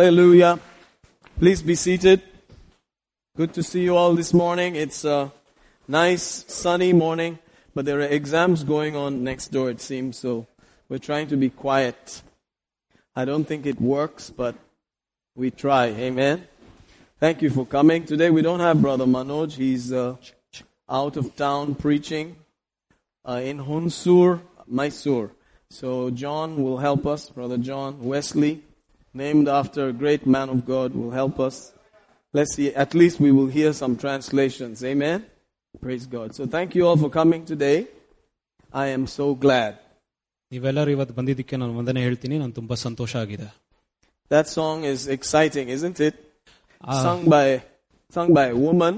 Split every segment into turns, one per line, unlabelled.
Hallelujah. Please be seated. Good to see you all this morning. It's a nice sunny morning, but there are exams going on next door, it seems, so we're trying to be quiet. I don't think it works, but we try. Amen. Thank you for coming. Today we don't have Brother Manoj. He's uh, out of town preaching uh, in Hunsur, Mysore. So John will help us, Brother John Wesley, named after a great man of God, will help us. Let's see, at least we will hear some translations. Amen. Praise God. So thank you all for coming today. I am so glad.
ನೀವೆಲ್ಲರೂ ಇವತ್ತು ಬಂದಿದ್ದಕ್ಕೆ ನಾನು ವಂದನೆ ಹೇಳ್ತೀನಿ ನಾನು ತುಂಬಾ ಸಂತೋಷ ಆಗಿದೆ
That song is exciting, isn't it?
ಆ-
Sung by sung by a woman,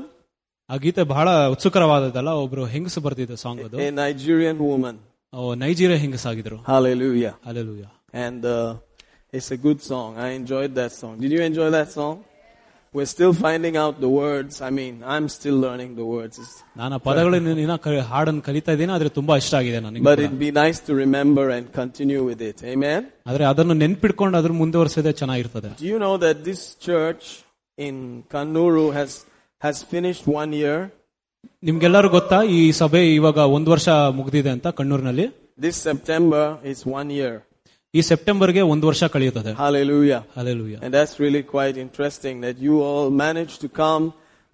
ಆ ಗೀತೆ ಬಹಳ ಉತ್ಸುಕರವಾದದಲ್ಲ ಒಬ್ರು ಹೆಂಗಸು ಬರ್ತಿದ್ದ ಸಾಂಗ್ ಅದು
a Nigerian woman.
ಅವ್ Nigeria ಹೆಂಗಸಾಗಿದ್ರು
Hallelujah.
Alleluia
And uh, it's a good song. I enjoyed that song. Did you enjoy that song? We're still finding out the words. I mean, I'm still learning the words. It's-
ನಾನು ಆ ಪದಗಳನ್ನ ಇನ್ನ ಕ- ಹಾಡನ್ನ ಕಲಿತಾ ಇದ್ದೀನಿ ಆದ್ರೆ ತುಂಬಾ ಇಷ್ಟ ಆಗಿದೆ ನನಗೆ
But it'd be nice to remember and continue with it. Amen.
ಆದ್ರೆ ಅದನ್ನು ನೆನ್ಪಿಟ್ಕೊಂಡು ಅದ್ರ ಮುಂದುವರಿಸೋದೇ ಚೆನ್ನಾಗಿರ್ತದೆ
Do you know that this church in Kannuru has has finished one year?
ನಿಮ್ಗೆಲ್ಲರೂ ಗೊತ್ತಾ ಈ ಸಭೆ ಇವಾಗ ಒಂದ್ ವರ್ಷ ಮುಗ್ದಿದೆ ಅಂತ ಕಣ್ಣೂರಿನಲ್ಲಿ
This September is one year.
ಈ ಸೆಪ್ಟೆಂಬರ್ಗೆ ಒಂದ್ ವರ್ಷ ಕಳೆಯುತ್ತದೆ
Hallelujah.
Alleluia
And that's really quite interesting that you all managed to come,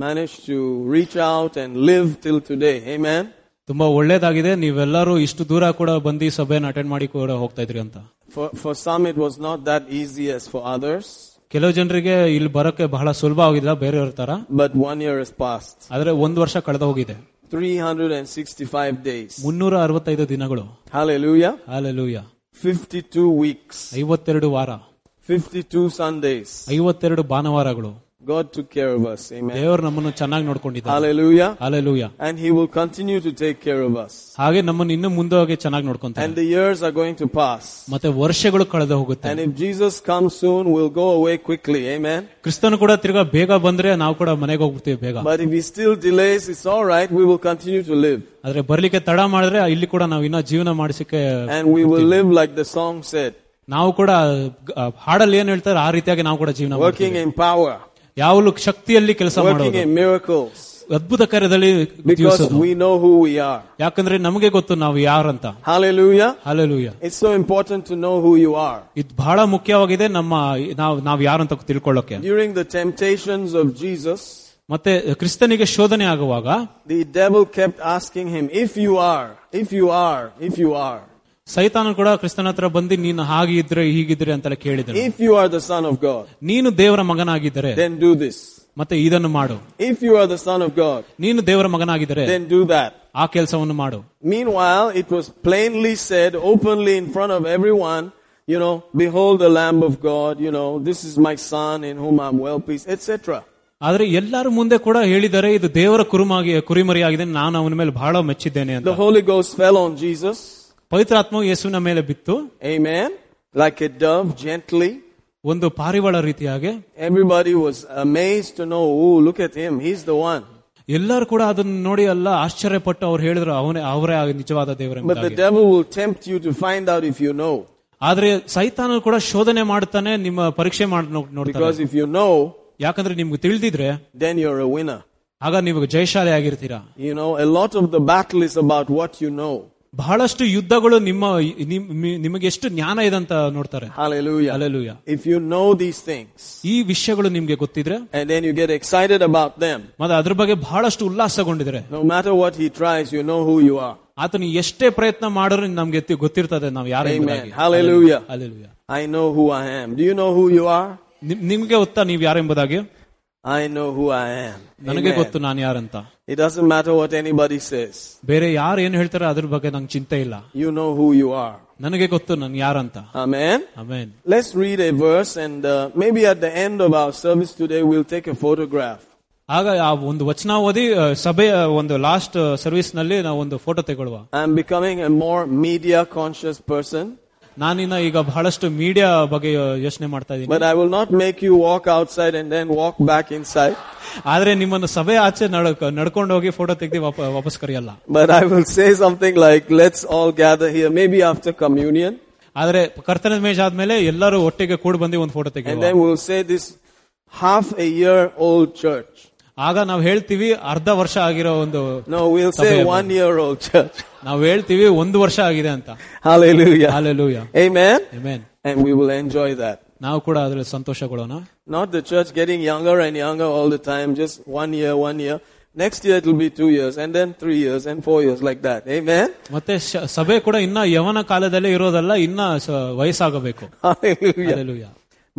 managed to reach out and live till today. Amen.
ತುಂಬಾ ಒಳ್ಳೇದಾಗಿದೆ ನೀವೆಲ್ಲರೂ ಇಷ್ಟು ದೂರ ಕೂಡ ಬಂದು ಈ ಸಭೆನ ಅಟೆಂಡ್ ಮಾಡಿ ಕೂಡ ಹೋಗ್ತಾ ಇದ್ರಿ ಅಂತ
For, for some, it was not that easy as for others,
ಕೆಲವು ಜನರಿಗೆ ಇಲ್ಲಿ ಬರೋಕೆ ಬಹಳ ಸುಲಭವಾಗಿಲ್ಲ ಬೇರೆಯವ್ರ ತರ
but one year has passed.
ಆದ್ರೆ ಒಂದ್ ವರ್ಷ ಕಳೆದ ಹೋಗಿದೆ
365 days.
ಮುನ್ನೂರ ಅರವತ್ತೈದು ದಿನಗಳು
Hallelujah.
Alleluia
52 weeks.
ಐವತ್ತೆರಡು ವಾರ
52 Sundays.
ಐವತ್ತೆರಡು ಭಾನುವಾರಗಳು
God took care of us. Amen.
ದೇವರು ನಮ್ಮನ್ನು ಚೆನ್ನಾಗಿ ನೋಡ್ಕೊಂಡಿದ್ದಾರೆ
Hallelujah.
Alleluia
And He will continue to take care of us.
ಹಾಗೆ ನಮ್ಮನ್ನು ಇನ್ನೂ ಮುಂದೆ ಹೋಗಿ ಚೆನ್ನಾಗಿ ನೋಡ್ಕೊಂತಾರೆ
And the years are going to pass.
ಮತ್ತೆ ವರ್ಷಗಳು ಕಳೆದ ಹೋಗುತ್ತೆ
And if Jesus comes soon, we'll go away quickly. Amen.
ಕ್ರಿಸ್ತನು ಕೂಡ ತಿರ್ಗಾ ಬೇಗ ಬಂದ್ರೆ ನಾವು ಕೂಡ ಮನೆಗೆ ಹೋಗ್ಬಿಡ್ತೀವಿ ಬೇಗ
But if He still delays, it's alright. We will continue to live.
ಆದ್ರೆ ಬರ್ಲಿಕ್ಕೆ ತಡ ಮಾಡಿದ್ರೆ ಇಲ್ಲಿ ಕೂಡ ನಾವು ಇನ್ನ ಜೀವನ ಮಾಡಿಸಕ್ಕೆ
And we will live like the song said
ನಾವು ಕೂಡ ಆ, ಹಾಡಲ್ಲಿ ಏನ್ ಹೇಳ್ತಾರೆ ಆ ರೀತಿಯಾಗಿ ನಾವು ಕೂಡ ಜೀವನ ಮಾಡ್ತೀವಿ
working in power,
ಯಾವಲು ಶಕ್ತಿಯಲ್ಲಿ ಕೆಲಸ
working
ಮಾಡೋದು
in miracles.
ಅದ್ಭುತ ಕಾರ್ಯದಲ್ಲಿ
Because
ಜೀವಿಸೋದು
we know who we are.
ಯಾಕಂದ್ರೆ ನಮಗೆ ಗೊತ್ತು ನಾವು ಯಾರಂತ
Hallelujah.
Hallelujah
It's so important to know who you are.
ಇದು ಬಹಳ ಮುಖ್ಯವಾಗಿದೆ ನಮ್ಮ ನಾವು ನಾವು ಯಾರಂತ ತಿಳ್ಕೊಳ್ಳೋಕೆ
During the temptations of Jesus,
ಮತ್ತೆ ಕ್ರಿಸ್ತನಿಗೆ ಶೋಧನೆ ಆಗುವಾಗ
the devil kept asking him, if you are, if you are, if you are,
ಸೈತಾನ ಕೂಡ ಕ್ರಿಸ್ತನ ಹತ್ರ ಬಂದು ನೀನು ಹಾಗಿದ್ರೆ ಹೀಗಿದ್ರೆ ಅಂತೆಲ್ಲ ಕೇಳಿದನು
if you are the son of God,
ನೀನು ದೇವರ ಮಗನಾಗಿದ್ದರೆ
then do this.
ಮತ್ತೆ ಇದನ್ನು ಮಾಡು
If you are the son of God,
ನೀನು ದೇವರ ಮಗನಾಗಿದ್ದರೆ
then do that.
ಆ ಕೆಲಸವನ್ನು ಮಾಡು
Meanwhile, it was plainly said openly in front of everyone, you know, behold the Lamb of God, you know, this is my son in whom I'm well pleased, etc.
ಆದ್ರೆ ಎಲ್ಲರ ಮುಂದೆ ಕೂಡ ಹೇಳಿದ್ದಾರೆ ಇದು ದೇವರ ಕುರುಮಾಗಿ ಕುರಿಮರಿಯಾಗಿದೆ ನಾನು ಅವನ ಮೇಲೆ ಬಹಳ ಮೆಚ್ಚಿದ್ದೇನೆ ಅಂತ
The Holy Ghost fell on Jesus.
ಪವಿತ್ರಾತ್ಮವು ಯೇಸುವಿನ ಮೇಲೆ ಬಿತ್ತು
Amen. Like a dove, gently.
ಒಂದು ಪಾರಿವಾಳ ರೀತಿಯಾಗಿ
Everybody was amazed to know, ooh, look at him, he's the one.
ಎಲ್ಲರೂ ಕೂಡ ಅದನ್ನ ನೋಡಿ ಎಲ್ಲ ಆಶ್ಚರ್ಯಪಟ್ಟು ಅವ್ರು ಹೇಳಿದ್ರು ಅವನೇ ಅವರೇ ಆ ನಿಜವಾದ ದೇವರ
But the devil will tempt you to find out if you know.
ಆದ್ರೆ ಸೈತಾನ ಕೂಡ ಶೋಧನೆ ಮಾಡ್ತಾನೆ ನಿಮ್ಮ ಪರೀಕ್ಷೆ ಮಾಡಿ ನೋಡ್ತಾರೆ
Because if you know,
ಯಾಕಂದ್ರೆ ನಿಮ್ಗೆ ತಿಳಿದಿದ್ರೆ
then you're a winner.
ಆಗ ನೀವು ಜಯಶಾಲಿ ಆಗಿರ್ತೀರಾ
You know, a lot of the battle is about what you know.
ಬಹಳಷ್ಟು ಯುದ್ಧಗಳು ನಿಮ್ಮ ನಿಮ್- ಮಿ- ನಿಮಗೆ ಎಷ್ಟು ಜ್ಞಾನ ಇದೆ ಅಂತ ನೋಡ್ತಾರೆ
Hallelujah.
Alleluia
If you know these things,
ಈ ವಿಷಯಗಳು ನಿಮ್ಗೆ ಗೊತ್ತಿದ್ರೆ
and then you get excited about them,
ಮತ್ತೆ ಅದ್ರ ಬಗ್ಗೆ ಬಹಳಷ್ಟು ಉಲ್ಲಾಸಗೊಂಡಿದ್ರೆ
no matter what he tries, you know who you are.
ಆತನು ಎಷ್ಟೇ ಪ್ರಯತ್ನ ಮಾಡಿದ್ರು ನಮ್ಗೆ ತಿ- ಗೊತ್ತಿರ್ತದೆ ನಾವು ಯಾರು
Amen.
ಎಂಬುದಾಗಿ.
Hallelujah.
Hallelujah.
I know who I am. Do you know who you are?
ನಿಮ್- ನಿಮ್ಗೆ ಗೊತ್ತಾ ನೀವ್ ಯಾರೆಂಬುದಾಗಿ
I know who I am.
ನನಗೆ
Amen.
ಗೊತ್ತು ನಾನು ಯಾರಂತ
It doesn't matter what anybody says.
ಬೇರೆ ಯಾರು ಏನ್ ಹೇಳ್ತಾರೆ ಅದ್ರ ಬಗ್ಗೆ ನಂಗೆ ಚಿಂತೆ ಇಲ್ಲ
You know who you are.
ನನಗೆ ಗೊತ್ತು ನಾನು ಯಾರಂತ
Amen.
Amen
Let's read a verse and uh, maybe at the end of our service today we'll take a photograph.
ಆಗ ಆ ಒಂದು ವಚನ ಓದಿ ಆ, ಸಭೆಯ ಒಂದು ಲಾಸ್ಟ್ ಸರ್ವಿಸ್ ನಲ್ಲಿ ನಾವು ಒಂದು ಫೋಟೋ ತಗೊಳ್ಳುವ
I'm becoming a more media conscious person,
ನಾನಿನ್ನ ಈಗ ಬಹಳಷ್ಟು ಮೀಡಿಯಾ ಬಗ್ಗೆ ಯೋಚನೆ ಮಾಡ್ತಾ ಇದ್ದೀನಿ
but I will not make you walk outside and then walk back inside.
ಆದ್ರೆ ನಿಮ್ಮನ್ನು ಸಭೆ ಆಚೆ ನಡ್ಕ ನಡ್ಕೊಂಡು ಹೋಗಿ ಫೋಟೋ ತೆಗ್ದು ವಾಪ- ವಾಪಸ್ ಕರೆಯಲ್ಲ
But I will say something like, let's all gather here, maybe after communion,
ಆದ್ರೆ ಕರ್ತನ ಮೇಜ್ ಆದ್ಮೇಲೆ ಎಲ್ಲರೂ ಒಟ್ಟಿಗೆ ಕೂಡಿ ಬಂದು ಒಂದು ಫೋಟೋ
And
ತೆಗೆಯುವ
then we'll say this half a year old church.
ಆಗ ನಾವು ಹೇಳ್ತೀವಿ ಅರ್ಧ ವರ್ಷ ಆಗಿರೋ ಒಂದು
No, we'll say
Sabayan.
one year old church.
ನಾವು ಹೇಳ್ತೀವಿ ಒಂದು ವರ್ಷ ಆಗಿದೆ ಅಂತ
Hallelujah.
Hallelujah
Amen.
Amen
And we will enjoy that.
ನಾವು ಕೂಡ ಅದ್ರಲ್ಲಿ ಸಂತೋಷ ಕೊಡೋಣ
Not the church getting younger and younger all the time, just one year, one year. Next year it will be two years, and then three years, and four years, like that. Amen.
ಮತ್ತೆ ಶ- ಸಭೆ ಕೂಡ ಇನ್ನ ಯವನ ಕಾಲದಲ್ಲೇ ಇರೋದಲ್ಲ ಇನ್ನ ಸ- ವಯಸ್ಸಾಗಬೇಕು
Hallelujah.
Hallelujah.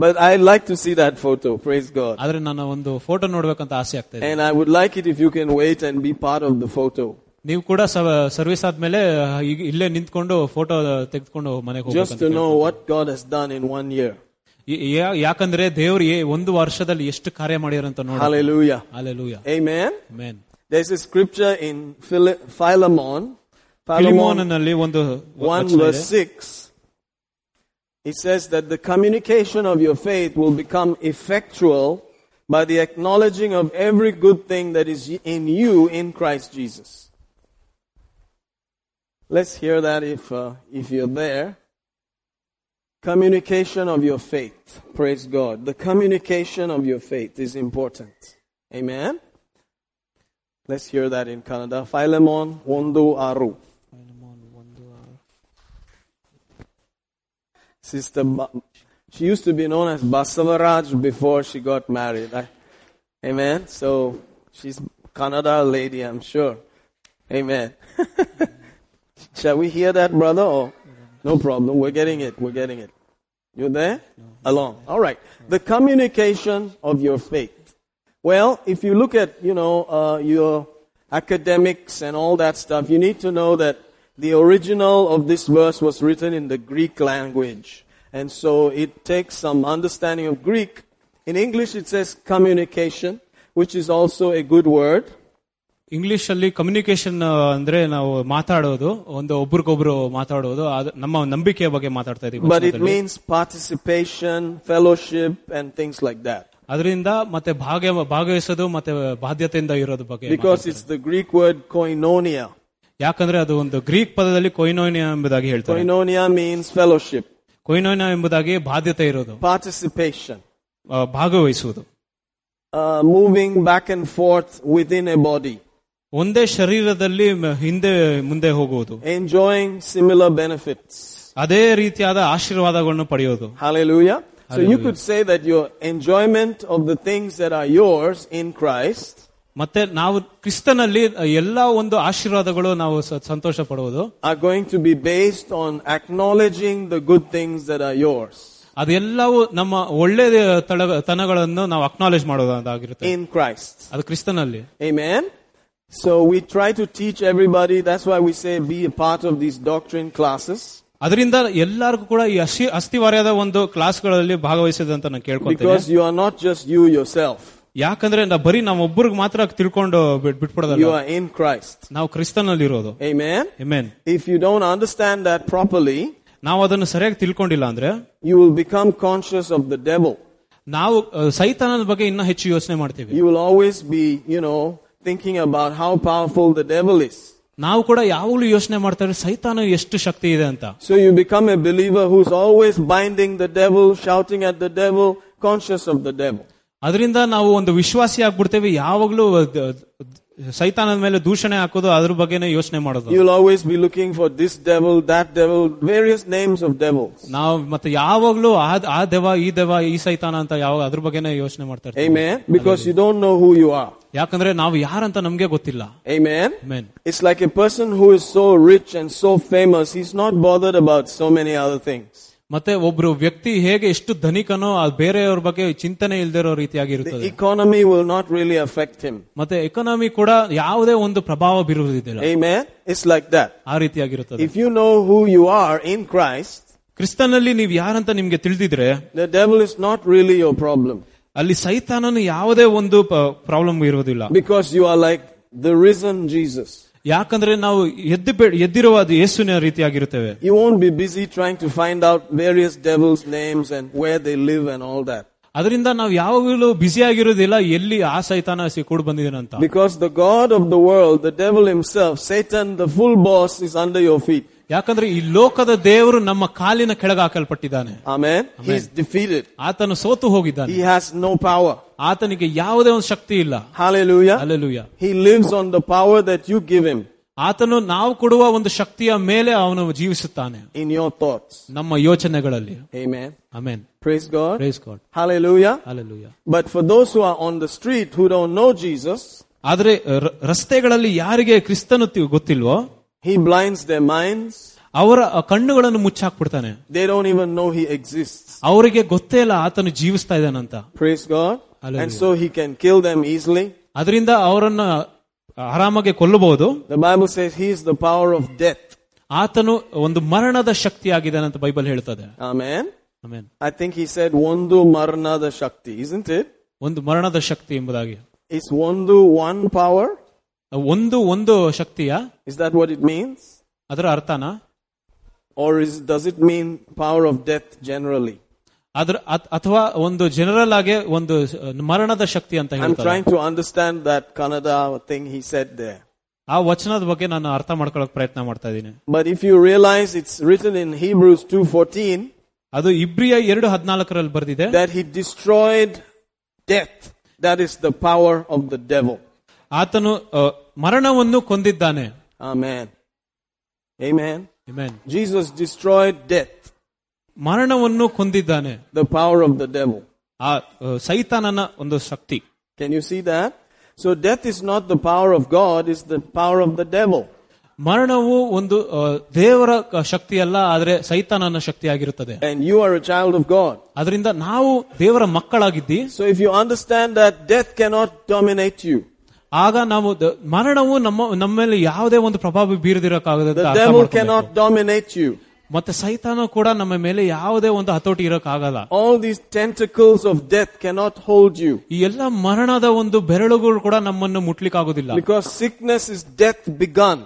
But I'd like to see that photo. Praise God.
ಆದ್ರೆ ನನ್ನ ಒಂದು ಫೋಟೋ ನೋಡ್ಬೇಕಂತ ಆಸೆ ಆಗ್ತಾ ಇದೆ
And I would like it if you can wait and be part of the photo.
ನೀವು ಕೂಡ ಸರ್ವಿಸ್ ಆದ್ಮೇಲೆ ಈಗ ಇಲ್ಲೇ ನಿಂತ್ಕೊಂಡು ಫೋಟೋ ತೆಗೆದುಕೊಂಡು ಮನೆಗೆ
Just
ಹೋಗ್ಬೇಕಂತ
to know what God has done in one year.
ಈ- ಯಾ- ಯಾಕಂದ್ರೆ ದೇವ್ರು ಏ- ಒಂದು ವರ್ಷದಲ್ಲಿ ಎಷ್ಟು ಕಾರ್ಯ ಮಾಡ್ಯಾರ ಅಂತ ನೋಡಿ
Hallelujah.
Alleluia
Amen.
Main
There's a scripture in Phile- Philemon, Philemon
ಫಿಲಿಮೋನಲ್ಲಿ ಒಂದು
1
ವಚನ ಇದೆ.
verse 6. It says that the communication of your faith will become effectual by the acknowledging of every good thing that is in you in Christ Jesus. Let's hear that if, uh, if you're there. Communication of your faith. Praise God. The communication of your faith is important. Amen. Let's hear that in Kannada. Philemon Wondo Aru. Sister, ba- she used to be known as Basavaraj before she got married. I- amen. So she's Kannada lady, I'm sure. Amen. Shall we hear that, brother? Or no problem. We're getting it. We're getting it. You there? Along. All right. The communication of your faith. Well, if you look at you know uh, your academics and all that stuff, you need to know that the original of this verse was written in the Greek language, and so it takes some understanding of Greek. In English, it says communication, which is also a good word.
English ಅಲ್ಲಿ communication ಅಂದ್ರೆ ನಾವು ಮಾತಾಡೋದು ಒಂದು ಒಬ್ರಿಗೊಬ್ರು ಮಾತಾಡೋದು ಅದು ನಮ್ಮ ನಂಬಿಕೆಯ ಬಗ್ಗೆ ಮಾತಾಡ್ತಾ ಇದೀವಿ
But it
ವಚನದಲ್ಲಿ.
means participation, fellowship, and things like that.
ಅದರಿಂದ ಮತ್ತೆ ಭಾಗ್ಯ ಭಾಗವಹಿಸೋದು ಮತ್ತೆ ಬಾಧ್ಯತೆಯಿಂದ ಇರೋದು ಬಗ್ಗೆ
Because it's the Greek word koinonia.
ಮಾತಾಡ್ತಾರೆ. ಯಾಕಂದ್ರೆ ಅದು ಒಂದು ಗ್ರೀಕ್ ಪದದಲ್ಲಿ ಕೊಯ್ನೋನಿಯ ಎಂಬುದಾಗಿ ಹೇಳ್ತಾರೆ
Koinonia means fellowship,
ಕೊಯ್ನೋನಿಯ ಎಂಬುದಾಗಿ ಬಾಧ್ಯತೆ ಇರೋದು
participation,
ಆ, ಭಾಗವಹಿಸುವುದು
uh, moving back and forth within a body,
ಒಂದೇ ಶರೀರದಲ್ಲಿ ಮ- ಹಿಂದೆ ಮುಂದೆ ಹೋಗುವುದು
enjoying similar benefits.
ಅದೇ ರೀತಿಯಾದ ಆಶೀರ್ವಾದಗಳನ್ನು ಪಡೆಯೋದು
Hallelujah. So you
Hallelujah.
could say that your enjoyment of the things that are yours in Christ
ಮತ್ತೆ ನಾವು ಕ್ರಿಸ್ತನಲ್ಲಿ ಎಲ್ಲಾ ಒಂದು ಆಶೀರ್ವಾದಗಳು ನಾವು ಸ- ಸಂತೋಷ ಪಡುವುದು
are going to be based on acknowledging the good things that are yours
ಅದೆಲ್ಲವೂ ನಮ್ಮ ಒಳ್ಳೆ ತಳ- ತನಗಳನ್ನು ನಾವು ಅಕ್ನಾಲೇಜ್ ಮಾಡೋದಾಗಿರುತ್ತೆ
in Christ.
ಅದು ಕ್ರಿಸ್ತನಲ್ಲಿ
Amen. So we try to teach everybody. That's why we say be a part of these doctrine classes
ಅದರಿಂದ ಎಲ್ಲರಿಗೂ ಕೂಡ ಈ ಅಶಿ ಅಸ್ಥಿವಾರ್ಯದ ಒಂದು ಕ್ಲಾಸ್ಗಳಲ್ಲಿ ಭಾಗವಹಿಸಿದಂತ ನಾನು ಕೇಳ್ಕೊತೇನೆ
because you are not just you yourself.
ಯಾಕಂದ್ರೆ ನಾ- ಬರೀ ಒಬ್ಬರಿಗೆ ಮಾತ್ರ ತಿಳ್ಕೊಂಡು ಬಿಟ್-
You
ಬಿಟ್ಬಿಡೋದಲ್ಲ
are in Christ.
ನಾವು ಕ್ರಿಸ್ತನಲ್ಲಿ ಇರೋದು
Amen.
Amen
If you don't understand that properly,
ನಾವು ಅದನ್ನು ಸರಿಯಾಗಿ ತಿಳ್ಕೊಂಡಿಲ್ಲ ಅಂದ್ರೆ
you will become conscious of the devil.
ನಾವು ಆ, ಸೈತಾನದ ಬಗ್ಗೆ ಇನ್ನೂ ಹೆಚ್ಚು ಯೋಚನೆ ಮಾಡ್ತೀವಿ
You will always be, you know, thinking about how powerful the devil is.
ನಾವು ಕೂಡ ಯಾವಾಗಲೂ ಯೋಚನೆ ಮಾಡ್ತಾರೆ ಸೈತಾನ ಎಷ್ಟು ಶಕ್ತಿ ಇದೆ ಅಂತ
So you become a believer who's always binding the devil, shouting at the devil, conscious of the devil.
ಅದರಿಂದ ನಾವು ಒಂದು ವಿಶ್ವಾಸಿ ಆಗ್ಬಿಡ್ತೇವೆ ಯಾವಾಗ್ಲೂ ದ- ದ- ಸೈತಾನದ ಮೇಲೆ ದೂಷಣೆ ಹಾಕೋದು ಅದ್ರ ಬಗ್ಗೆನೇ ಯೋಚನೆ ಮಾಡೋದು
You'll always be looking for this devil, that devil, various names of devils.
ನಾವು ಮತ್ತೆ ಯಾವಾಗ್ಲೂ ಆ- ಆ ದೆವ ಈ ದೆವ ಈ ಸೈತಾನ ಅಂತ ಯಾವಾಗ ಅದ್ರ ಬಗ್ಗೆನೇ ಯೋಚನೆ ಮಾಡ್ತಾ ಇರ್ತೀವಿ
Amen. Because you don't know who you are.
ಯಾಕಂದ್ರೆ ನಾವು ಯಾರಂತ ನಮ್ಗೆ ಗೊತ್ತಿಲ್ಲ
Amen.
Amen.
It's like a person who is so rich and so famous, he's not bothered about so many other things.
ಮತ್ತೆ ಒಬ್ರು ವ್ಯಕ್ತಿ ಹೇಗೆ ಎಷ್ಟು ಧನಿಕನೋ ಆ ಬೇರೆಯವ್ರ ಬಗ್ಗೆ ಚಿಂತನೆ ಇಲ್ದೇ ಇರೋ
The
ರೀತಿಯಾಗಿರುತ್ತದೆ
economy will not really affect him.
ಮತ್ತೆ ಎಕಾನಮಿ ಕೂಡ ಯಾವುದೇ ಒಂದು ಪ್ರಭಾವ ಬೀರುವುದಿಲ್ಲ
Amen. It's like that.
ಆ ರೀತಿಯಾಗಿರುತ್ತದೆ
If you know who you are in Christ,
ಕ್ರಿಸ್ತನಲ್ಲಿ ನೀವು ಯಾರಂತ ನಿಮ್ಗೆ ತಿಳಿದಿದ್ರೆ
the devil is not really your problem.
ಅಲ್ಲಿ ಸೈತಾನನ ಯಾವುದೇ ಒಂದು ಪ್ರಾಬ್ಲಮ್ ಇರುವುದಿಲ್ಲ
Because you are like the risen Jesus.
ಯಾಕಂದ್ರೆ ನಾವು ಎದ್ದು ಬೆ- ಎದ್ದಿರುವ ಅದು ಯೇಸುವಿನ ರೀತಿಯಾಗಿರುತ್ತೇವೆ
You won't be busy trying to find out various devils' names and where they live and all that.
ಅದರಿಂದ ನಾವು ಯಾವಾಗಲೂ ಬ್ಯುಸಿ ಆಗಿರೋದಿಲ್ಲ ಎಲ್ಲಿ ಆ ಸೈತಾನ ಸಿ ಕೂಡ್ ಬಂದಿದ್ದಾನೆ ಅಂತ
Because the God of the world, the devil himself, Satan, the full boss, is under your feet.
ಯಾಕಂದ್ರೆ ಈ ಲೋಕದ ದೇವರು ನಮ್ಮ ಕಾಲಿನ ಕೆಳಗೆ ಹಾಕಲ್ಪಟ್ಟಿದ್ದಾನೆ
Amen. He's defeated.
ಆತನು ಸೋತು ಹೋಗಿದ್ದಾನೆ
He has no power.
ಆತನಿಗೆ ಯಾವುದೇ ಒಂದು ಶಕ್ತಿ ಇಲ್ಲ
Hallelujah.
Alleluia
He lives on the power that you give him
ಆತನು ನಾವು ಕೊಡುವ ಒಂದು ಶಕ್ತಿಯ ಮೇಲೆ ಅವನು ಜೀವಿಸುತ್ತಾನೆ
in your thoughts.
ನಮ್ಮ ಯೋಚನೆಗಳಲ್ಲಿ
Amen.
Amen
Praise God.
Praise God
Hallelujah.
Alleluia
But for those who are on the street who don't know Jesus,
ಆದ್ರೆ ರ- ರಸ್ತೆಗಳಲ್ಲಿ ಯಾರಿಗೆ ಕ್ರಿಸ್ತನು ತಿ- ಗೊತ್ತಿಲ್ವೋ
he blinds their minds.
ಅವರ ಆ ಕಣ್ಣುಗಳನ್ನು ಮುಚ್ಚಾಕ್ಬಿಡ್ತಾನೆ
They don't even know he exists.
ಅವರಿಗೆ ಗೊತ್ತೇ ಇಲ್ಲ ಆತನು ಜೀವಿಸ್ತಾ ಇದ್ದಾನಂತ
Praise God.
Hallelujah.
And so he can kill them easily.
ಅದರಿಂದ ಅವರನ್ನ ಆರಾಮಾಗಿ ಕೊಲ್ಲಬಹುದು
The Bible says he is the power of death.
ಆತನು ಒಂದು ಮರಣದ ಶಕ್ತಿಯಾಗಿದ್ದಾನೆ ಅಂತ ಬೈಬಲ್ ಹೇಳ್ತದೆ
Amen.
Amen
I think he said Vondu Maranada Shakti, isn't it?
ಒಂದು ಮರಣದ ಶಕ್ತಿ ಎಂಬುದಾಗಿ
Is Vondu one power?
ಒಂದು ಒಂದು ಶಕ್ತಿಯ
Is that what it means?
ಅದರ ಅರ್ಥನ
Or is, does it mean power of death generally?
ಅದ್ರ ಅತ್- ಅಥವಾ ಒಂದು ಜನರಲ್ ಆಗಿ ಒಂದು ಸ- ಮರಣದ ಶಕ್ತಿ ಅಂತ
I'm
ಹೇಳ್ತಾರೆ
trying to understand that Kannada thing he said there.
ಆ ವಚನದ ಬಗ್ಗೆ ನಾನು ಅರ್ಥ ಮಾಡ್ಕೊಳ್ಳೋಕೆ ಪ್ರಯತ್ನ ಮಾಡ್ತಾ ಇದ್ದೀನಿ
But if you realize it's written in Hebrews 2:14
ಅದು ಇಬ್ರಿಯ ಎರಡು ಹದಿನಾಲ್ಕರಲ್ಲಿ ಬರೆದಿದೆ
that he destroyed death. That is the power of the devil.
ಆತನು ಆ, ಮರಣವನ್ನು ಕೊಂದಿದ್ದಾನೆ
Amen. Amen.
Amen.
Jesus destroyed death,
ಮರಣವನ್ನು ಕೊಂದಿದ್ದಾನೆ
the power of the devil.
ಆ ಆ, ಸೈತಾನನ ಒಂದು ಶಕ್ತಿ
Can you see that? So death is not the power of God, it's the power of the devil.
ಮರಣವು ಒಂದು ಆ, ದೇವರ ಕ- ಶಕ್ತಿಯಲ್ಲ ಆದರೆ ಸೈತಾನನ ಶಕ್ತಿಯಾಗಿರುತ್ತದೆ
And you are a child of God.
ಅದರಿಂದ ನಾವು ದೇವರ ಮಕ್ಕಳಾಗಿದ್ದಿ
So if you understand that death cannot dominate you,
ಆಗ ನಾವು ದ- ಮರಣವು ನಮ್ಮ ನಮ್ಮ ಮೇಲೆ ಯಾವುದೇ ಒಂದು ಪ್ರಭಾವ ಬೀರದಿರಕ್ಕಾಗದಂತ
the
ಅರ್ಥ
devil
ಮಾಡ್ಕೊಬೇಕು.
cannot dominate you.
ಮತ್ತೆ ಸೈತಾನ ಕೂಡ ನಮ್ಮ ಮೇಲೆ ಯಾವುದೇ ಒಂದು ಹತೋಟಿ ಇರಕ್ಕಾಗಲ್ಲ
All these tentacles of death cannot hold you.
ಈ ಎಲ್ಲ ಮರಣದ ಒಂದು ಬೆರಳುಗಳು ಕೂಡ ನಮ್ಮನ್ನು ಮುಟ್ಲಿಕ್ಕಾಗೋದಿಲ್ಲ
Because sickness is death begun.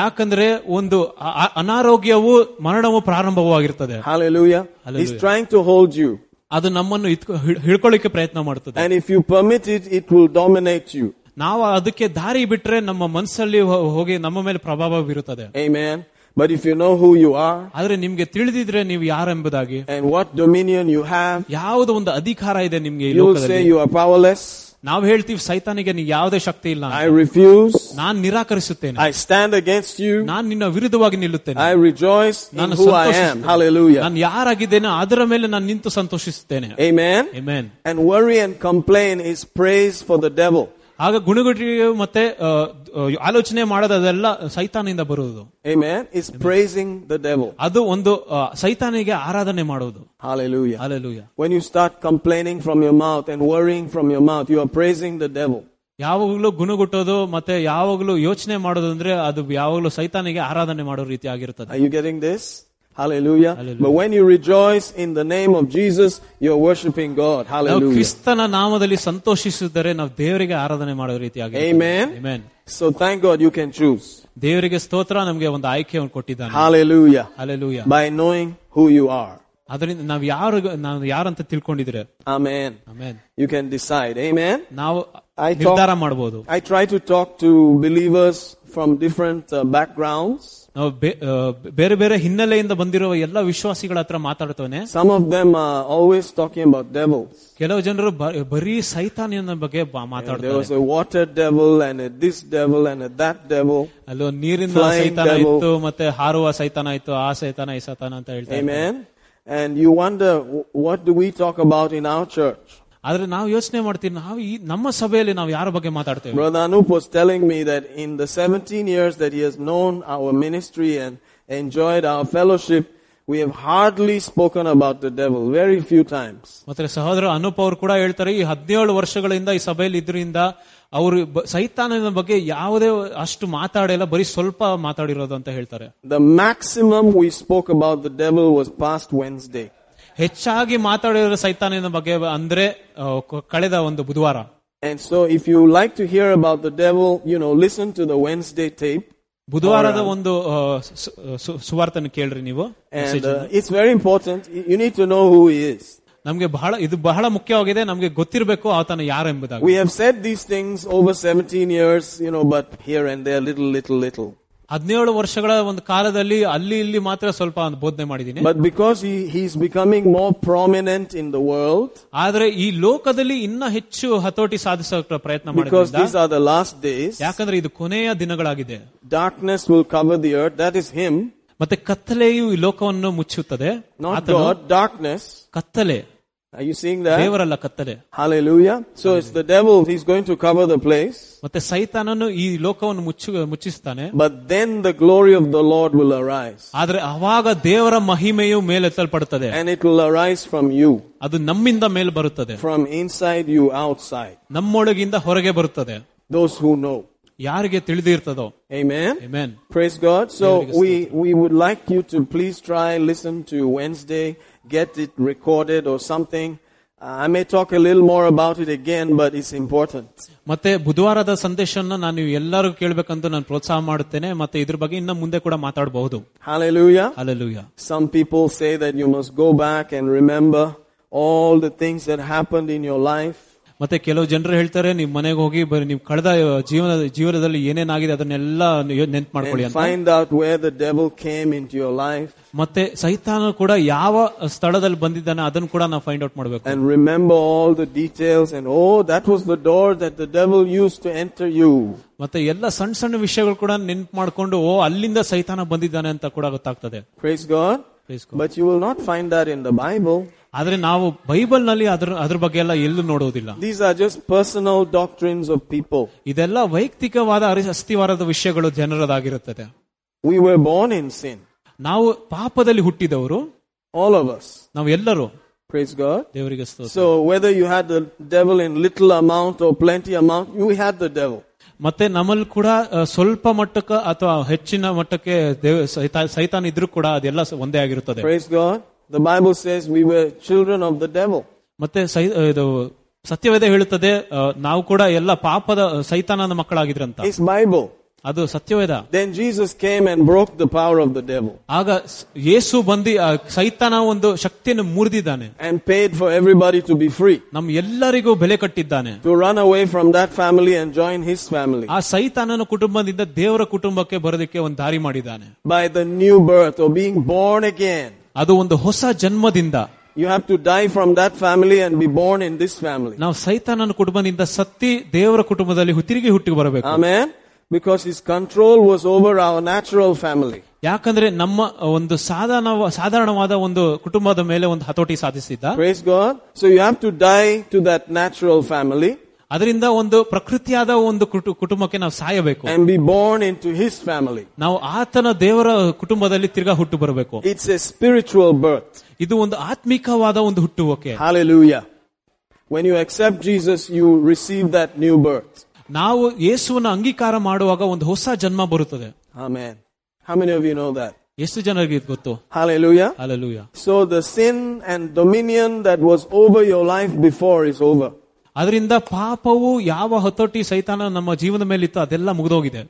ಯಾಕಂದ್ರೆ ಒಂದು ಅ- ಅ- ಅನಾರೋಗ್ಯವು ಮರಣವು ಪ್ರಾರಂಭವಾಗಿರ್ತದೆ
Hallelujah.
Hallelujah.
He's trying to hold you.
ಅದು ನಮ್ಮನ್ನು ಇತ್ಕೊ- ಹಿಡ್- ಹಿಡ್ಕೊಳ್ಳಿಕ್ಕೆ ಪ್ರಯತ್ನ ಮಾಡ್ತದೆ
And if you permit it, it will dominate you.
ನಾವು ಅದಕ್ಕೆ ದಾರಿ ಬಿಟ್ರೆ ನಮ್ಮ ಮನಸ್ಸಲ್ಲಿ ಹೋ- ಹೋಗಿ ನಮ್ಮ ಮೇಲೆ ಪ್ರಭಾವ ಬೀರುತ್ತದೆ
Amen. But if you know who you are
ಆದ್ರೆ ನಿಮ್ಗೆ ತಿಳಿದಿದ್ರೆ ನೀವು ಯಾರೆಂಬುದಾಗಿ
and what dominion you have,
ಯಾವುದೋ ಒಂದು ಅಧಿಕಾರ ಇದೆ ನಿಮ್ಗೆ ಈ
you will
ಲೋಕದಲ್ಲಿ
say you are powerless.
ನಾವು ಹೇಳ್ತೀವಿ ಸೈತಾನಿಗೆ ನೀವು ಯಾವುದೇ ಶಕ್ತಿ ಇಲ್ಲ
I refuse.
ನಾನು ನಿರಾಕರಿಸುತ್ತೇನೆ
I stand against you.
ನಾನು ನಿನ್ನ ವಿರುದ್ಧವಾಗಿ ನಿಲ್ಲುತ್ತೇನೆ
I rejoice in
ನಾನು
who I am.
ಸಂತೋಷಿಸುತ್ತೇನೆ.
Hallelujah.
ನಾನು ಯಾರಾಗಿದ್ದೇನೋ ಅದರ ಮೇಲೆ ನಾನು ನಿಂತು ಸಂತೋಷಿಸುತ್ತೇನೆ
Amen.
Amen
And worry and complain is praise for the devil.
ಆಗ ಗುಣಗುಟಿ ಮತ್ತೆ ಆ, ಆ, ಆಲೋಚನೆ ಮಾಡೋದು ಅದೆಲ್ಲ ಸೈತಾನಿಂದ ಬರುವುದು
Amen. It's praising the devil.
ಅದು ಒಂದು ಆ, ಸೈತಾನಿಗೆ ಆರಾಧನೆ ಮಾಡುವುದು
Hallelujah.
Alleluia
When you start complaining from your mouth and worrying from your mouth, you are praising the devil.
ಯಾವಾಗಲೂ ಗುಣಗುಟ್ಟೋದು ಮತ್ತೆ ಯಾವಾಗಲೂ ಯೋಚನೆ ಮಾಡೋದು ಅಂದ್ರೆ ಅದು ಯಾವಾಗಲೂ ಸೈತಾನಿಗೆ ಆರಾಧನೆ ಮಾಡೋ ರೀತಿ ಆಗಿರುತ್ತದೆ
Are you getting this? Hallelujah. But when you rejoice in the name of Jesus, you're worshiping God.
ನಾವು
Hallelujah.
ಕ್ರಿಸ್ತನ ನಾಮದಲ್ಲಿ ಸಂತೋಷಿಸಿದರೆ ನಾವು ದೇವರಿಗೆ ಆರಾಧನೆ ಮಾಡೋ ರೀತಿ
Amen. So thank God you can choose.
ದೇವರಿಗೆ ಸ್ತೋತ್ರ ನಮಗೆ ಒಂದು ಆಯ್ಕೆಯನ್ನು ಕೊಟ್ಟಿದ್ದಾನೆ
Hallelujah.
Alleluia
By knowing who you are.
ಅದರಿಂದ ನಾವು ಯಾರು ನಾವು ಯಾರಂತ ತಿಳ್ಕೊಂಡಿದ್ರೆ
Amen.
Amen
You can decide. Amen.
ನಾವು
I talk-
ನಿರ್ಧಾರ ಮಾಡಬಹುದು
I try to talk to believers from different uh, backgrounds.
ನಾವು ಬೇ- ಆ, ಬೇರೆ ಬೇರೆ ಹಿನ್ನೆಲೆಯಿಂದ ಬಂದಿರುವ ಎಲ್ಲ ವಿಶ್ವಾಸಿಗಳ ಹತ್ರ ಮಾತಾಡ್ತವನೆ
Some of them are always talking about devils.
ಕೆಲವು ಜನರು ಬ- ಬರೀ ಸೈತಾನಿಯನ ಬಗ್ಗೆ ಬ-
There
ಮಾತಾಡ್ತಾರೆ
was a water devil and a this devil and a that devil.
ಅಲ್ಲೋ ನೀರಿನ
Flying
ಸೈತಾನ
devil.
ಇತ್ತು ಮತ್ತೆ ಹಾರುವ ಸೈತಾನ ಇತ್ತು ಆ ಸೈತಾನ ಈ ಸೈತಾನ ಅಂತ ಹೇಳ್ತಾರೆ
Amen. And you wonder wh- what do we talk about in our church?
ಆದ್ರೆ ನಾವು ಯೋಚನೆ ಮಾಡ್ತೀವಿ ನಾವು ಈ ನಮ್ಮ ಸಭೆಯಲ್ಲಿ ನಾವು ಯಾರ ಬಗ್ಗೆ ಮಾತಾಡ್ತೇವೆ
Brother Anup was telling me that in the 17 years that he has known our ministry and enjoyed our fellowship, we have hardly spoken about the devil, very few times.
ಮತ್ತೆ ಸಹೋದರ ಅನೂಪ್ ಅವರು ಕೂಡ ಹೇಳ್ತಾರೆ ಈ ಹದಿನೇಳು ವರ್ಷಗಳಿಂದ ಈ ಸಭೆಯಲ್ಲಿ ಇದ್ರಿಂದ ಅವರು ಬ- ಸೈತಾನನ ಬಗ್ಗೆ ಯಾವುದೇ ಅಷ್ಟು ಮಾತಾಡಿಲ್ಲ ಬರೀ ಸ್ವಲ್ಪ ಮಾತಾಡಿರೋದು ಅಂತ ಹೇಳ್ತಾರೆ
The maximum we spoke about the devil was past Wednesday.
ಹೆಚ್ಚಾಗಿ ಮಾತಾಡಿರೋ ಸೈತಾನನ ಬಗ್ಗೆ ಅಂದ್ರೆ ಆ, ಕ- ಕಳೆದ ಒಂದು ಬುಧವಾರ
And so if you like to hear about the devil, you know, listen to the Wednesday tape.
ಬುಧವಾರದ ಒಂದು ಆ, ಸು- ಸು- ಸುವಾರ್ತನ ಕೇಳ್ರಿ ನೀವು
And uh, it's very important. You you need to know who he is.
ನಮ್ಗೆ ಬಹಳ ಇದು ಬಹಳ ಮುಖ್ಯವಾಗಿದೆ ನಮ್ಗೆ ಗೊತ್ತಿರಬೇಕು ಆತನ ಯಾರು ಎಂಬುದಾಗಿ
We have said these things over 17 years, you know, but here and there, little, little, little.
ಹದಿನೇಳು ವರ್ಷಗಳ ಒಂದು ಕಾಲದಲ್ಲಿ ಅಲ್ಲಿ ಇಲ್ಲಿ ಮಾತ್ರ ಸ್ವಲ್ಪ ಒಂದು ಬೋಧನೆ ಮಾಡಿದ್ದೀನಿ
But because he, he's becoming more prominent in the world,
ಆದ್ರೆ ಈ ಲೋಕದಲ್ಲಿ ಇನ್ನ ಹೆಚ್ಚು ಹತೋಟಿ ಸಾಧಿಸೋಕೆ ಪ್ರಯತ್ನ
because
ಮಾಡಿದ್ರಿಂದ
these are the last days,
ಯಾಕಂದ್ರೆ ಇದು ಕೊನೆಯ ದಿನಗಳಾಗಿದೆ
darkness will cover the earth. That is him,
ಮತ್ತೆ ಕತ್ತಲೆಯು ಈ ಲೋಕವನ್ನು ಮುಚ್ಚುತ್ತದೆ
not
ಆತನು
God, darkness.
ಕತ್ತಲೆ
Are you seeing that?
ದೇವರಲ್ಲ ಕತ್ತಲೆ
Hallelujah. So it's the devil, he's going to cover the place.
ಮತ್ತೆ ಸೈತಾನನು ಈ ಲೋಕವನ್ನು ಮುಚ್ಚು ಮುಚ್ಚಿಸ್ತಾನೆ
But then the glory of the Lord will arise.
ಆದ್ರೆ ಅವಾಗ ದೇವರ ಮಹಿಮೆಯು ಮೇಲೆತ್ತಲ್ಪಡುತ್ತದೆ
And it will arise from you,
ಅದು ನಮ್ಮಿಂದ ಮೇಲ್ ಬರುತ್ತದೆ
from inside you, outside.
ನಮ್ಮೊಳಗಿಂದ ಹೊರಗೆ ಬರುತ್ತದೆ
Those who know.
ಯಾರಿಗೆ ತಿಳಿದಿರ್ತದೋ
Amen.
Amen.
Praise God. So we, we would like you to please try listen to Wednesday, get it recorded or something. Uh, I may talk a little more about it again, but it's important.
ಮತ್ತೆ ಬುಧವಾರದ ಸಂದೇಶವನ್ನು ನಾನು ಎಲ್ಲರೂ ಕೇಳಬೇಕಂತ ನಾನು ಪ್ರೋತ್ಸಾಹ ಮಾಡುತ್ತೇನೆ ಮತ್ತೆ ಇದ್ರ ಬಗ್ಗೆ ಇನ್ನ ಮುಂದೆ ಕೂಡ ಮಾತಾಡಬಹುದು
Hallelujah.
ಅಲ್ಲೂಯ್ಯ
Some people say that you must go back and remember all the things that happened in your life.
ಮತ್ತೆ ಕೆಲವು ಜನರು ಹೇಳ್ತಾರೆ ನಿಮ್ ಮನೆಗೆ ಹೋಗಿ ಬರೀ ನೀವು ಕಳೆದ ಜೀವನ ಜೀವನದಲ್ಲಿ ಏನೇನಾಗಿದೆ ಅದನ್ನೆಲ್ಲ ನೆನ್ಪು ಮಾಡ್ಕೊಳ್ಳಿ
And
ಅಂತ
find out where the devil came into your life
ಮತ್ತೆ ಸೈತಾನ ಕೂಡ ಯಾವ ಸ್ಥಳದಲ್ಲಿ ಬಂದಿದ್ದಾನೆ ಅದನ್ನು ಕೂಡ ನಾವು ಫೈಂಡ್ ಔಟ್ ಮಾಡ್ಬೇಕು
and remember all the details and oh, that was the door that the devil used to enter you.
ಮತ್ತೆ ಎಲ್ಲ ಸಣ್ಣ ಸಣ್ಣ ವಿಷಯಗಳು ಕೂಡ ನೆನ್ಪು ಮಾಡ್ಕೊಂಡು ಓ ಅಲ್ಲಿಂದ ಸೈತಾನ ಬಂದಿದ್ದಾನೆ ಅಂತ ಕೂಡ ಗೊತ್ತಾಗ್ತದೆ
Praise God.
Praise God.
But you will not find that in the Bible.
ಆದ್ರೆ ನಾವು ಬೈಬಲ್ ನಲ್ಲಿ ಅದ್ರ ಅದ್ರ ಬಗ್ಗೆ ಎಲ್ಲ ಎಲ್ಲೂ ನೋಡೋದಿಲ್ಲ
These are just personal doctrines of people.
ಇದೆಲ್ಲ ವೈಯಕ್ತಿಕವಾದ ಅರಿ- ಅಸ್ತಿವಾರದ ವಿಷಯಗಳು ಜನರದಾಗಿರುತ್ತದೆ
We were born in sin.
ನಾವು ಪಾಪದಲ್ಲಿ ಹುಟ್ಟಿದವರು
All of us.
ನಾವೆಲ್ಲರೂ
Praise God.
ದೇವರಿಗೆ ಸ್ತೋತ್ರ
So whether you had the devil in little amount or plenty amount, you had the devil.
ಮತ್ತೆ ನಮ್ಮಲ್ಲಿ ಕೂಡ ಆ, ಸ್ವಲ್ಪ ಮಟ್ಟಕ್ಕೆ ಅಥವಾ ಹೆಚ್ಚಿನ ಮಟ್ಟಕ್ಕೆ ದೇವ- ಸೈತಾ- ಸೈತಾನ್ ಇದ್ರೂ ಕೂಡ ಅದೆಲ್ಲ ಸ- ಒಂದೇ ಆಗಿರುತ್ತದೆ
Praise God. The Bible says we were children of the devil.
ಮತ್ತೆ ಸೈ- ಇದು ಸತ್ಯವೇದ ಹೇಳುತ್ತದೆ ಆ, ನಾವು ಕೂಡ ಎಲ್ಲ ಪಾಪದ ಸೈತಾನನ ಮಕ್ಕಳಾಗಿದ್ರಂತ
It's Bible.
ಅದು ಸತ್ಯವೇದ
Then Jesus came and broke the power of the devil
ಆಗ ಸ್- ಯೇಸು ಬಂದು ಆ ಸೈತಾನ ಒಂದು ಶಕ್ತಿಯನ್ನು ಮುರಿದಿದ್ದಾನೆ
and paid for everybody to be free,
ನಮ್ ಎಲ್ಲರಿಗೂ ಬೆಲೆ ಕಟ್ಟಿದ್ದಾನೆ
to run away from that family and join his family
ಆ ಸೈತಾನನ ಕುಟುಂಬದಿಂದ ದೇವರ ಕುಟುಂಬಕ್ಕೆ ಬರೋದಕ್ಕೆ ಒಂದು ದಾರಿ ಮಾಡಿದ್ದಾನೆ
by the new birth or being born again.
ಅದು ಒಂದು ಹೊಸ ಜನ್ಮದಿಂದ
You have to die from that family and be born in this family.
ನಾವು ಸೈತಾನನ ಕುಟುಂಬದಿಂದ ಸತ್ತಿ ದೇವರ ಕುಟುಂಬದಲ್ಲಿ ಹು- ತಿರುಗಿ ಹುಟ್ಟಿ ಬರಬೇಕು
Amen. Because his control was over our natural family.
ಯಾಕಂದ್ರೆ ನಮ್ಮ ಒಂದು ಸಾಧಾರಣ ಸಾಧಾರಣವಾದ ಒಂದು ಕುಟುಂಬದ ಮೇಲೆ ಒಂದು ಹತೋಟಿ ಸಾಧಿಸಿದ್ದ
Praise God. So you have to die to that natural family
ಅದರಿಂದ ಒಂದು ಪ್ರಕೃತಿಯಾದ ಒಂದು ಕುಟು- ಕುಟುಂಬಕ್ಕೆ ನಾವು ಸಾಯಬೇಕು
and be born into his family.
ನಾವು ಆತನ ದೇವರ ಕುಟುಂಬದಲ್ಲಿ ತಿರ್ಗಾ ಹುಟ್ಟು ಬರಬೇಕು
It's a spiritual birth.
ಇದು ಒಂದು ಆತ್ಮಿಕವಾದ ಒಂದು ಹುಟ್ಟುವಿಕೆ
Hallelujah. When you accept Jesus, you receive that new birth.
ನಾವು ಯೇಸುವನ್ನು ಅಂಗೀಕಾರ ಮಾಡುವಾಗ ಒಂದು ಹೊಸ ಜನ್ಮ ಬರುತ್ತದೆ
Amen. How many of you know that?
ಎಷ್ಟು ಜನರಿಗೆ ಇದು ಗೊತ್ತು
Hallelujah.
ಅಲ್ಲೂಯ್ಯ
So the sin and dominion that was over your life before is over.
ಅದರಿಂದ ಪಾಪವು ಯಾವ ಹತೋಟಿ ಸೈತಾನ ನಮ್ಮ ಜೀವನದ ಮೇಲಿತ್ತು ಅದೆಲ್ಲ ಮುಗಿದೋಗಿದೆ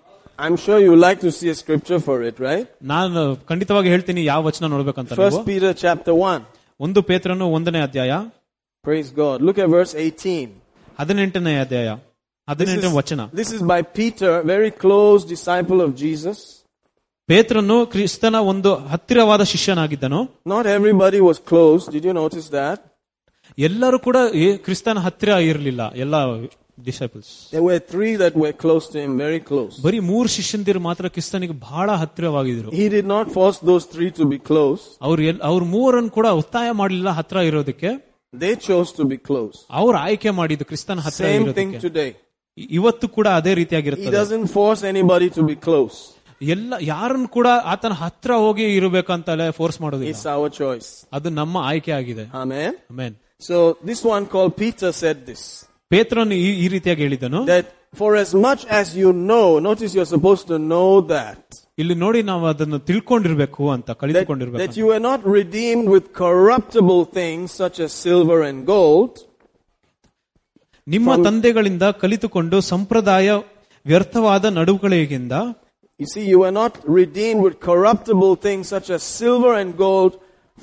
I'm sure you like to see a scripture for it, right?
ನಾನು ಖಂಡಿತವಾಗಿ ಹೇಳ್ತೀನಿ ಯಾವ ವಚನ ನೋಡ್ಬೇಕಂತ ನೀವು.
First Peter chapter 1.
ಒಂದು ಪೇತ್ರನು ಒಂದನೇ ಅಧ್ಯಾಯ
Praise God. Look at verse 18.
ಹದಿನೆಂಟನೇ ಅಧ್ಯಾಯ ಹದಿನೆಂಟನೇ ವಚನ
this is by Peter, very close disciple of Jesus.
ಪೇತ್ರನು ಕ್ರಿಸ್ತನ ಒಂದು ಹತ್ತಿರವಾದ ಶಿಷ್ಯನಾಗಿದ್ದನು
Not everybody was close. Did you notice that?
ಎಲ್ಲರೂ ಕೂಡ ಏ- ಕ್ರಿಸ್ತನ ಹತ್ತಿರ ಇರಲಿಲ್ಲ ಎಲ್ಲ disciples
There were three that were close to him, very close.
ಬರೀ ಮೂರ್ ಶಿಷ್ಯಂದಿರು ಮಾತ್ರ ಕ್ರಿಸ್ತನಿಗೆ ಬಹಳ ಹತ್ತಿರವಾಗಿದ್ರು
He did not force those three to be close.
ಅವ್ರು ಎಲ್ ಅವ್ರು ಮೂವರನ್ನು ಕೂಡ ಒತ್ತಾಯ ಮಾಡಲಿಲ್ಲ ಹತ್ರ ಇರೋದಕ್ಕೆ
They chose to be close.
ಅವ್ರು ಆಯ್ಕೆ ಮಾಡಿದ್ದು ಕ್ರಿಸ್ತನ ಹತ್ರ
Same thing
ಇರೋದಕ್ಕೆ
today.
ಇ- ಇವತ್ತು ಕೂಡ ಅದೇ
He
ರೀತಿಯಾಗಿರುತ್ತದೆ
doesn't force anybody to be close.
ಎಲ್ಲ ಯಾರನ್ನು ಕೂಡ ಆತನ ಹತ್ರ ಹೋಗಿ ಇರಬೇಕಂತಲೇ ಫೋರ್ಸ್ ಮಾಡೋದಿಲ್ಲ
It's our choice.
ಅದು ನಮ್ಮ ಆಯ್ಕೆ ಆಗಿದೆ
Amen.
Amen
So this one called Peter said this.
ಪೇತ್ರನು ಈ ಈ ರೀತಿಯಾಗಿ ಹೇಳಿದನು
That for as much as you know, notice you're supposed to know that.
ಇಲ್ಲಿ ನೋಡಿ ನಾವು ಅದನ್ನು ತಿಳ್ಕೊಂಡಿರ್ಬೇಕು ಅಂತ
that,
ಕಲಿತುಕೊಂಡಿರ್ಬೇಕು
that you were not redeemed with corruptible things such as silver and gold
ಅಂತ. ನಿಮ್ಮ ತಂದೆಗಳಿಂದ ಕಲಿತುಕೊಂಡು ಸಂಪ್ರದಾಯ ವ್ಯರ್ಥವಾದ ನಡವಳಿಕೆಯಿಂದ
you see you were not redeemed with corruptible things such as silver and gold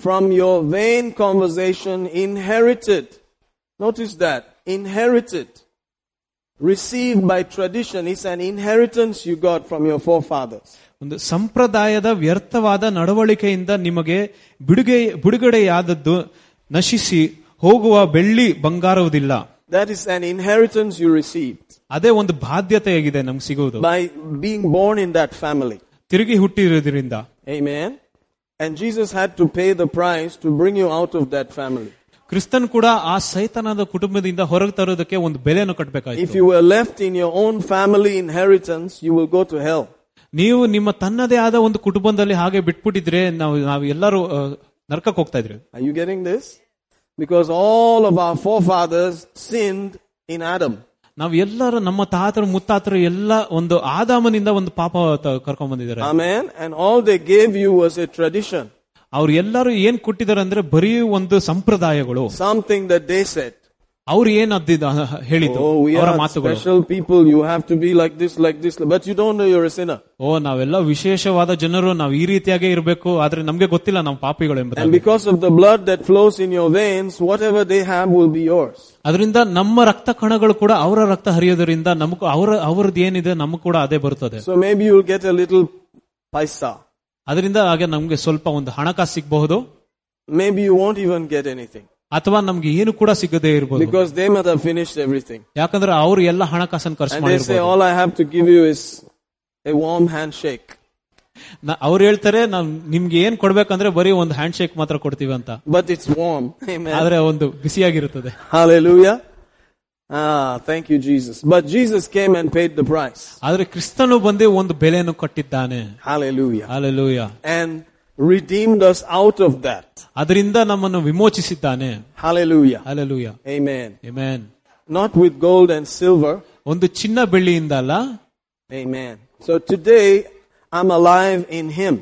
from your vain conversation inherited notice that inherited received by tradition it's an inheritance you got from your forefathers
ಒಂದು ಸಂಪ್ರದಾಯದ ವ್ಯರ್ಥವಾದ ನಡವಳಿಕೆಯಿಂದ ನಿಮಗೆ ಬಿಡುಗೆ ಬಿಡುಗಡೆಯಾದದ್ದು ನಶಿಸಿ ಹೋಗುವ ಬೆಳ್ಳಿ ಬಂಗಾರವುದಿಲ್ಲ
That is an inheritance you received
ಅದೇ ಒಂದು ಬಾಧ್ಯತೆಯಾಗಿದೆ ನಮ್ಗೆ ಸಿಗುವುದು
by being born in that family.
ತಿರುಗಿ ಹುಟ್ಟಿರೋದ್ರಿಂದ
Amen. And Jesus had to pay the price to bring you out of that family.
ಕ್ರಿಸ್ತನ್ ಕೂಡ ಆ ಸೈತಾನದ ಕುಟುಂಬದಿಂದ ಹೊರಗೆ ತರೋದಕ್ಕೆ ಒಂದು ಬೆಲೆಯನ್ನು ಕಟ್ಟಬೇಕಾಯ್ತು
If you were left in your own family inheritance, you will go to hell.
ನೀವು ನಿಮ್ಮ ತನ್ನದೇ ಆದ ಒಂದು ಕುಟುಂಬದಲ್ಲಿ ಹಾಗೆ ಬಿಟ್ಬಿಟ್ಟಿದ್ರೆ ನಾವು ನಾವು ಎಲ್ಲರೂ ಆ, ನರಕಕ್ಕೆ ಹೋಗ್ತಾ ಇದ್ರಿ
Are you getting this? Because all of our forefathers sinned in Adam.
ನಾವು ಎಲ್ಲರೂ ನಮ್ಮ ತಾತರು ಮುತ್ತಾತರು ಎಲ್ಲ ಒಂದು ಆದಾಮನಿಂದ ಒಂದು ಪಾಪ ಕರ್ಕೊಂಡ್ ಬಂದಿದ್ದಾರೆ
Amen. And all they gave you was a tradition,
ಅವ್ರು ಎಲ್ಲರೂ ಏನ್ ಕೊಟ್ಟಿದ್ದಾರೆ ಅಂದ್ರೆ ಬರೀ ಒಂದು ಸಂಪ್ರದಾಯಗಳು
something that they said.
ಅವ್ರು ಏನ್ ಅದ್ದಿದ್ ಹೇಳಿದ್ರು
Oh, we
ಅವರ
are
ಮಾತುಗಳು
special people. You have to be like this, like this. But you don't know you're a sinner.
ಓ ನಾವೆಲ್ಲ ವಿಶೇಷವಾದ ಜನರು ನಾವು ಈ ರೀತಿಯಾಗೇ ಇರಬೇಕು ಆದ್ರೆ ನಮ್ಗೆ ಗೊತ್ತಿಲ್ಲ ನಾವು ಪಾಪಿಗಳು ಎಂಬುದು
And because of the blood that flows in your veins, whatever they have will be yours.
ಅದರಿಂದ ನಮ್ಮ ರಕ್ತ ಕಣಗಳು ಕೂಡ ಅವರ ರಕ್ತ ಹರಿಯೋದ್ರಿಂದ ನಮಗೂ ಅವರ ಅವ್ರದ್ದು ಏನಿದೆ ನಮಗ್ ಕೂಡ ಅದೇ ಬರ್ತದೆ
So maybe you'll get a little paisa.
ಅದರಿಂದ ಹಾಗೆ ನಮ್ಗೆ ಸ್ವಲ್ಪ ಒಂದು ಹಣಕಾಸು ಸಿಗಬಹುದು
Maybe you won't even get anything
ಅಥವಾ ನಮ್ಗೆ ಏನು ಕೂಡ ಸಿಗದೇ ಇರಬಹುದು
because they must have finished everything.
ಯಾಕಂದ್ರೆ ಅವ್ರು ಎಲ್ಲ ಹಣಕಾಸನ್ನು ಖರ್ಚು
And they say,
ಮಾಡಿರ್ಬೋದು
all I have to give you is a warm handshake.
ನಾ- ಅವ್ರು ಹೇಳ್ತಾರೆ ನಾವ್ ನಿಮ್ಗೆ ಏನ್ ಕೊಡ್ಬೇಕಂದ್ರೆ ಬರೀ ಒಂದು ಹ್ಯಾಂಡ್ ಶೇಕ್ ಮಾತ್ರ ಕೊಡ್ತೀವಿ ಅಂತ
But it's warm. Amen.
ಆದ್ರೆ ಒಂದು ಬಿಸಿಯಾಗಿರುತ್ತದೆ
Hallelujah. Ah, thank you, Jesus. But Jesus came and paid the price.
ಆದ್ರೆ ಕ್ರಿಸ್ತನು ಬಂದು ಒಂದು ಬೆಲೆಯನ್ನು ಕಟ್ಟಿದ್ದಾನೆ
Hallelujah.
Alleluia
And redeemed us out of that.
ಅದರಿಂದ ನಮ್ಮನ್ನು ವಿಮೋಚಿಸಿದ್ದಾನೆ
Hallelujah.
Alleluia
Amen.
Amen
Not with gold and silver.
ಒಂದು ಚಿನ್ನ ಬೆಳ್ಳಿಯಿಂದ ಅಲ್ಲ
Amen. So today, I'm alive in Him.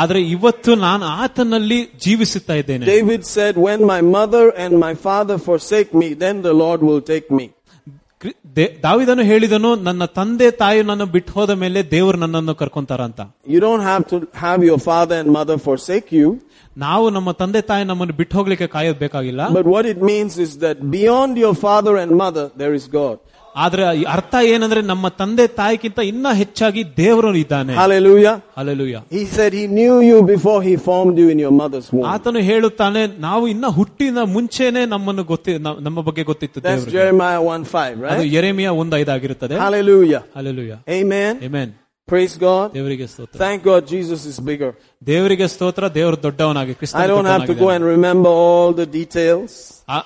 ಆದ್ರೆ ಇವತ್ತು ನಾನು ಆತನಲ್ಲಿ ಜೀವಿಸುತ್ತಾ ಇದ್ದೇನೆ
David said, When my mother and my father forsake me, then the Lord will take me.
ಕ್ರಿ- ದೇ- ದಾವಿದನು ಹೇಳಿದನು ನನ್ನ ತಂದೆ ತಾಯಿ ನನ್ನ ಬಿಟ್ಟು ಹೋದ ಮೇಲೆ ದೇವರು ನನ್ನನ್ನು ಕರ್ಕೊಂತಾರಂತ
You don't have to have your father and mother forsake you,
ನಾವು ನಮ್ಮ ತಂದೆ ತಾಯಿ ನಮ್ಮನ್ನು ಬಿಟ್ಟು ಹೋಗ್ಲಿಕ್ಕೆ ಕಾಯೋದ್ ಬೇಕಾಗಿಲ್ಲ
but what it means is that beyond your father and mother, there is God.
ಆದ್ರೆ ಈ ಅರ್ಥ ಏನಂದ್ರೆ ನಮ್ಮ ತಂದೆ ತಾಯಿಗಿಂತ ಇನ್ನ ಹೆಚ್ಚಾಗಿ ದೇವರು ಇದ್ದಾನೆ
Hallelujah.
Alleluia
He said he knew you before he formed you in your mother's womb.
ಆತನು ಹೇಳುತ್ತಾನೆ ನಾವು ಇನ್ನ ಹುಟ್ಟಿನ ಮುಂಚೆನೆ ನಮ್ಮನ್ನು ಗೊತ್ತಿ ನ- ನಮ್ಮ ಬಗ್ಗೆ ಗೊತ್ತಿತ್ತು
That's
ದೇವರಿಗೆ
Jeremiah 1 5,
ಅದು
right?
ಎರೆಮಿಯ ಒಂದ್ ಐದಾಗಿರುತ್ತದೆ
Hallelujah.
Alleluia
Amen.
Amen
Praise God.
ದೇವರಿಗೆ ಸ್ತೋತ್ರ
Thank God Jesus is bigger.
ದೇವರಿಗೆ ಸ್ತೋತ್ರ ದೇವರು ದೊಡ್ಡವನಾಗಿ
I don't have to go
ಕ್ರಿಸ್ತ
and remember all the details.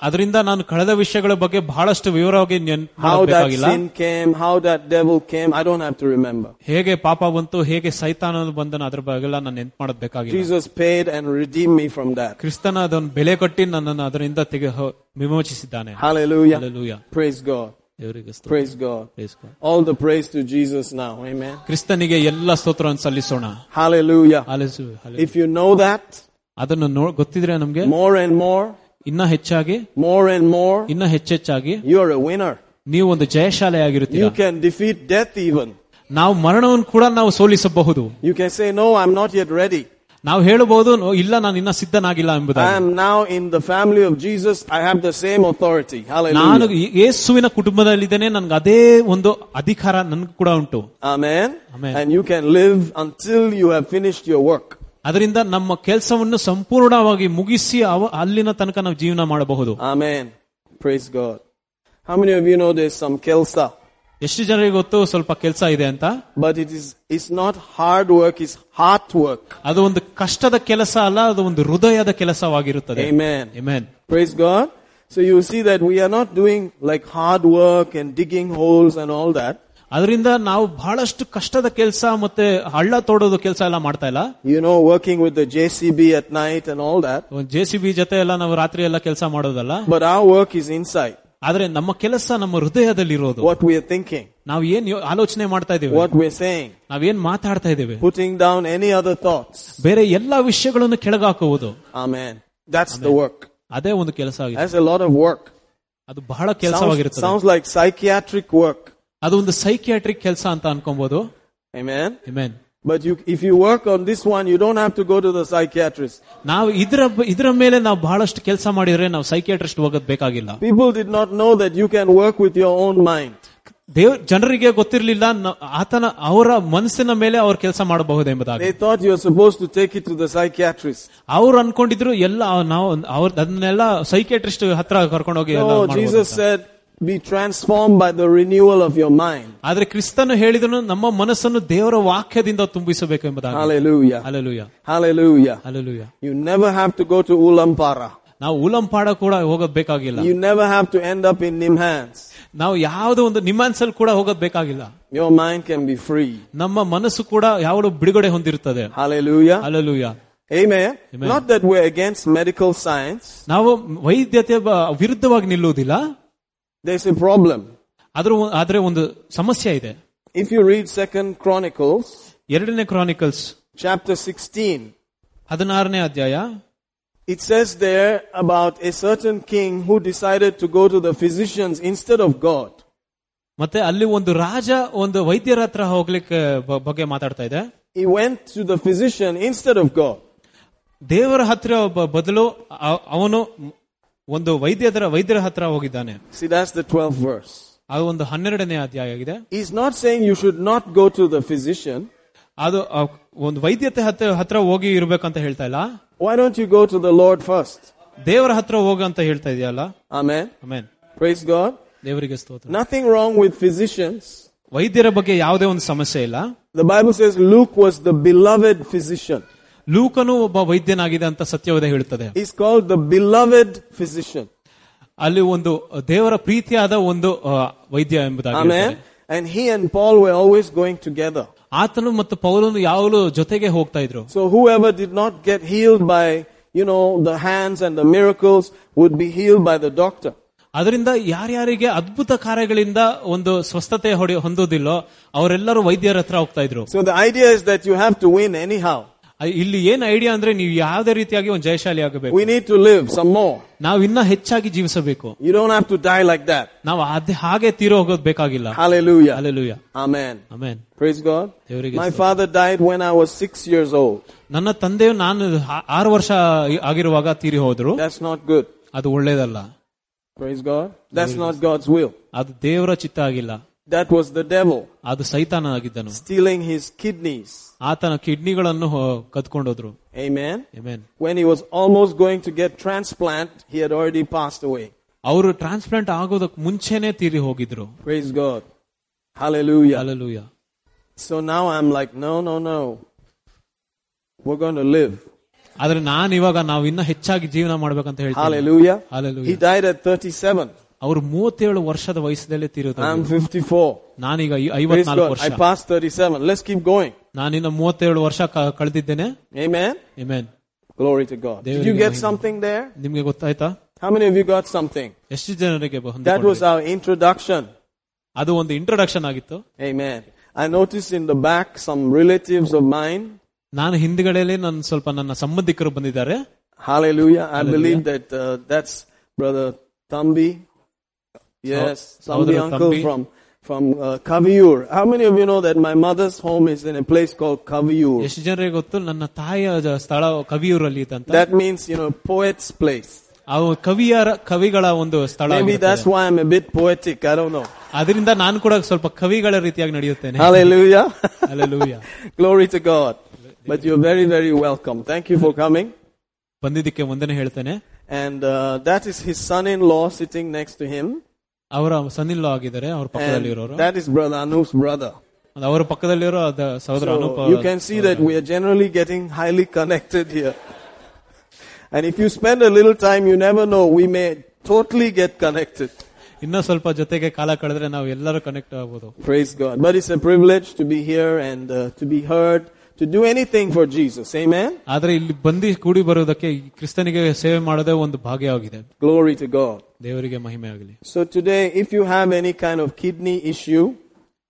ಅದರಿಂದ ನಾನು ಕಳೆದ ವಿಷಯಗಳ ಬಗ್ಗೆ ಬಹಳಷ್ಟು ವಿವರವಾಗಿ ನೆನ್-
How that
ಮಾಡಬೇಕಾಗಿಲ್ಲ
sin came, how that devil came, I don't have to remember.
ಹೇಗೆ ಪಾಪ ಬಂತು ಹೇಗೆ ಸೈತಾನ ಬಂದನ ಅದ್ರ ಬಗ್ಗೆ ನಾನು ನೆನ್ಪು ಮಾಡೋದ್ ಬೇಕಾಗಿಲ್ಲ
Jesus paid and redeemed me from that.
ಕ್ರಿಸ್ತನ ಅದನ್ನು ಬೆಲೆ ಕಟ್ಟಿ ನನ್ನನ್ನು ಅದರಿಂದ ತೆಗೆ ಹೊ- ವಿಮೋಚಿಸಿದ್ದಾನೆ
Hallelujah.
Alleluia
Praise God.
ದೇವರಿಗೆ ಸ್ತೋತ್ರ.
Praise God.
Praise God.
All the praise to Jesus now. Amen.
ಕ್ರಿಸ್ತನಿಗೆ ಎಲ್ಲ ಸ್ತೋತ್ರವನ್ನು ಸಲ್ಲಿಸೋಣ
Hallelujah.
ಆಲಿಸು- ಆಲಿಸು.
If you know that
ಅದನ್ನು ನೋ ಗೊತ್ತಿದ್ರೆ ನಮ್ಗೆ
more and more,
ಇನ್ನ ಹೆಚ್ಚಾಗಿ
more and more,
ಇನ್ನ ಹೆಚ್ಚೆಚ್ಚಾಗಿ
you're a winner.
ನೀವು ಒಂದು ಜಯಶಾಲೆ
You
ಆಗಿರುತ್ತೀರಾ
can defeat death even.
ನಾವು ಮರಣವನ್ನು ಕೂಡ ನಾವು ಸೋಲಿಸಬಹುದು
You can say, No, I'm not yet ready.
ನಾವು ಹೇಳಬಹುದು "ನೋ, ಇಲ್ಲ ನಾನು ಇನ್ನ ಸಿದ್ಧನಾಗಿಲ್ಲ
I
ಎಂಬುದಾಗಿ
am now in the family of Jesus. I have the same authority.
ನಾನು
Hallelujah.
ಯೇ- ಯೇಸುವಿನ ಕುಟುಂಬದಲ್ಲಿದ್ದೇನೆ ನನ್ಗೆ ಅದೇ ಒಂದು ಅಧಿಕಾರ ನನ್ಗೆ ಕೂಡ ಉಂಟು
Amen.
Amen.
And you can live until you have finished your work.
ಅದರಿಂದ ನಮ್ಮ ಕೆಲಸವನ್ನು ಸಂಪೂರ್ಣವಾಗಿ ಮುಗಿಸಿ ಅವ- ಅಲ್ಲಿನ ತನಕ ನಾವು ಜೀವನ ಮಾಡಬಹುದು
Amen. Praise God. How many of you know there's some kelsa?
ಎಷ್ಟು ಜನರಿಗೆ ಗೊತ್ತು ಸ್ವಲ್ಪ ಕೆಲಸ ಇದೆ ಅಂತ
But it is it's not hard work, it's heart work.
ಅದು ಒಂದು ಕಷ್ಟದ ಕೆಲಸ ಅಲ್ಲ ಅದು ಒಂದು ಹೃದಯದ ಕೆಲಸವಾಗಿರುತ್ತದೆ
Amen.
Amen.
Praise God. So you see that we are not doing like hard work and digging holes and all that.
ಅದರಿಂದ ನಾವು ಬಹಳಷ್ಟು ಕಷ್ಟದ ಕೆಲಸ ಮತ್ತೆ ಹಳ್ಳ ತೋಡೋದು ಕೆಲಸ ಎಲ್ಲ ಮಾಡ್ತಾ ಇಲ್ಲ
You know, working with the JCB at night and all that.
ಒಂದು ಜೆ ಸಿ ಬಿ ಜೊತೆ ಎಲ್ಲ ನಾವು ರಾತ್ರಿ ಎಲ್ಲ ಕೆಲಸ ಮಾಡೋದಲ್ಲ
But our work is inside.
ಆದ್ರೆ ನಮ್ಮ ಕೆಲಸ ನಮ್ಮ ಹೃದಯದಲ್ಲಿರೋದು
What we are thinking,
ನಾವು ಏನ್ ಯೋ- ಆಲೋಚನೆ ಮಾಡ್ತಾ ಇದ್ದೇವೆ
what we're saying,
ನಾವೇನ್ ಮಾತಾಡ್ತಾ ಇದ್ದೇವೆ
putting down any other thoughts.
ಬೇರೆ ಎಲ್ಲಾ ವಿಷಯಗಳನ್ನು ಕೆಳಗಾಕುವುದು
Amen. That's the work.
ಅದೇ ಒಂದು ಕೆಲಸ ಆಗಿದೆ
That's a lot of work.
ಅದು ಬಹಳ
Sounds,
ಕೆಲಸವಾಗಿರುತ್ತದೆ
sounds like psychiatric work.
ಅದು ಒಂದು ಸೈಕಿಯಾಟ್ರಿಕ್ ಕೆಲಸ ಅಂತ ಅನ್ಕೊಬಹುದು
Amen.
ಇಮೇನ್
But you, if you work on this one, you don't have to go to the psychiatrist.
ನಾವು ಇದರ ಇದರ ಮೇಲೆ ನಾವು ಬಹಳಷ್ಟು ಕೆಲಸ ಮಾಡಿದ್ರೆ ನಾವು ಸೈಕಿಯಾಟ್ರಿಸ್ಟ್ ಹೋಗೋದ್ ಬೇಕಾಗಿಲ್ಲ
People did not know that you can work with your own mind.
Dev ಜನರಿಗೆ ಗೊತ್ತಿರಲಿಲ್ಲ ಆತನ ಅವರ ಮನಸ್ಸಿನ ಮೇಲೆ ಅವ್ರು ಕೆಲಸ ಮಾಡಬಹುದು ಎಂಬುದಾಗಿ
They thought you were supposed to take it to the psychiatrist.
ಅವ್ರು ಅನ್ಕೊಂಡಿದ್ರು ಎಲ್ಲ ನಾವು ಅವ್ರ ಅದನ್ನೆಲ್ಲ ಸೈಕೇಟ್ರಿಸ್ಟ್ ಹತ್ರ ಕರ್ಕೊಂಡೋಗಿ ಎಲ್ಲ
No,
ಮಾಡ್ಬೋದು
Jesus
ಅಂತ.
said, be transformed by the renewal of your mind.
ಆದ್ರೆ ಕ್ರಿಸ್ತನು ಹೇಳಿದನು ನಮ್ಮ ಮನಸ್ಸನ್ನು ದೇವರ ವಾಕ್ಯದಿಂದ ತುಂಬಿಸಬೇಕು ಎಂಬುದಾಗಿ
Hallelujah.
Hallelujah
Hallelujah.
Hallelujah
You never have to go to Ulampara.
ನಾವು ಉಲಂಪಾಡ ಕೂಡ ಹೋಗಬೇಕಾಗಿಲ್ಲ
You never have to end up in Nimhans.
ನಾವು ಯಾವುದೋ ಒಂದು ನಿಮಾನ್ಸಲ್ ಕೂಡ ಹೋಗಬೇಕಾಗಿಲ್ಲ
Your mind can be free.
ನಮ್ಮ ಮನಸ್ಸು ಕೂಡ ಯಾವಳು ಬಿಡುಗಡೆ ಹೊಂದಿರುತ್ತದೆ
Hallelujah.
Hallelujah
Amen. Not that we're against medical science.
ನಾವು ವೈದ್ಯತೆ ಬ- ವಿರುದ್ಧವಾಗಿ ನಿಲ್ಲುವುದಿಲ್ಲ
There's a problem.
ಆದ್ರೂ ಆದ್ರೆ ಒಂದು ಸಮಸ್ಯೆ ಇದೆ
If you read Second Chronicles
ಎರಡನೇ ಕ್ರಾನಿಕಲ್ಸ್
chapter 16,
ಹದಿನಾರನೇ ಅಧ್ಯಾಯ
It says there about a certain king who decided to go to the physicians instead of God.
ಮತ್ತೆ ಅಲ್ಲಿ ಒಂದು ರಾಜ ಒಂದು ವೈದ್ಯರ ಹತ್ರ ಹೋಗ್ಲಿಕ್ಕೆ ಬ- ಬಗ್ಗೆ ಮಾತಾಡ್ತಾ ಇದೆ
He went to the physician instead of God.
ದೇವರ ಹತ್ರ ಬ- ಬದಲು ಅ- ಅವನು ಒಂದು ವೈದ್ಯರ ವೈದ್ಯರ ಹತ್ರ ಹೋಗಿದ್ದಾನೆ
See, that's the 12th verse.
ಅದು ಒಂದು ಹನ್ನೆರಡನೇ ಅಧ್ಯಾಯ ಆಗಿದೆ
He's not saying you should not go to the physician.
ಅದು ಆ, ಒಂದು ವೈದ್ಯತೆ ಹತ್ರ ಹತ್ರ ಹೋಗಿ ಇರ್ಬೇಕಂತ ಹೇಳ್ತಾ ಇಲ್ಲ
Why don't you go to the Lord first?
ದೇವರ ಹತ್ರ ಹೋಗ ಅಂತ ಹೇಳ್ತಾ ಇದೆಯಲ್ಲ
Amen.
ಆಮೇನ್
Praise God.
ದೇವರಿಗೆ ಸ್ತೋತ್ರ
Nothing wrong with physicians.
ವೈದ್ಯರ ಬಗ್ಗೆ ಯಾವುದೇ ಒಂದು ಸಮಸ್ಯೆ ಇಲ್ಲ
The Bible says Luke was the beloved physician.
ಲೂಕನು ಒಬ್ಬ ವೈದ್ಯನಾಗಿದೆ ಅಂತ ಸತ್ಯವದೇ ಹೇಳುತ್ತದೆ
He's called the beloved physician.
ಅಲ್ಲಿ ಒಂದು ದೇವರ ಪ್ರೀತಿಯಾದ ಒಂದು ಆ, ವೈದ್ಯ ಎಂಬುದಾಗಿ
Amen.
ಹೇಳ್ತಾರೆ.
And he and Paul were always going together.
ಆತನು ಮತ್ತು ಪೌಲನು ಯಾವಾಗಲೂ ಜೊತೆಗೆ ಹೋಗ್ತಾ ಇದ್ರು
So whoever did not get healed by, you know, the hands and the miracles would be healed by the doctor.
ಅದರಿಂದ ಯಾರ್ಯಾರಿಗೆ ಅದ್ಭುತ ಕಾರ್ಯಗಳಿಂದ ಒಂದು ಸ್ವಸ್ಥತೆ ಹೊಡೆ ಹೊಂದೋದಿಲ್ಲೋ ಅವರೆಲ್ಲರೂ ವೈದ್ಯರ ಹತ್ರ ಹೋಗ್ತಾ ಇದ್ರು
So the idea is that you have to win anyhow.
ಆ- ಇಲ್ಲಿ ಏನ್ ಐಡಿಯಾ ಅಂದ್ರೆ ನೀವು ಯಾವುದೇ ರೀತಿಯಾಗಿ ಒಂದು ಜಯಶಾಲಿ ಆಗಬೇಕು
We need to live some more.
ನಾವು ಇನ್ನ ಹೆಚ್ಚಾಗಿ ಜೀವಿಸಬೇಕು
You don't have to die like that.
ನಾವು ಅದೇ ಹಾಗೆ ತೀರೋ ಹೋಗೋದು ಬೇಕಾಗಿಲ್ಲ
Hallelujah.
Alleluia
Amen.
ಆಮೇನ್
Praise God.
ದೇವರಿಗೆ
My father died when I was six years old.
ನನ್ನ ತಂದೆಯು ನಾನು ಆ- ಆರು ವರ್ಷ ಆಗಿರುವಾಗ ತೀರಿ ಹೋದ್ರು
That's not good.
ಅದು ಒಳ್ಳೇದಲ್ಲ
Praise God. That's not God's will.
ಅದು ದೇವರ ಚಿತ್ತ ಆಗಿಲ್ಲ
That was the devil
ಅದು ಸೈತಾನ ಆಗಿದ್ದನು
stealing his kidneys.
ಆತನ ಕಿಡ್ನಿಗಳನ್ನು ಹೊ- ಕದ್ಕೊಂಡೋದ್ರು
Amen.
Amen
When he was almost going to get transplant, he had already passed away.
ಅವರು ಟ್ರಾನ್ಸ್ಪ್ಲಾಂಟ್ ಆಗೋದಕ್ಕೆ ಮುಂಚೆನೆ ತೀರಿ ಹೋಗಿದ್ರು
Praise God. Hallelujah.
Hallelujah
So now I'm like, no, no, no. We're going to live.
ಆದ್ರೆ ನಾನ್ ಇವಾಗ ನಾವು ಇನ್ನ ಹೆಚ್ಚಾಗಿ ಜೀವನ ಮಾಡ್ಬೇಕಂತ ಹೇಳ್ತೀನಿ
Hallelujah.
Hallelujah.
He died at 37.
ಅವ್ರು ಮೂವತ್ತೇಳು ವರ್ಷದ ವಯಸ್ಸಲ್ಲೇ ತೀರೋದ್ರು
I'm 54.
ನಾನೀಗ ಐ-
Praise
ಐವತ್ನಾಲ್ಕು
God.
ವರ್ಷ
I passed 37. Let's keep going.
ನಾನಿನ್ನ ಮೂವತ್ತೇಳು ವರ್ಷ ಕ- ಕಳೆದಿದ್ದೇನೆ
Amen.
Amen
Glory to God. Did you get something there?
ನಿಮ್ಗೆ ಗೊತ್ತಾಯ್ತಾ
How many of you got something?
ಎಷ್ಟು ಜನರಿಗೆ ಬ-
That
ಹೊಂದಿಕೊಂಡಿದೆ?
was our introduction.
ಅದು ಒಂದು ಇಂಟ್ರೊಡಕ್ಷನ್ ಆಗಿತ್ತು
Amen. I noticed in the back some relatives of mine.
ನಾನು ಹಿಂದ್ಗಡೆಯಲ್ಲಿ ನನ್ನ ಸ್ವಲ್ಪ ನನ್ನ ಸಂಬಂಧಿಕರು ಬಂದಿದ್ದಾರೆ
Hallelujah. I believe that uh, that's Brother Tambi. Yes,
Sau-
Tambi
Saudara
uncle
Thambi.
from from uh, Kaviyur. How many of you know that my mother's home is in a place called Kaviyur?
ಎಷ್ಟು ಜನರಿಗೆ ಗೊತ್ತು ನನ್ನ ತಾಯಿಯ ಜ- ಸ್ಥಳ ಕವಿಯೂರಲ್ಲಿ ಇದೆ ಅಂತ
That means you know poet's place.
ಅವು ಕವಿಯರ ಕವಿಗಳ ಒಂದು ಸ್ಥಳ
Maybe
ಆಗಿರುತ್ತೆ.
that's why I'm a bit poetic. I don't know.
ಅದರಿಂದ ನಾನು ಕೂಡ ಸ್ವಲ್ಪ ಕವಿಗಳ ರೀತಿಯಾಗಿ ನಡೆಯುತ್ತೇನೆ
Hallelujah.
Hallelujah.
Glory to God. But you're very very welcome. Thank you for coming.
ಬಂದಿದ್ದಕ್ಕೆ ಒಂದನೇ ಹೇಳ್ತೇನೆ
And uh, that is his son-in-law sitting next to him.
ಅವರ ಸನ್ನಿಲ್ಲ ಆಗಿದ್ದಾರೆ ಅವ್ರ ಪಕ್ಕದಲ್ಲಿ ಇರೋರು
And that is brother Anoop's brother.
ಅದು ಅವರ ಪಕ್ಕದಲ್ಲಿರೋ ಅದ ಸಹೋದರ Anoop
So you can see that we are generally getting highly connected here. And if you spend a little time, you never know, we may totally get connected.
ಇನ್ನೂ ಸ್ವಲ್ಪ ಜೊತೆಗೆ ಕಾಲ ಕಳೆದ್ರೆ ನಾವು ಎಲ್ಲರೂ ಕನೆಕ್ಟ್ ಆಗ್ಬೋದು
Praise God. But it's a privilege to be here and uh, to be heard, to do anything for Jesus. Amen?
ಆದ್ರೆ ಇಲ್ಲಿ ಬಂದು ಕೂಡಿ ಬರುವುದಕ್ಕೆ ಈ ಕ್ರಿಸ್ತನಿಗೆ ಸೇವೆ ಮಾಡೋದೇ ಒಂದು ಭಾಗ್ಯವಾಗಿದೆ
Glory to God.
ದೇವರಿಗೆ ಮಹಿಮೆ ಆಗಲಿ
So today, if you have any kind of kidney issue,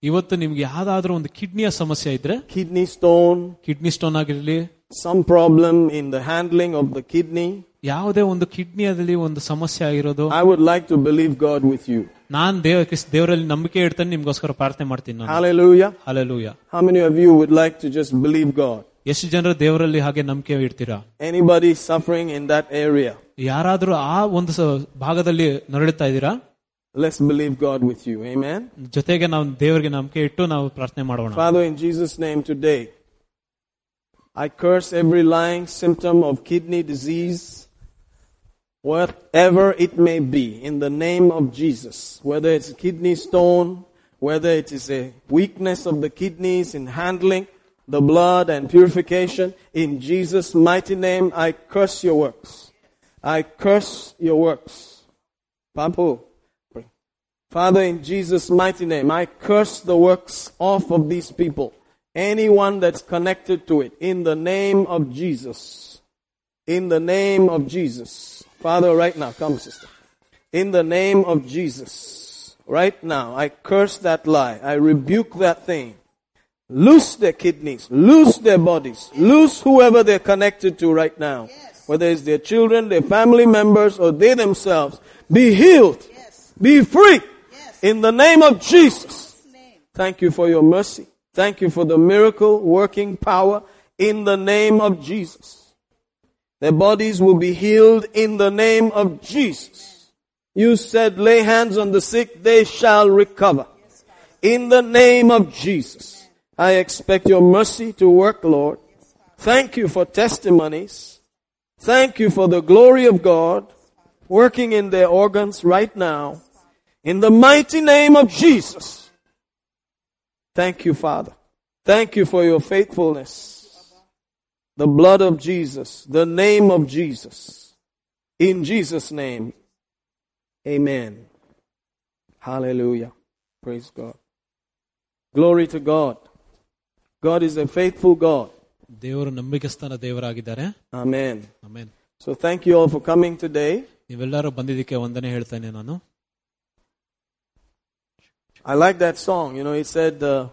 ಇವತ್ತು ನಿಮ್ಗೆ ಯಾವ್ದಾದ್ರೂ ಒಂದು ಕಿಡ್ನಿಯ ಸಮಸ್ಯೆ ಇದ್ರೆ
kidney stone,
ಕಿಡ್ನಿ ಸ್ಟೋನ್ ಆಗಿರ್ಲಿ
some problem in the handling of the kidney,
ಯಾವುದೇ ಒಂದು ಕಿಡ್ನಿಯಲ್ಲಿ ಒಂದು ಸಮಸ್ಯೆ ಆಗಿರೋದು
I would like to believe God with you.
ನಾನ್ ದೇವ ಕ್ರಿಸ್- ದೇವರಲ್ಲಿ ನಂಬಿಕೆ ಇಡ್ತೇನೆ ನಿಮ್ಗೋಸ್ಕರ ಪ್ರಾರ್ಥನೆ ಮಾಡ್ತೀನಿ ನಾನು
Hallelujah.
Hallelujah
How many of you would like to just believe God?
ಎಷ್ಟು ಜನರು ದೇವರಲ್ಲಿ ಹಾಗೆ ನಂಬಿಕೆ ಇಡ್ತೀರಾ
anybody suffering in that area.
ಯಾರಾದ್ರೂ ಆ ಒಂದು ಸ- ಭಾಗದಲ್ಲಿ ನರಳುತ್ತಾ ಇದ್ದೀರಾ
Let's believe God with you. Amen.
ಜೊತೆಗೆ ನಾವು ದೇವರಿಗೆ ನಂಬಿಕೆ ಇಟ್ಟು ನಾವು ಪ್ರಾರ್ಥನೆ ಮಾಡೋಣ
Father, in Jesus' name today, I curse every lying symptom of kidney disease, whatever it may be, in the name of Jesus. Whether it's kidney stone, whether it is a weakness of the kidneys in handling the blood and purification, in Jesus' mighty name, I curse your works. I curse your works. Papu, bring. Father, in Jesus' mighty name, I curse the works off of these people. Anyone that's connected to it, in the name of Jesus. In the name of Jesus. Father, right now, come, sister. In the name of Jesus. Right now, I curse that lie. I rebuke that thing. Loose their kidneys, loose their bodies, loose whoever they're connected to right now. Whether it's their children, their family members, or they themselves. Be healed. Be free. In the name of Jesus. Thank you for your mercy. Thank you for the miracle working power in the name of Jesus. Their bodies will be healed in the name of Jesus. You said, lay hands on the sick, they shall recover. In the name of Jesus. I expect your mercy to work, Lord. Thank you for testimonies. Thank you for the glory of God working in their organs right now. In the mighty name of Jesus. Thank you, Father. Thank you for your faithfulness. The blood of Jesus, the name of Jesus. In Jesus' name. Amen. Hallelujah. Praise God. Glory to God. God is a faithful God.
ದೇವರು ನಂಬಿಕೆಸ್ಥಾನ ದೇವರಾಗಿದ್ದಾರೆ
Amen.
Amen
So thank you all for coming today.
ನೀವೆಲ್ಲರೂ ಬಂದಿದ್ದಕ್ಕೆ ಒಂದನೇ ಹೇಳ್ತೇನೆ ನಾನು
I like that song. You know, it said, uh,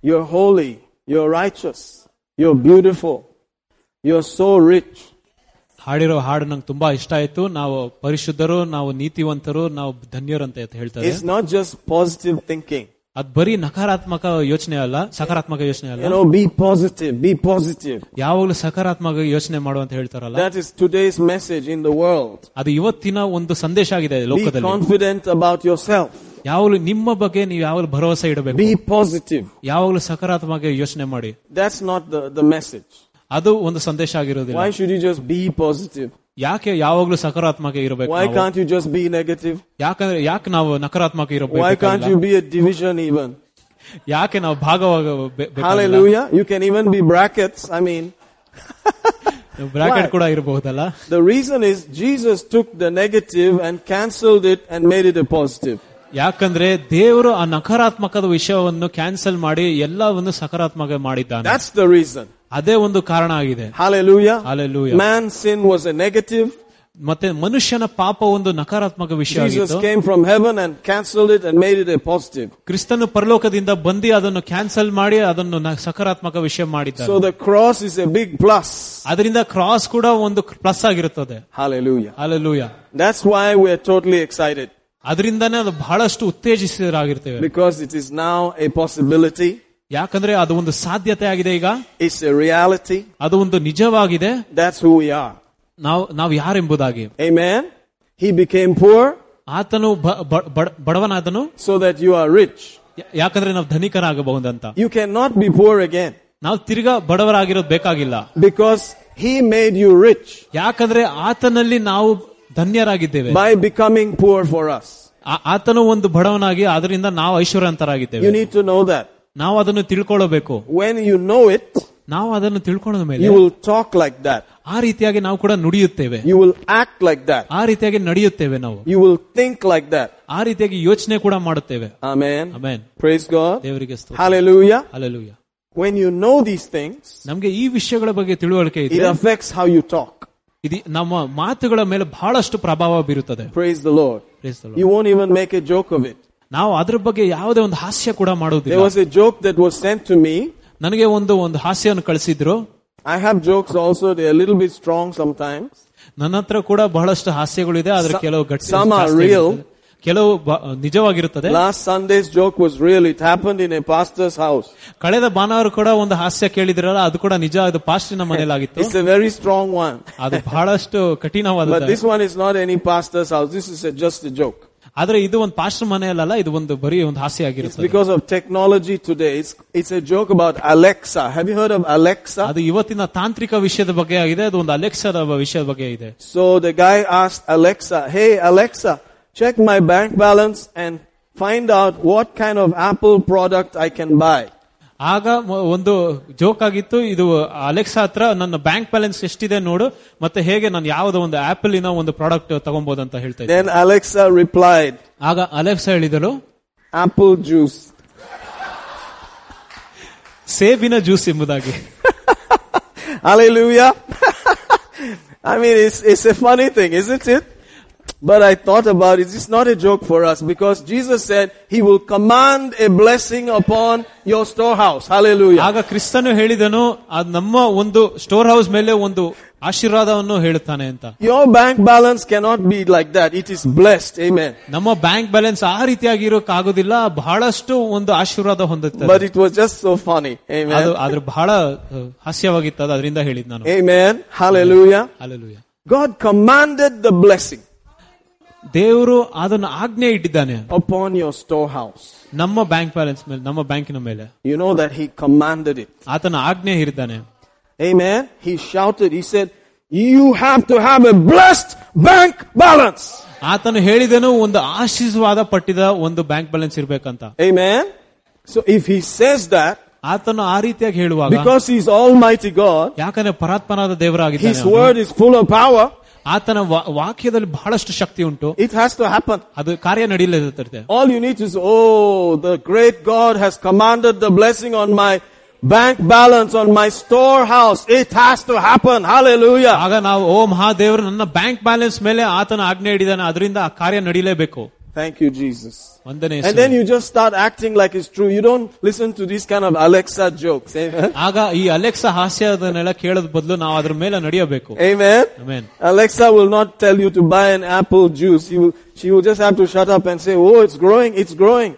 You're holy, you're righteous, you're beautiful, you're so rich.
ಹಾಡಿರೋ ಹಾಡು ನಂಗೆ ತುಂಬಾ ಇಷ್ಟ ಆಯ್ತು ನಾವು ಪರಿಶುದ್ಧರು ನಾವು ನೀತಿವಂತರು ನಾವು ಧನ್ಯರು ಅಂತ ಹೇಳ್ತಾರೆ
It's not just positive thinking.
ಅದ್ ಬರೀ ನಕಾರಾತ್ಮಕ ಯೋಚನೆ ಅಲ್ಲ ಸಕಾರಾತ್ಮಕ ಯೋಚನೆ
You
ಅಲ್ಲ
know, be positive, be positive.
ಯಾವಾಗಲೂ ಸಕಾರಾತ್ಮಕ ಯೋಚನೆ ಮಾಡುವಂತ ಹೇಳ್ತಾರಲ್ಲ
That is today's message in the world.
ಅದು ಇವತ್ತಿನ ಒಂದು ಸಂದೇಶ ಆಗಿದೆ
Be
ಲೋಕದಲ್ಲಿ
confident about yourself.
ಯಾವಾಗಲೂ ನಿಮ್ಮ ಬಗ್ಗೆ ನೀವು ಯಾವಾಗಲೂ ಭರವಸೆ ಇಡಬೇಕು
Be positive.
ಯಾವಾಗಲೂ ಸಕಾರಾತ್ಮಕ ಯೋಚನೆ ಮಾಡಿ
That's not the, the message.
ಅದು ಒಂದು ಸಂದೇಶ ಆಗಿರೋದಿಲ್ಲ
Why should you just be positive?
ಯಾಕೆ ಯಾವಾಗಲೂ ಸಕಾರಾತ್ಮಕ ಇರಬೇಕು
Why
ನಾವು?
can't you just be negative?
ಯಾಕಂದ್ರೆ ಯಾಕೆ ನಾವು ನಕಾರಾತ್ಮಕ
Why can't you
ಇರಬೇಕು
be a division even?
ಯಾಕೆ ನಾವು ಭಾಗವಾಗ
Hallelujah. You can even be brackets. I mean,
bracket
Why?
ಕೂಡ ಇರಬಹುದಲ್ಲ
the reason is Jesus took the negative and cancelled it and made it a positive.
ಯಾಕಂದ್ರೆ ದೇವರು ಆ ನಕಾರಾತ್ಮಕದ ವಿಷಯವನ್ನು cancel ಮಾಡಿ ಎಲ್ಲವನ್ನು ಸಕಾರಾತ್ಮಕ ಮಾಡಿದ್ದಾನೆ
That's the reason.
ಅದೇ ಒಂದು ಕಾರಣ ಆಗಿದೆ
Hallelujah.
Hallelujah.
Man's sin was a negative.
ಮತ್ತೆ ಮನುಷ್ಯನ ಪಾಪ ಒಂದು ನಕಾರಾತ್ಮಕ ವಿಷಯ
Jesus
ಆಗಿತ್ತು
came from heaven and cancelled it and made it a positive.
ಕ್ರಿಸ್ತನು ಪರಲೋಕದಿಂದ ಬಂದು ಅದನ್ನು ಕ್ಯಾನ್ಸಲ್ ಮಾಡಿ ಅದನ್ನು ನ- ಸಕಾರಾತ್ಮಕ ವಿಷಯ ಮಾಡಿದ್ದಾನೆ
So the cross is a big plus.
ಅದರಿಂದ ಕ್ರಾಸ್ ಕೂಡ ಒಂದು ಪ್ಲಸ್ ಆಗಿರುತ್ತದೆ
Hallelujah.
Alleluia
That's why we're totally excited
ಅದರಿಂದಾನೇ ಅದು ಬಹಳಷ್ಟು ಉತ್ತೇಜಿಸಿರಾಗಿರ್ತೇವೆ
because it is now a possibility.
ಯಾಕಂದ್ರೆ ಅದು ಒಂದು ಸಾಧ್ಯತೆ ಆಗಿದೆ ಈಗ
It's a reality.
ಅದು ಒಂದು ನಿಜವಾಗಿದೆ
That's who we are.
ನಾವು ನಾವು ಯಾರೆಂಬುದಾಗಿ
Amen. He became poor
ಆತನು ಬ- ಬ- ಬಡ- ಬಡವನಾದನು
so that you are rich.
ಯಾ- ಯಾಕಂದ್ರೆ ನಾವು ಧನಿಕರಾಗಬಹುದಂತ
You cannot be poor again
ನಾವು ತಿರ್ಗಾ ಬಡವರಾಗಿರೋದು ಬೇಕಾಗಿಲ್ಲ
because he made you rich
ಯಾಕಂದ್ರೆ ಆತನಲ್ಲಿ ನಾವು ಧನ್ಯರಾಗಿದ್ದೇವೆ
by becoming poor for us.
ಆ- ಆತನು ಒಂದು ಬಡವನಾಗಿ ಅದರಿಂದ ನಾವು ಐಶ್ವರ್ಯವಂತರಾಗಿದ್ದೇವೆ
You need to know that.
ನಾವು ಅದನ್ನು ತಿಳ್ಕೊಳ್ಳಬೇಕು
When you know it,
ನಾವು ಅದನ್ನು ತಿಳ್ಕೊಂಡ ಮೇಲೆ
you will talk like that.
ಆ ರೀತಿಯಾಗಿ ನಾವು ಕೂಡ ನುಡಿಯುತ್ತೇವೆ
You will act like that.
ಆ ರೀತಿಯಾಗಿ ನಡೆಯುತ್ತೇವೆ ನಾವು
You will think like that.
ಆ ರೀತಿಯಾಗಿ ಯೋಚನೆ ಕೂಡ ಮಾಡುತ್ತೇವೆ
Amen.
ಆಮೇನ್
Praise God.
ದೇವರಿಗೆ ಸ್ತೋತ್ರ
Hallelujah.
Alleluia
When you know these things,
ನಮ್ಗೆ ಈ ವಿಷಯಗಳ ಬಗ್ಗೆ ತಿಳುವಳಿಕೆ
it
ಇದೆ
affects how you talk.
ಇದು ನಮ್ಮ ಮಾತುಗಳ ಮೇಲೆ ಬಹಳಷ್ಟು ಪ್ರಭಾವ ಬೀರುತ್ತದೆ
Praise the Lord.
Praise the Lord.
You won't even make a joke of it.
ನಾವು ಅದ್ರ ಬಗ್ಗೆ ಯಾವುದೇ ಒಂದು ಹಾಸ್ಯ ಕೂಡ
There
ಮಾಡೋದಿಲ್ಲ
was a joke that was sent to me.
ನನಗೆ ಒಂದು ಒಂದು ಹಾಸ್ಯವನ್ನು ಕಳಿಸಿದ್ರು
I have jokes also, they're a little bit strong sometimes.
ನನ್ನ ಹತ್ರ ಕೂಡ ಬಹಳಷ್ಟು ಹಾಸ್ಯಗಳಿದೆ ಆದ್ರೆ
Some-
ಕೆಲವು ಗಟ್ಟಿ
some are
ಜಾಸ್ತಿ
real.
ಇರುತ್ತದೆ. ಕೆಲವು ಬ- ನಿಜವಾಗಿರುತ್ತದೆ
Last Sunday's joke was real. It happened in a pastor's house.
ಕಳೆದ ಭಾನುವಾರ ಕೂಡ ಒಂದು ಹಾಸ್ಯ ಕೇಳಿದ್ರಲ್ಲ ಅದು ಕೂಡ ನಿಜ ಅದು ಪಾಸ್ಟಿನ ಮನೇಲಾಗಿತ್ತು
It's a very strong one.
ಅದು ಬಹಳಷ್ಟು ಕಠಿಣವಾದ
But this one is not any pastor's house. This is a, just a joke.
ಆದ್ರೆ ಇದು ಒಂದು ಪಾಸ್ಟರ್ ಮನೆಯಲ್ಲ ಇದು ಒಂದು ಬರೀ ಒಂದು ಹಾಸ್ಯ ಆಗಿರುತ್ತೆ
Because of technology today, it's, it's a joke about Alexa. Have you heard of Alexa?
ಅದು ಇವತ್ತಿನ ತಾಂತ್ರಿಕ ವಿಷಯದ ಬಗ್ಗೆ ಆಗಿದೆ ಅದು ಒಂದು ಅಲೆಕ್ಸಾದ ವಿಷಯದ ಬಗ್ಗೆ ಇದೆ
So the guy asked Alexa, hey Alexa, check my bank balance and find out what kind of Apple product I can buy.
ಆಗ ಮ- ಒಂದು ಜೋಕ್ ಆಗಿತ್ತು ಇದು ಅಲೆಕ್ಸಾ ಹತ್ರ ನನ್ನ ಬ್ಯಾಂಕ್ ಬ್ಯಾಲೆನ್ಸ್ ಎಷ್ಟಿದೆ ನೋಡು ಮತ್ತೆ ಹೇಗೆ ನಾನು ಯಾವ್ದೋ ಒಂದು ಆಪಲ್ ಇನ ಒಂದು ಪ್ರಾಡಕ್ಟ್ ತಗೊಬಹುದು ಅಂತ ಹೇಳ್ತಾ ಇದ್ದೆ
Then Alexa replied,
ಆಗ ಅಲೆಕ್ಸಾ ಹೇಳಿದಳು
apple juice.
ಸೇಬಿನ ಜ್ಯೂಸ್ ಎಂಬುದಾಗಿ
Hallelujah. I mean, it's, it's a funny thing, isn't it? But I thought about it. It's not a joke for us because Jesus said he will command a blessing upon your storehouse. Hallelujah.
ಆಗ ಕ್ರಿಸ್ತನು ಹೇಳಿದನು ಅದ್ ನಮ್ಮ ಒಂದು store house ಮೇಲೆ ಒಂದು ಆಶೀರ್ವಾದವನ್ನು ಹೇಳುತ್ತಾನೆ ಅಂತ
Your bank balance cannot be like that. It is blessed. Amen.
ನಮ್ಮ ಬ್ಯಾಂಕ್ ಬ್ಯಾಲೆನ್ಸ್ ಆ ರೀತಿಯಾಗಿ ಇರೋಕ್ಕಾಗೋದಿಲ್ಲ ಬಹಳಷ್ಟು ಒಂದು ಆಶೀರ್ವಾದ ಹೊಂದುತ್ತದೆ
But it was just so funny.
ಅದು
Amen.
ಆದ್ರೆ ಬಹಳ ಅಹ್, ಹಾಸ್ಯವಾಗಿತ್ತು ಅದು ಅದರಿಂದ ಹೇಳಿದ್ ನಾನು
Amen. Hallelujah.
Alleluia
God commanded the blessing
ದೇವರು ಅದನ್ನು ಆಜ್ಞೆ ಇಟ್ಟಿದ್ದಾನೆ
upon your storehouse.
ನಮ್ಮ ಬ್ಯಾಂಕ್ ಬ್ಯಾಲೆನ್ಸ್ ಮೇಲೆ ನಮ್ಮ ಬ್ಯಾಂಕಿನ ಮೇಲೆ
You know that he commanded it.
ಆತನ ಆಜ್ಞೆ ಇರ್ತಾನೆ
Amen. He shouted, he said, you have to have a blessed bank balance.
ಆತನು ಹೇಳಿದನು ಒಂದು ಆಶೀರ್ವಾದ ಪಟ್ಟಿದ ಒಂದು ಬ್ಯಾಂಕ್ ಬ್ಯಾಲೆನ್ಸ್ ಇರ್ಬೇಕಂತ
Amen. So if he says that,
ಆತನು ಆ ರೀತಿಯಾಗಿ ಹೇಳುವಾಗ
because he's Almighty God,
ಯಾಕಂದ್ರೆ ಪರಾತ್ಮನಾದ ದೇವರಾಗಿದ್ದಾನೆ
his
ಅವನು.
word is full of power,
ಆತನ ವಾ- ವಾಕ್ಯದಲ್ಲಿ ಬಹಳಷ್ಟು ಶಕ್ತಿ ಉಂಟು
it has to happen.
ಅದು ಕಾರ್ಯ ನಡೆಯಲಿರುತ್ತೆ
All you need is, oh, the great God has commanded the blessing on my bank balance, on my storehouse. It has to happen. Hallelujah.
ಆಗ ನಾವು ಓ ಮಹಾದೇವರು ನನ್ನ ಬ್ಯಾಂಕ್ ಬ್ಯಾಲೆನ್ಸ್ ಮೇಲೆ ಆತನ ಆಜ್ಞೆ ಹಿಡಿದಾನೆ ಅದರಿಂದ ಆ ಕಾರ್ಯ ನಡೀಲೇಬೇಕು
Thank you, Jesus.
ಒಂದನೇ
And then you just start acting like it's true. You don't listen to these kind of Alexa jokes. Amen.
ಆಗ ಈ ಅಲೆಕ್ಸಾ ಹಾಸ್ಯ ಅದನ್ನೆಲ್ಲ ಕೇಳೋದ್ ಬದಲು ನಾವು ಅದ್ರ ಮೇಲೆ ನಡೆಯಬೇಕು
Amen.
Amen
Alexa will not tell you to buy an apple juice. You will, she will just have to shut up and say, oh, it's growing, it's growing.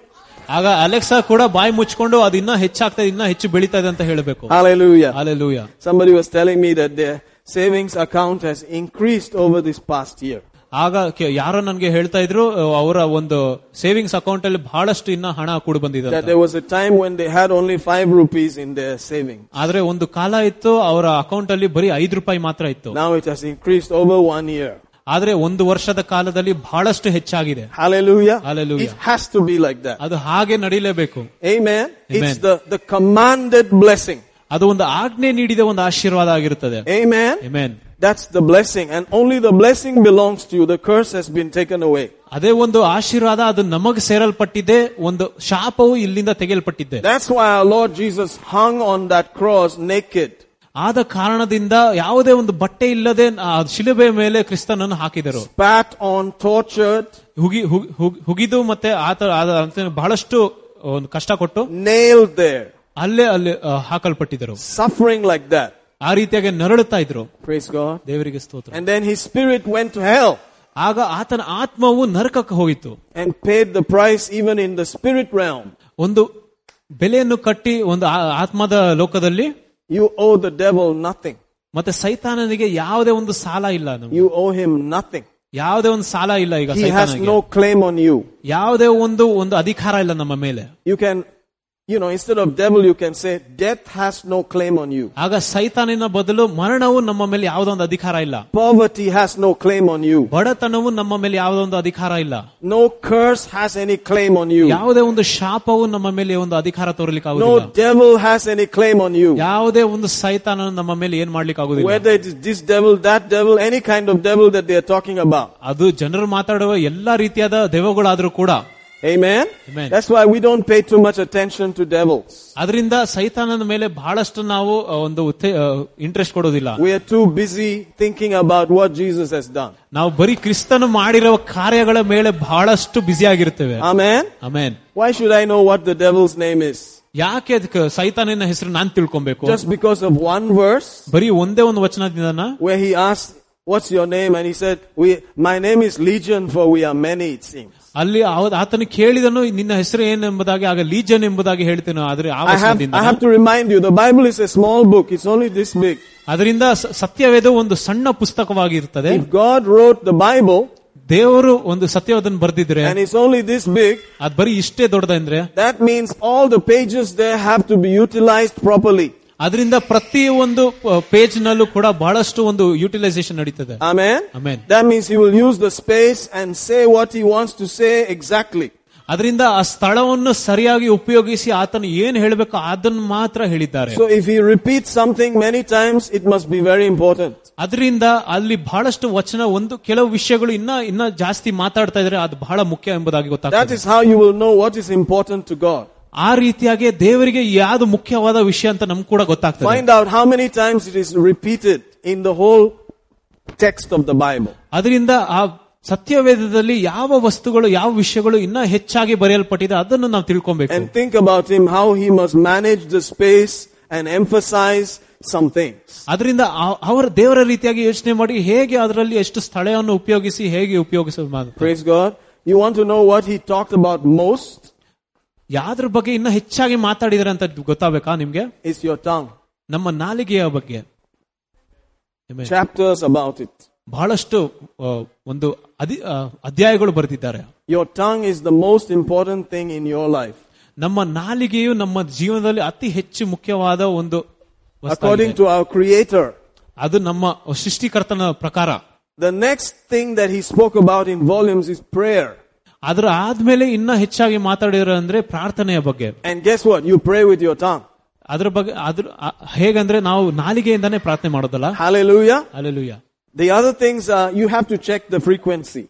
ಆಗ ಅಲೆಕ್ಸಾ ಕೂಡ ಬಾಯಿ ಮುಚ್ಕೊಂಡು ಅದು ಇನ್ನೂ ಹೆಚ್ಚಾಗ್ತಾ ಇದೆ, ಇನ್ನೂ ಹೆಚ್ಚು ಬೆಳೀತಾ ಇದೆ ಅಂತ ಹೇಳಬೇಕು
Hallelujah.
Alleluia
Somebody was telling me that their savings account has increased over this past year.
ಆಗ ಕೆ- ಯಾರೋ ನನ್ಗೆ ಹೇಳ್ತಾ ಇದ್ರು ಅಹ್, ಅವರ ಒಂದು ಸೇವಿಂಗ್ಸ್ ಅಕೌಂಟ್ ಅಲ್ಲಿ ಬಹಳಷ್ಟು ಇನ್ನ ಹಣ ಕೂಡ ಬಂದಿದೆ
That
ಅಂತ.
there was a time when they had only five rupees in their saving.
ಆದ್ರೆ ಒಂದು ಕಾಲ ಇತ್ತು ಅವರ ಅಕೌಂಟ್ ಅಲ್ಲಿ ಬರೀ ಐದು ರೂಪಾಯಿ ಮಾತ್ರ ಇತ್ತು
Now it has increased over one year.
ಆದ್ರೆ ಒಂದು ವರ್ಷದ ಕಾಲದಲ್ಲಿ ಬಹಳಷ್ಟು ಹೆಚ್ಚಾಗಿದೆ
Hallelujah.
Hallelujah.
It has to be like that.
ಅದು ಹಾಗೆ ನಡೀಲೇಬೇಕು
Amen. It's
Amen.
the, the commanded blessing.
ಅದು ಒಂದು ಆಜ್ಞೆ ನೀಡಿದ ಒಂದು ಆಶೀರ್ವಾದ ಆಗಿರುತ್ತದೆ
Amen.
Amen.
That's the blessing. And only the blessing belongs to you. The curse has been taken away.
ಅದೇ ಒಂದು ಆಶೀರ್ವಾದ ಅದು ನಮಗ್ ಸೇರಲ್ಪಟ್ಟಿದೆ ಒಂದು ಶಾಪವು ಇಲ್ಲಿಂದ ತೆಗೆಯಲ್ಪಟ್ಟಿದೆ
That's why our Lord Jesus hung on that cross naked,
ಆದ ಕಾರಣದಿಂದ ಯಾವುದೇ ಒಂದು ಬಟ್ಟೆ ಇಲ್ಲದೆ ಆ ಶಿಲುಬೆ ಮೇಲೆ ಕ್ರಿಸ್ತನನ್ನು ಹಾಕಿದರು
spat on, tortured,
ಹುಗಿ ಹುಗ್- ಹುಗ್- ಹುಗಿದು ಮತ್ತೆ ಆತ ಆದ- ಆತನಿಗೆ ಬಹಳಷ್ಟು ಒಂದು ಕಷ್ಟ ಕೊಟ್ಟು
nailed there,
ಅಲ್ಲೇ ಅಲ್ಲಿ ಆ, ಹಾಕಲ್ಪಟ್ಟಿದ್ದರು
suffering like that.
ಆ ರೀತಿಯಾಗಿ ನರಳುತ್ತಾ ಇದ್ರು
Praise God.
ದೇವರಿಗೆ ಸ್ತೋತ್ರ
And then his spirit went to hell
ಆಗ ಆತನ ಆತ್ಮವು ನರಕಕ್ಕೆ ಹೋಗಿತ್ತು
and paid the price even in the spirit realm.
ಒಂದು ಬೆಲೆಯನ್ನು ಕಟ್ಟಿ ಒಂದು ಆ- ಆತ್ಮದ ಲೋಕದಲ್ಲಿ
You owe the devil nothing.
ಮತ್ತೆ ಸೈತಾನನಿಗೆ ಯಾವುದೇ ಒಂದು ಸಾಲ ಇಲ್ಲ ನಮ್ಗೆ
You owe him nothing.
ಯಾವುದೇ ಒಂದು ಸಾಲ ಇಲ್ಲ ಈಗ
He has
ಸೈತಾನನಿಗೆ
no claim on you.
ಯಾವುದೇ ಒಂದು ಒಂದು ಅಧಿಕಾರ ಇಲ್ಲ ನಮ್ಮ ಮೇಲೆ
You can, you know, instead of devil, you can say death has no claim on you.
ಆಗ ಸೈತಾನಿನ ಬದಲು ಮರಣವು ನಮ್ಮ ಮೇಲೆ ಯಾವುದೊಂದು ಅಧಿಕಾರ ಇಲ್ಲ
Poverty has no claim on you.
ಬಡತನವು ನಮ್ಮ ಮೇಲೆ ಯಾವುದೊಂದು ಅಧಿಕಾರ ಇಲ್ಲ
No curse has any claim on you.
ಯಾವುದೇ ಒಂದು ಶಾಪವು ನಮ್ಮ ಮೇಲೆ ಒಂದು ಅಧಿಕಾರ ತೋರ್ಲಿಕ್ಕೆ
No
ಆಗುದಿಲ್ಲ
devil has any claim on you.
ಯಾವುದೇ ಒಂದು ಸೈತಾನ ನಮ್ಮ ಮೇಲೆ ಏನ್ ಮಾಡ್ಲಿಕ್ಕೆ ಆಗುದಿಲ್ಲ
Whether it is this devil, that devil, any kind of devil that they are talking about.
ಅದು ಜನರು ಮಾತಾಡುವ ಎಲ್ಲಾ ರೀತಿಯಾದ ದೆವ್ವಗಳಾದ್ರೂ ಕೂಡ
Amen?
Amen.
That's why we don't pay too much attention to devils.
ಅದರಿಂದ ಸೈತಾನನ ಮೇಲೆ ಬಹಳಷ್ಟು ನಾವು ಆ, ಒಂದು ಇಂಟ್ರೆಸ್ಟ್ ಕೊಡೋದಿಲ್ಲ
We are too busy thinking about what Jesus has done.
ನಾವು ಬರೀ ಕ್ರಿಸ್ತನು ಮಾಡಿರೋ ಕಾರ್ಯಗಳ ಮೇಲೆ ಬಹಳಷ್ಟು ಬ್ಯುಸಿ ಆಗಿರ್ತೇವೆ
Amen?
Amen
Why should I know what the devil's name is?
ಯಾಕೆ ಅದಕ್ಕೆ ಸೈತಾನನ ಹೆಸರು ನಾನ್ ತಿಳ್ಕೊಬೇಕು
Just because of one verse
ಬರೀ ಒಂದೇ ಒಂದು ವಚನದಿಂದ
where he asked, What's your name? And he said, we, My name is Legion, for we are many, it seems.
ಅಲ್ಲಿ ಅವ- ಆತನು ಕೇಳಿದನು ನಿನ್ನ ಹೆಸರು ಏನು ಎಂಬುದಾಗಿ ಆಗ ಲೀಜನ್ ಎಂಬುದಾಗಿ ಹೇಳ್ತೇನೆ ಆದ್ರೆ ಆ
I have,
ವಚನದಿಂದ
I have to remind you, the Bible is a small book, it's only this big.
ಅದರಿಂದ ಸ- ಸತ್ಯವೇದ ಒಂದು ಸಣ್ಣ ಪುಸ್ತಕವಾಗಿರುತ್ತದೆ
If God wrote the Bible,
ದೇವರು ಒಂದು ಸತ್ಯವಾದನ್ ಬರ್ದಿದ್ರೆ
and it's only this big,
ಅದ್ ಬರೀ ಇಷ್ಟೇ ದೊಡ್ಡದಂದ್ರೆ
that means all the pages there have to be utilized properly.
ಅದರಿಂದ ಪ್ರತಿ ಒಂದು ಪೇಜ್ ನಲ್ಲೂ ಕೂಡ ಬಹಳಷ್ಟು ಒಂದು ಯುಟಿಲೈಸೇಷನ್ ನಡೀತದೆ
Amen.
Amen.
That means he will use the space and say what he wants to say exactly.
ಅದರಿಂದ ಆ ಸ್ಥಳವನ್ನು ಸರಿಯಾಗಿ ಉಪಯೋಗಿಸಿ ಆತನು ಏನ್ ಹೇಳ್ಬೇಕು ಅದನ್ನ ಮಾತ್ರ ಹೇಳಿದ್ದಾರೆ
So if he repeats something many times, it must be very important.
ಅದರಿಂದ ಅಲ್ಲಿ ಬಹಳಷ್ಟು ವಚನ ಒಂದು ಕೆಲವು ವಿಷಯಗಳು ಇನ್ನ ಇನ್ನ ಜಾಸ್ತಿ ಮಾತಾಡ್ತಾ ಇದ್ರೆ ಅದು ಬಹಳ ಮುಖ್ಯ ಎಂಬುದಾಗಿ
That
ಗೊತ್ತಾಗ್ತದೆ
is how you will know what is important to God.
ಆ ರೀತಿಯಾಗಿ ದೇವರಿಗೆ ಯಾವ್ದು ಮುಖ್ಯವಾದ ವಿಷಯ ಅಂತ ನಮ್ಗೆ ಕೂಡ ಗೊತ್ತಾಗ್ತದೆ
Find out how many times it is repeated in the whole text of the Bible.
ಅದರಿಂದ ಆ ಸತ್ಯವೇದದಲ್ಲಿ ಯಾವ ವಸ್ತುಗಳು ಯಾವ ವಿಷಯಗಳು ಇನ್ನ ಹೆಚ್ಚಾಗಿ ಬರೆಯಲ್ಪಟ್ಟಿದೆ ಅದನ್ನು ನಾವು ತಿಳ್ಕೊಬೇಕು
And think about him, how he must manage the space and emphasize some things.
ಅದರಿಂದ ಆ- ಅವರ ದೇವರ ರೀತಿಯಾಗಿ ಯೋಚನೆ ಮಾಡಿ ಹೇಗೆ ಅದರಲ್ಲಿ ಎಷ್ಟು ಸ್ಥಳವನ್ನು ಉಪಯೋಗಿಸಿ ಹೇಗೆ ಉಪಯೋಗಿಸಬಹುದು
Praise God. You want to know what he talked about most?
ಯಾವ್ದ್ರ ಬಗ್ಗೆ ಇನ್ನ ಹೆಚ್ಚಾಗಿ ಮಾತಾಡಿದ್ರೆ ಅಂತ ಗೊತ್ತಾಗಬೇಕಾ ನಿಮ್ಗೆ
It's your tongue.
ನಮ್ಮ ನಾಲಿಗೆಯ ಬಗ್ಗೆ Amen.
Chapters about it.
ಬಹಳಷ್ಟು ಆ, ಒಂದು ಅಧಿ- ಆ, ಅಧ್ಯಾಯಗಳು ಬರೆದಿದ್ದಾರೆ
Your tongue is the most important thing in your life.
ನಮ್ಮ ನಾಲಿಗೆಯು ನಮ್ಮ ಜೀವನದಲ್ಲಿ ಅತಿ ಹೆಚ್ಚು ಮುಖ್ಯವಾದ ಒಂದು ವಸ್ತಾಗಿದೆ.
According to our Creator,
ಅದು ನಮ್ಮ ಸೃಷ್ಟಿಕರ್ತನ ಪ್ರಕಾರ
the next thing that he spoke about in volumes is prayer.
ಅದರ ಆದ್ಮೇಲೆ ಇನ್ನ ಹೆಚ್ಚಾಗಿ ಮಾತಾಡಿದ್ರೆ ಅಂದ್ರೆ ಪ್ರಾರ್ಥನೆಯ ಬಗ್ಗೆ
And guess what? You pray with your tongue.
ಅದ್ರ ಬಗ್ಗೆ ಅದ್ರ ಆ- ಹೇಗಂದ್ರೆ ನಾವು ನಾಲಿಗೆಯಿಂದಾನೇ ಪ್ರಾರ್ಥನೆ ಮಾಡೋದಲ್ಲ
Hallelujah.
Alleluia
The other things are you have to check the frequency.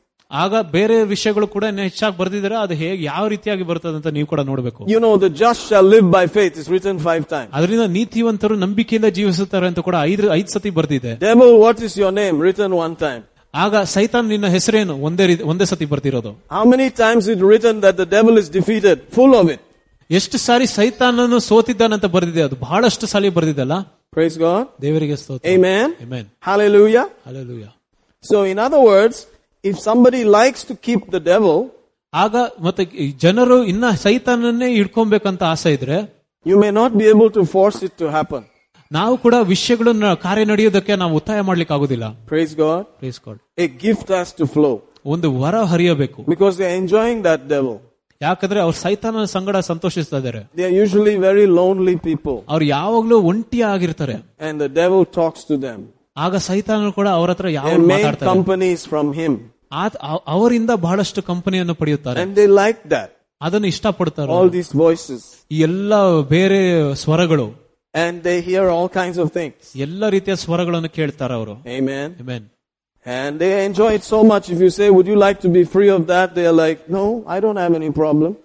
ಆಗ ಬೇರೆ ವಿಷಯಗಳು ಕೂಡ ಇನ್ನ ಹೆಚ್ಚಾಗಿ ಬರ್ದಿದ್ರೆ ಅದು ಹೇಗೆ ಯಾವ ರೀತಿಯಾಗಿ ಬರ್ತದೆ ಅಂತ ನೀವು ಕೂಡ ನೋಡ್ಬೇಕು
You know, the just shall live by faith is written five times.
ಅದರಿಂದ ನೀತಿವಂತರು ನಂಬಿಕೆಯಿಂದ ಜೀವಿಸುತ್ತಾರೆ ಅಂತ ಕೂಡ ಐದು ಐದ್ ಸತಿ ಬರ್ದಿದೆ
Devil, what is your name? Written one time.
ಆಗ ಸೈತಾನ್ ನಿನ್ನ ಹೆಸರೇನು ಒಂದೇ ರೀತಿ ಒಂದೇ ಸತಿ ಬರ್ತಿರೋದು
How many times is it written that the devil is defeated? Full of it.
ಎಷ್ಟು ಸಾರಿ ಸೈತಾನನ್ನು ಸೋತಿದ್ದಾನಂತ ಬರ್ದಿದೆ ಅದು ಬಹಳಷ್ಟು ಸಾಲಿ ಬರ್ದಿದಲ್ಲ
Praise God.
ದೇವರಿಗೆ ಸ್ತೋತ್ರ
Amen.
Amen.
Hallelujah.
Hallelujah.
So, in other words, if somebody likes to keep the devil,
ಆಗ ಮತ್ತೆ ಈ ಜನರು ಇನ್ನ ಸೈತಾನನ್ನೇ ಇಟ್ಕೊಬೇಕಂತ ಆಸೆ ಇದ್ರೆ
you may not be able to force it to happen.
ನಾವು ಕೂಡ ವಿಷಯಗಳನ್ನ ಕಾರ್ಯ ನಡೆಯೋದಕ್ಕೆ ನಾವು ಒತ್ತಾಯ ಮಾಡ್ಲಿಕ್ಕೆ ಆಗುದಿಲ್ಲ
Praise God.
Praise God
A gift has to flow
ಒಂದು ವರ ಹರಿಯಬೇಕು
because they're enjoying that devil.
ಯಾಕಂದ್ರೆ ಅವ್ರು ಸೈತಾನನ ಸಂಗಡ ಸಂತೋಷಿಸ್ತಾ ಇದಾರೆ
They are usually very lonely people
ಅವ್ರು ಯಾವಾಗ್ಲೂ ಒಂಟಿ ಆಗಿರ್ತಾರೆ
and the devil talks to them.
ಆಗ ಸೈತಾನನು ಕೂಡ ಅವ್ರ ಹತ್ರ
Their
ಯಾವ
main
ಮಾತಾಡ್ತಾರೆ
company is from him
ಆತ- ಅವ್- ಅವರಿಂದ ಬಹಳಷ್ಟು ಕಂಪನಿಯನ್ನು ಪಡೆಯುತ್ತಾರೆ
and they like that.
ಅದನ್ನು ಇಷ್ಟಪಡ್ತಾರೆ
All these voices
ಈ ಎಲ್ಲ ಬೇರೆ ಸ್ವರಗಳು
and they hear all kinds of things.
ಎಲ್ಲ ರೀತಿಯ ಸ್ವರಗಳನ್ನು ಕೇಳ್ತಾರೆ ಅವರು
Amen.
Amen.
And they enjoy it so much. If you say, Would you like to be free of that? They are like, No, I don't have any problem.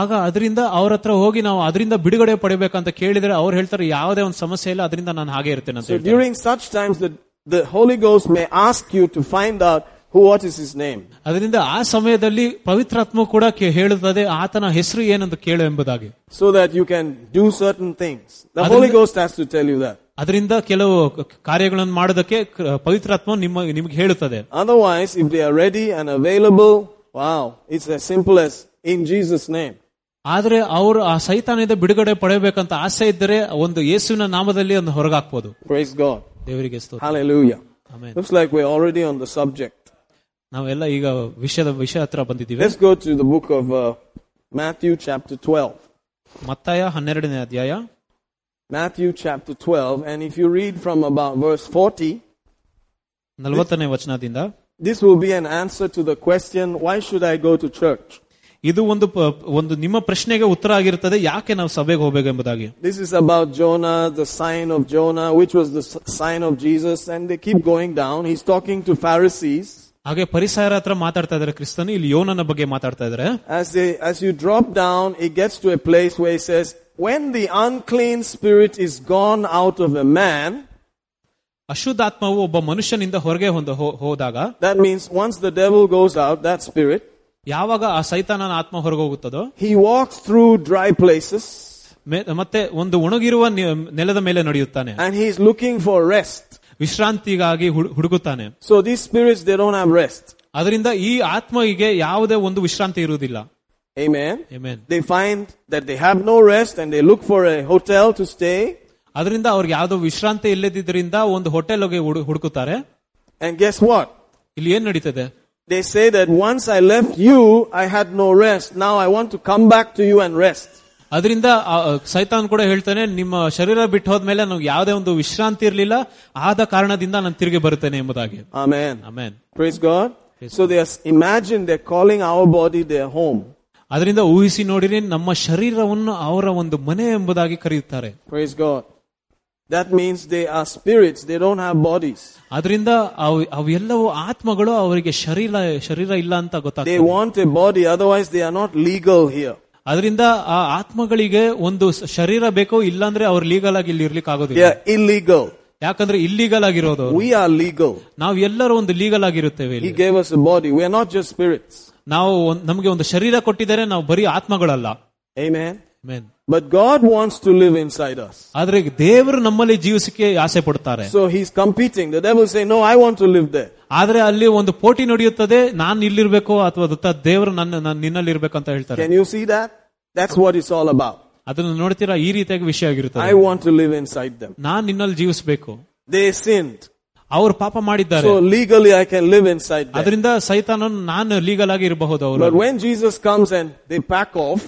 ಆಗ ಅದರಿಂದ ಅವ್ರ ಹತ್ರ ಹೋಗಿ ನಾವು ಅದರಿಂದ ಬಿಡುಗಡೆ ಪಡಿಬೇಕಂತ ಕೇಳಿದ್ರೆ ಅವ್ರು ಹೇಳ್ತಾರೆ ಯಾವುದೇ ಒಂದು ಸಮಸ್ಯೆ ಇಲ್ಲ ಅದರಿಂದ ನಾನು ಹಾಗೆ ಇರ್ತೇನೆ ಅಂತ
So
ಹೇಳ್ತಾರೆ.
during such times, the, the Holy Ghost may ask you to find out who, what is his name.
ಅದರಿಂದ ಆ ಸಮಯದಲ್ಲಿ ಪವಿತ್ರಾತ್ಮ ಕೂಡ ಕೇ- ಹೇಳುತ್ತದೆ ಆತನ ಹೆಸರು ಏನಂತ ಕೇಳು ಎಂಬುದಾಗಿ
so that you can do certain things. The Holy Ghost has to tell you that.
ಅದರಿಂದ ಕೆಲವು ಕ- ಕಾರ್ಯಗಳನ್ನು ಮಾಡೋದಕ್ಕೆ ಕ- ಪವಿತ್ರಾತ್ಮ ನಿಮ್ಮ ನಿಮ್ಗೆ ಹೇಳುತ್ತದೆ
Otherwise, if they are ready and available, wow, it's as simple as in Jesus' name.
ಆದ್ರೆ ಅವರು ಆ ಸೈತಾನದಿಂದ ಬಿಡುಗಡೆ ಪಡೆಯಬೇಕಂತ ಆಸೆ ಇದ್ದರೆ ಒಂದು ಯೇಸುವಿನ ನಾಮದಲ್ಲಿ ಒಂದು ಹೊರಗಾಕ್ಬೋದು
Praise God.
ದೇವರಿಗೆ ಸ್ತೋತ್ರ
Hallelujah.
ಆಮೇಲೆ
Looks like we're already on the subject.
ನಾವೆಲ್ಲ ಈಗ ವಿಷಯದ ವಿಷಯ ಹತ್ರ ಬಂದಿದ್ದೀವಿ
Let's go to the book of uh, Matthew chapter 12.
ಮತ್ತಾಯ ಹನ್ನೆರಡನೇ ಅಧ್ಯಾಯ
Matthew chapter 12, and if you read from about verse 40,
ನಲವತ್ತನೇ ವಚನದಿಂದ
this will be an answer to the question, why should I go to church?
ಇದು ಒಂದು ಪ- ಒಂದು ನಿಮ್ಮ ಪ್ರಶ್ನೆಗೆ ಉತ್ತರ ಆಗಿರುತ್ತದೆ ಯಾಕೆ ನಾವು ಸಭೆಗೆ ಹೋಗ್ಬೇಕು ಎಂಬುದಾಗಿ
This is about Jonah, the sign of Jonah, which was the s- sign of Jesus, and they keep going down. He's talking to Pharisees.
ಹಾಗೆ ಪರಿಸರ ಹತ್ರ ಮಾತಾಡ್ತಾ ಇದ್ದಾರೆ ಕ್ರಿಸ್ತನು ಇಲ್ಲಿ ಯೋನನ ಬಗ್ಗೆ ಮಾತಾಡ್ತಾ ಇದ್ದಾರೆ
As they, as you drop down, it gets to a place where he says, when the unclean spirit is gone out of a man,
ಅಶುದ್ಧಾತ್ಮವು ಒಬ್ಬ ಮನುಷ್ಯನಿಂದ ಹೊರಗೆ ಹೊಂದ ಹೋ- ಹೋದಾಗ
that means once the devil goes out, that spirit,
ಯಾವಾಗ ಆ ಸೈತಾನನ ಆತ್ಮ ಹೊರಗೆ ಹೋಗುತ್ತದೋ
he walks through dry places
May- ಮತ್ತೆ ಒಂದು ಒಣಗಿರುವ ನೆ- ನೆಲದ ಮೇಲೆ ನಡೆಯುತ್ತಾನೆ
and he's looking for rest.
ವಿಶ್ರಾಂತಿಗಾಗಿ hood- ಹುಡುಕುತ್ತಾನೆ
So these spirits, they don't have rest.
ಅದರಿಂದ ಈ ಆತ್ಮಗೆ ಯಾವುದೇ ಒಂದು ವಿಶ್ರಾಂತಿ ಇರುವುದಿಲ್ಲ
Amen.
Amen.
They find that they have no rest and they look for a hotel to stay.
ಅದರಿಂದ ಅವ್ರಿಗೆ ಯಾವುದೋ ವಿಶ್ರಾಂತಿ ಇಲ್ಲದಿದ್ದರಿಂದ ಒಂದು ಹೋಟೆಲ್ ಹೋಗಿ ಹುಡು- ಹುಡುಕುತ್ತಾರೆ
And guess what?
ಇಲ್ಲಿ ಏನ್ ನಡೀತದೆ
They say that once I left you, I had no rest. Now I want to come back to you and rest.
ಅದರಿಂದ ಸೈತಾನ್ ಕೂಡ ಹೇಳ್ತಾನೆ ನಿಮ್ಮ ಶರೀರ ಬಿಟ್ಟು ಹೋದ್ಮೇಲೆ ನಾವು ಯಾವುದೇ ಒಂದು ವಿಶ್ರಾಂತಿ ಇರಲಿಲ್ಲ ಆದ ಕಾರಣದಿಂದ ನಾನು ತಿರುಗಿ ಬರುತ್ತೇನೆ ಎಂಬುದಾಗಿ
Amen.
Amen
Praise God. So they are, imagine they're calling our body their home.
ಅದರಿಂದ ಊಹಿಸಿ ನೋಡಿರಿ ನಮ್ಮ ಶರೀರವನ್ನು ಅವರ ಒಂದು ಮನೆ ಎಂಬುದಾಗಿ ಕರೆಯುತ್ತಾರೆ
Praise God. That means they are spirits. They don't have bodies.
ಅದರಿಂದ ಅವು- ಅವೆಲ್ಲವೂ ಆತ್ಮಗಳು ಅವರಿಗೆ ಶರೀರ ಶರೀರ ಇಲ್ಲ ಅಂತ
They
ಗೊತ್ತಾಗ್ತದೆ
want a body. Otherwise they are not legal here.
ಅದರಿಂದ ಆ ಆತ್ಮಗಳಿಗೆ ಒಂದು ಸ- ಶರೀರ ಬೇಕು ಇಲ್ಲಾಂದ್ರೆ ಅವ್ರು ಲೀಗಲ್ ಆಗಿ ಇಲ್ಲಿ ಇರ್ಲಿಕ್ಕೆ
They
ಆಗೋದಿಲ್ಲ
are illegal.
ಯಾಕಂದ್ರೆ ಇಲ್ಲೀಗಲ್ ಆಗಿರೋದು ಅವ್ರು.
We are legal.
ನಾವು ಎಲ್ಲರೂ ಒಂದು ಲೀಗಲ್ ಆಗಿರುತ್ತೇವೆ ಇಲ್ಲಿ
He gave us a body. We are not just spirits.
ನಾವು ಒಂದ್- ನಮ್ಗೆ ಒಂದು ಶರೀರ ಕೊಟ್ಟಿದ್ದಾರೆ ನಾವು ಬರೀ ಆತ್ಮಗಳಲ್ಲ
Amen.
Amen.
But God wants to live inside us.
ಆದ್ರೆ ದೇವರು ನಮ್ಮಲ್ಲಿ ಜೀವಿಸಕ್ಕೆ ಆಸೆ ಪಡ್ತಾರೆ
So he's competing. The devil say, no, I want to live there.
ಆದ್ರೆ ಅಲ್ಲಿ ಒಂದು ಪೋಟಿ ನಡೆಯುತ್ತದೆ ನಾನ್ ಇಲ್ಲಿರ್ಬೇಕು ಅಥವಾ ದತ್ತ ದೇವರು ನನ್ನ ನಾನು ನಿನ್ನಲ್ಲಿ ಇರ್ಬೇಕು ಅಂತ ಹೇಳ್ತಾರೆ
Can you see that? That's what it's all about.
ಅದನ್ನ ನೋಡ್ತೀರಾ ಈ ರೀತಿಯಾಗಿ ವಿಷಯ ಆಗಿರುತ್ತದೆ
I want to live inside them.
ನಾನ್ ನಿನ್ನಲ್ಲಿ ಜೀವಿಸಬೇಕು
They sinned.
ಅವ್ರು ಪಾಪ ಮಾಡಿದ್ದಾರೆ
So legally I can live inside them.
ಅದರಿಂದ ಸೈತಾನ ನಾನು ಲೀಗಲ್ ಆಗಿ ಇರಬಹುದು ಅವರು
But when Jesus comes and they pack off,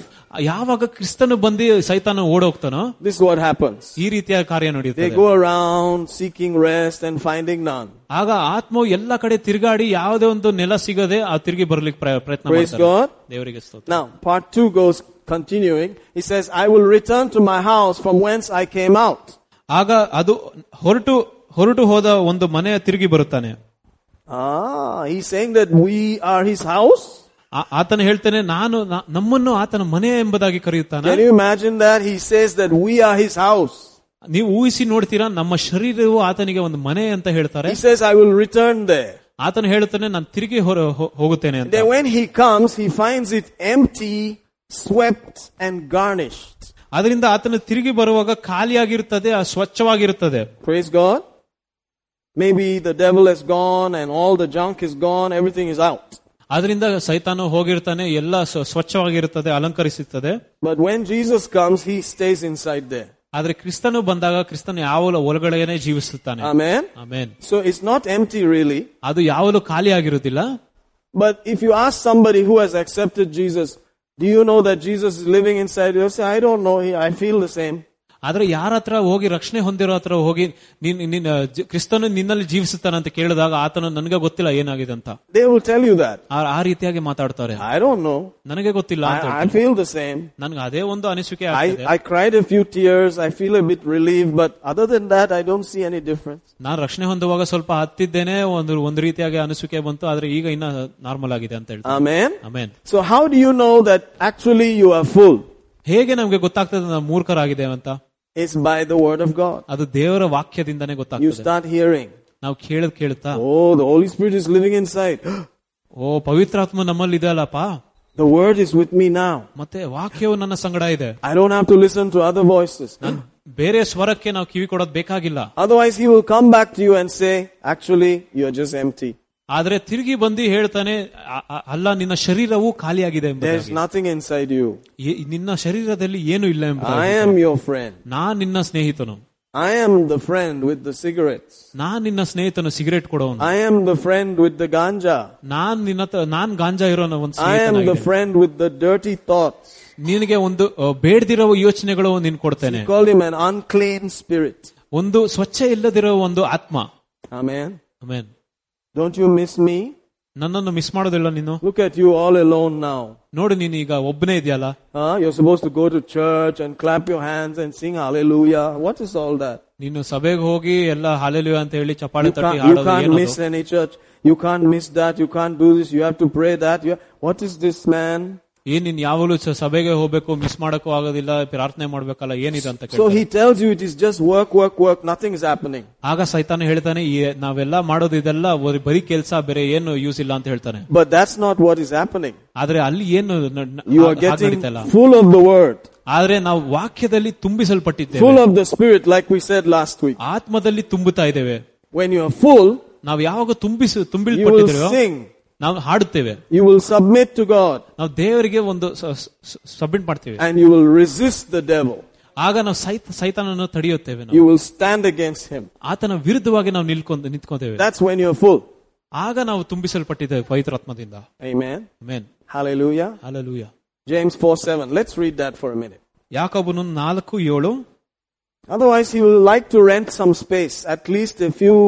ಯಾವಾಗ ಕ್ರಿಸ್ತನು ಬಂದು ಸೈತಾನ ಓಡೋಗ್ತಾನೋ
this is what happens.
ಈ ರೀತಿಯ ಕಾರ್ಯ
They
ನಡೆಯುತ್ತದೆ
go around seeking rest and finding none.
ಆಗ ಆತ್ಮವು ಎಲ್ಲ ಕಡೆ ತಿರುಗಾಡಿ ಯಾವುದೇ ಒಂದು ನೆಲ ಸಿಗದೆ ಆ ತಿರುಗಿ ಬರ್ಲಿಕ್ಕೆ ಪ್ರಯ- ಪ್ರಯತ್ನ
Praise
ಮಾಡ್ತಾರೆ
God.
ದೇವರಿಗೆ ಸ್ತೋತ್ರ
Now, part two goes continuing. He says, I will return to my house from whence I came out.
ಆಗ ಅದು ಹೊರಟು ಹೊರಟು ಹೋದ ಒಂದು ಮನೆ ತಿರುಗಿ ಬರುತ್ತಾನೆ
Ah, he's saying that we are his house.
ಆ- ಆತನು ಹೇಳ್ತಾನೆ ನಾನು ನಾ- ನಮ್ಮನ್ನು ಆತನ ಮನೆ ಎಂಬುದಾಗಿ ಕರೆಯುತ್ತಾನೆ
Can you imagine that? He says that we are his house.
ನೀವು ಊಹಿಸಿ ನೋಡ್ತೀರಾ ನಮ್ಮ ಶರೀರವು ಆತನಿಗೆ ಒಂದು ಮನೆ ಅಂತ ಹೇಳ್ತಾರೆ
He says, I will return there.
ಆತನು ಹೇಳ್ತಾನೆ ನಾನು ತಿರುಗಿ ಹೊರ- ಹೋ- ಹೋಗುತ್ತೇನೆ ಅಂತ
Then when he comes, he finds it empty, swept, and garnished.
ಅದರಿಂದ ಆತನು ತಿರುಗಿ ಬರುವಾಗ ಖಾಲಿಯಾಗಿರುತ್ತದೆ ಆ ಸ್ವಚ್ಛವಾಗಿರುತ್ತದೆ
Praise God. Maybe the devil has gone and all the junk is gone, everything is out.
ಅದರಿಂದ ಸೈತಾನು ಹೋಗಿರ್ತಾನೆ ಎಲ್ಲ ಸ್ವ- ಸ್ವಚ್ಛವಾಗಿರುತ್ತದೆ ಅಲಂಕರಿಸುತ್ತದೆ
But when Jesus comes, he stays inside there.
ಆದ್ರೆ ಕ್ರಿಸ್ತನು ಬಂದಾಗ ಕ್ರಿಸ್ತನು ಯಾವಲ ಒಳಗಡೆನೆ ಜೀವಿಸುತ್ತಾನೆ
Amen.
Amen
So it's not empty really.
ಅದು ಯಾವಲೂ ಖಾಲಿ ಆಗಿರುವುದಿಲ್ಲ
But if you ask somebody who has accepted Jesus, do you know that Jesus is living inside you? They'll say, I don't know. I feel the same.
ಆದ್ರೆ ಯಾರ ಹತ್ರ ಹೋಗಿ ರಕ್ಷಣೆ ಹೊಂದಿರೋ ಹತ್ರ ಹೋಗಿ ನೀನ್ ನಿನ್ನ ಜ- ಕ್ರಿಸ್ತನು ನಿನ್ನಲ್ಲಿ ಜೀವಿಸುತ್ತಾನೆ ಅಂತ ಕೇಳಿದಾಗ ಆತನು ನನಗೆ ಗೊತ್ತಿಲ್ಲ ಏನಾಗಿದೆ ಅಂತ
They will tell you that.
ಆ- ಆ ರೀತಿಯಾಗಿ ಮಾತಾಡ್ತಾರೆ
I don't know.
ನನಗೆ ಗೊತ್ತಿಲ್ಲ ಅಂತ
I, I feel the same.
ನನ್ಗೆ ಅದೇ ಒಂದು ಅನಿಸಿಕೆ
I,
ಆಗ್ತಿದೆ
I cried a few tears. I feel a bit relieved. But other than that, I don't see any difference.
ನಾನು ರಕ್ಷಣೆ ಹೊಂದುವಾಗ ಸ್ವಲ್ಪ ಹತ್ತಿದ್ದೇನೆ ಒಂದು ಒಂದು ರೀತಿಯಾಗಿ ಅನಿಸಿಕೆ ಬಂತು ಆದ್ರೆ ಈಗ ಇನ್ನ ನಾರ್ಮಲ್ ಆಗಿದೆ ಅಂತ ಹೇಳ್ತಾರೆ
Amen.
Amen
So how do you know that actually you are full?
ಹೇಗೆ ನಮ್ಗೆ ಗೊತ್ತಾಗ್ತದೆ ನಾವು ಮೂರ್ಖರಾಗಿದ್ದೇವೆ ಅಂತ
It's by the word of God.
ಅದು ದೇವರ ವಾಕ್ಯದಿಂದನೇ
You
ಗೊತ್ತಾಗ್ತದೆ
start hearing.
ನಾವು ಕೇಳದ್ ಕೇಳ್ತಾ
Oh, the Holy Spirit is living inside.
ಓ ಪವಿತ್ರಾತ್ಮ ನಮ್ಮಲ್ಲಿ ಇದೆ ಅಲ್ಲಪ್ಪ
The word is with me now.
ಮತ್ತೆ ವಾಕ್ಯವು ನನ್ನ ಸಂಗಡ ಇದೆ
I don't have to listen to other voices.
ಬೇರೆ ಸ್ವರಕ್ಕೆ ನಾವು ಕಿವಿ ಕೊಡೋದ್ ಬೇಕಾಗಿಲ್ಲ
Otherwise, he will come back to you and say, actually, you are just empty.
ಆದ್ರೆ ತಿರುಗಿ ಬಂದು ಹೇಳ್ತಾನೆ "ಅ- ಅ- ಅಲ್ಲ ನಿನ್ನ ಶರೀರವು ಖಾಲಿಯಾಗಿದೆ
There is
ಎಂಬುದಾಗಿ
nothing inside you.
ಏ- ನಿನ್ನ ಶರೀರದಲ್ಲಿ ಏನು ಇಲ್ಲ
I
ಎಂಬುದಾಗಿ
am your friend.
ನಾನ್ ನಿನ್ನ ಸ್ನೇಹಿತನು
I am the friend with the cigarettes.
ನಾನ್ ನಿನ್ನ ಸ್ನೇಹಿತನು ಸಿಗರೇಟ್ ಕೊಡೋನು
I am the friend with the ganja.
ನಾನ್ ನಿನ್ನ ತ- ನಾನ್ ಗಾಂಜಾ ಇರೋನ ಒಂದು
I am the
ಸ್ನೇಹಿತನಾಗಿದ್ದೇನೆ.
friend with the dirty thoughts.
ನಿನಗೆ ಒಂದು ಅ, ಬೇಡ್ದಿರೋ ಯೋಚನೆಗಳು ನಿನ್ ಕೊಡ್ತೇನೆ
Call him an unclean spirit.
ಒಂದು ಸ್ವಚ್ಛ ಇಲ್ಲದಿರೋ ಒಂದು ಆತ್ಮ
Amen.
Amen
Don't you miss me?
ನನ್ನನ್ನು ಮಿಸ್ ಮಾಡೋದಿಲ್ಲ ನೀನು
Look at you all alone now.
ನೋಡು ನೀನು ಈಗ ಒಬ್ಬನೇ ಇದೆಯಲ್ಲ
Huh? You're supposed to go to church and clap your hands and sing hallelujah. What is all that?
ನೀನು ಸಭೆಗೆ ಹೋಗಿ ಎಲ್ಲ ಹಾಲೆಲುವೆ ಅಂತ ಹೇಳಿ ಚಪಾಳೆ
You
ತಟ್ಟಿ
can't, you
ಹಾಡೋದು
can't
ಏನದು?
miss any church. You can't miss that. You can't do this. You have to pray that. You what is this man?
ಏನ್ ನೀನ್ ಯಾವಾಗಲೂ ಸ- ಸಭೆಗೆ ಹೋಗ್ಬೇಕು ಮಿಸ್ ಮಾಡಕ್ಕೂ ಆಗೋದಿಲ್ಲ ಪ್ರಾರ್ಥನೆ ಮಾಡ್ಬೇಕಲ್ಲ ಏನಿದೆ ಅಂತ
So
ಕೇಳಿ
he tells you it is just work, work, work. Nothing is happening.
ಆಗ ಸೈತಾನ ಹೇಳ್ತಾನೆ ಈ- ನಾವೆಲ್ಲ ಮಾಡೋದು ಇದೆಲ್ಲ ಬರೀ- ಬರೀ ಕೆಲಸ ಬೇರೆ ಏನು ಯೂಸ್ ಇಲ್ಲ ಅಂತ ಹೇಳ್ತಾನೆ
But that's not what is happening.
ಆದ್ರೆ ಅಲ್ಲಿ ಏನು ನ- ನ-
You are
ಹಾಗ್- ಹಾಗ್
getting
ನಡೀತಲ್ಲ
full of the word,
ಆದ್ರೆ ನಾವು ವಾಕ್ಯದಲ್ಲಿ ತುಂಬಿಸಲ್ಪಟ್ಟಿದ್ದೇವೆ
full of the spirit, like we said last week.
ಆತ್ಮದಲ್ಲಿ ತುಂಬುತ್ತಾ ಇದ್ದೇವೆ
When you are full,
ನಾವು ಯಾವಾಗ ತುಂಬಿಸಿ
you will
ತುಂಬಿಲ್ಪಟ್ಟಿದ್ದೇವೆ
sing.
ನಾವು ಹಾಡುತ್ತೇವೆ
You will submit to God
ನಾವು ದೇವರಿಗೆ ಒಂದು ಸಬ್ಮಿಟ್ ಮಾಡ್ತೇವೆ
and you will resist the devil.
ಆಗ ನಾವು ಸೈತ ಸೈತಾನನ್ನು ತಡೆಯುತ್ತೇವೆ ನಾವು
You will stand against him.
ಆತನ ವಿರುದ್ಧವಾಗಿ ನಾವು ನಿಲ್ಕೊಂಡ್ ನಿಂತ್ಕೊಂತೇವೆ
That's when you're full.
ಆಗ ನಾವು ತುಂಬಿಸಲ್ಪಟ್ಟಿದ್ದೇವೆ ಪವಿತ್ರಾತ್ಮದಿಂದ
Amen.
Amen
Hallelujah.
ಅಲಲೂಯ
James 4 7. Let's read that for a minute.
ಯಾಕಬನು ನಾಲ್ಕು ಏಳು
Otherwise, he will like to rent some space, at least a few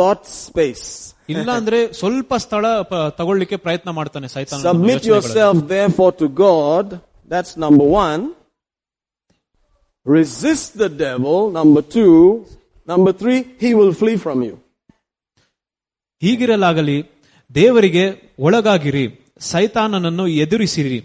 thought space.
ಇಲ್ಲ ಅಂದ್ರೆ ಸ್ವಲ್ಪ ಸ್ಥಳ ಪ- ತಗೊಳ್ಳಿಕ್ಕೆ ಪ್ರಯತ್ನ ಮಾಡ್ತಾನೆ ಸೈತಾನ ನಮ್ಮ
Submit
ಯೋಚನೆಗಳಲ್ಲಿ.
yourself, therefore, to God. That's number one. Resist the devil. Number two. Number three, he will flee from you.
ಹೀಗಿರಲಾಗಲಿ ದೇವರಿಗೆ ಒಳಗಾಗಿರಿ ಸೈತಾನನನ್ನು ಎದುರಿಸಿರಿ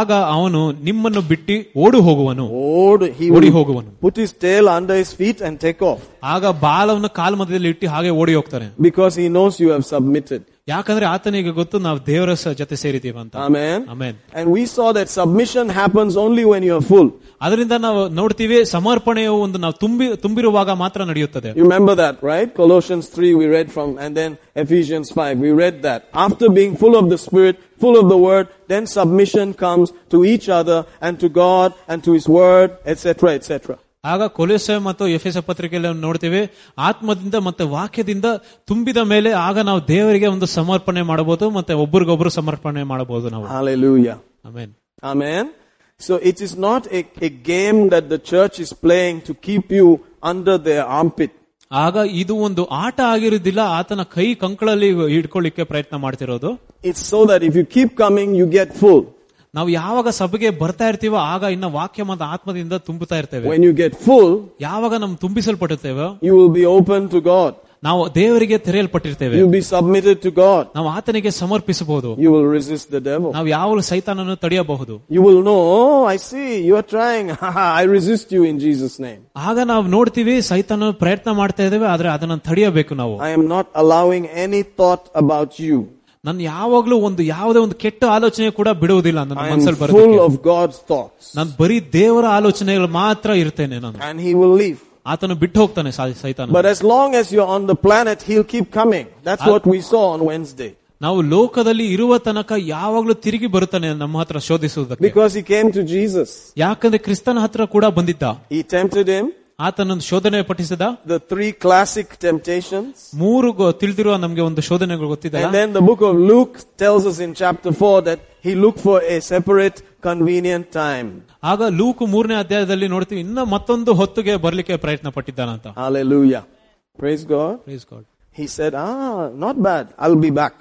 ಆಗ ಅವನು ನಿಮ್ಮನ್ನು ಬಿಟ್ಟು ಓಡು ಹೋಗುವನು
Lord, he
ಓಡಿ
will
ಹೋಗುವನು
put his tail under his feet and take off
ಆಗ ಬಾಲವನ್ನು ಕಾಲ್ಮದದಲ್ಲಿ ಇಟ್ಟು ಹಾಗೆ ಓಡಿ ಹೋಗ್ತಾನೆ
because he knows you have submitted.
ಯಾಕಂದ್ರೆ ಆತನಿಗೆ ಗೊತ್ತು ನಾವು ದೇವರ ಸ- ಜೊತೆ ಸೇರಿದ್ದೀವಿ ಅಂತ
Amen.
Amen
And we saw that submission happens only when you are full.
ಅದರಿಂದ ನಾವು ನೋಡ್ತೀವಿ ಸಮರ್ಪಣೆಯು ಒಂದು ನಾವು ತುಂಬಿ ತುಂಬಿರುವಾಗ ಮಾತ್ರ ನಡೆಯುತ್ತದೆ
You remember that, right? Colossians 3 we read from and then Ephesians 5 we read that. After being full of the Spirit, full of the Word, then submission comes to each other and to God and to His Word, etc., etc.
ಆಗ ಕೊಲೆಸೆ ಮತ್ತು ಎಫೆಸ ಪತ್ರಿಕೆಯಲ್ಲಿ ನಾವು ನೋಡ್ತೀವಿ ಆತ್ಮದಿಂದ ಮತ್ತೆ ವಾಕ್ಯದಿಂದ ತುಂಬಿದ ಮೇಲೆ ಆಗ ನಾವು ದೇವರಿಗೆ ಒಂದು ಸಮರ್ಪಣೆ ಮಾಡಬಹುದು ಮತ್ತೆ ಒಬ್ರಿಗೊಬ್ರು ಸಮರ್ಪಣೆ ಮಾಡಬಹುದು ನಾವು
Hallelujah.
Amen
Amen. So it is not a, a game that the church is playing to keep you under their armpit.
ಆಗ ಇದು ಒಂದು ಆಟ ಆಗಿರುವುದಿಲ್ಲ ಆತನ ಕೈ ಕಂಕಳಲ್ಲಿ ಹಿಡ್ಕೊಳ್ಳಿಕ್ಕೆ ಪ್ರಯತ್ನ ಮಾಡ್ತಿರೋದು
It's so that if you keep coming, you get full.
ನಾವು ಯಾವಾಗ ಸಭೆಗೆ ಬರ್ತಾ ಇರ್ತೀವೋ ಆಗ ಇನ್ನ ವಾಕ್ಯ ಮತ್ತು ಆತ್ಮದಿಂದ ತುಂಬುತ್ತಾ ಇರ್ತೇವೆ
When you get full,
ಯಾವಾಗ ನಮ್ ತುಂಬಿಸಲ್ಪಟ್ಟಿರ್ತೇವೋ
you will be open to God.
ನಾವು ದೇವರಿಗೆ ತೆರೆಯಲ್ಪಟ್ಟಿರ್ತೇವೆ
You'll be submitted to God.
ನಾವು ಆತನಿಗೆ ಸಮರ್ಪಿಸಬಹುದು
You will resist the devil.
ನಾವು ಯಾವಾಗಲೂ ಸೈತಾನನ್ನು ತಡೆಯಬಹುದು
You will know, oh, I see, you are trying. Haha, I resist you in Jesus' name.
ಆಗ ನಾವು ನೋಡ್ತೀವಿ ಸೈತಾನ ಪ್ರಯತ್ನ ಮಾಡ್ತಾ ಇದ್ದೇವೆ ಆದ್ರೆ ಅದನ್ನ ತಡೆಯಬೇಕು ನಾವು
I am not allowing any thought about you.
ನನ್ನ ಯಾವಾಗ್ಲೂ ಒಂದು ಯಾವುದೇ ಒಂದು ಕೆಟ್ಟ ಆಲೋಚನೆ ಕೂಡ ಬಿಡುವುದಿಲ್ಲ ನನ್ನ
I am
ಮನಸ್ಸಲ್ಲಿ
full
ಬರೋದು
of God's thoughts.
ನಾನು ಬರೀ ದೇವರ ಆಲೋಚನೆಗಳು ಮಾತ್ರ ಇರ್ತೇನೆ ನಾನು
And he will leave.
ಆತನು ಬಿಟ್ಟು ಹೋಗ್ತಾನೆ ಸೈ- ಸೈತಾನ
But as long as you're on the planet, he'll keep coming. That's what we saw on Wednesday.
ನಾವು ಲೋಕದಲ್ಲಿ ಇರುವ ತನಕ ಯಾವಾಗ್ಲೂ ತಿರುಗಿ ಬರುತ್ತಾನೆ ನಮ್ಮ ಹತ್ರ ಶೋಧಿಸುವುದಕ್ಕೆ
Because he came to Jesus.
ಯಾಕಂದ್ರೆ ಕ್ರಿಸ್ತನ ಹತ್ರ ಕೂಡ ಬಂದಿದ್ದ
He tempted him.
ಆತನನ್ನು ಶೋಧನೆ ಪಠಿಸಿದ
The three classic temptations.
ಮೂರು ಗೊ- ತಿಳಿದಿರುವ ನಮ್ಗೆ ಒಂದು ಶೋಧನೆಗಳು ಗೊತ್ತಿದೆ
And then the book of Luke tells us in chapter 4 that he looked for a separate, convenient time.
ಆಗ ಲೂಕು ಮೂರನೇ ಅಧ್ಯಾಯದಲ್ಲಿ ನೋಡ್ತೀವಿ ಇನ್ನ ಮತ್ತೊಂದು ಹೊತ್ತಿಗೆ ಬರ್ಲಿಕ್ಕೆ ಪ್ರಯತ್ನ ಪಟ್ಟಿದ್ದಾನಂತ
Hallelujah. Praise God.
Praise God.
He said, Ah, not bad. I'll be back.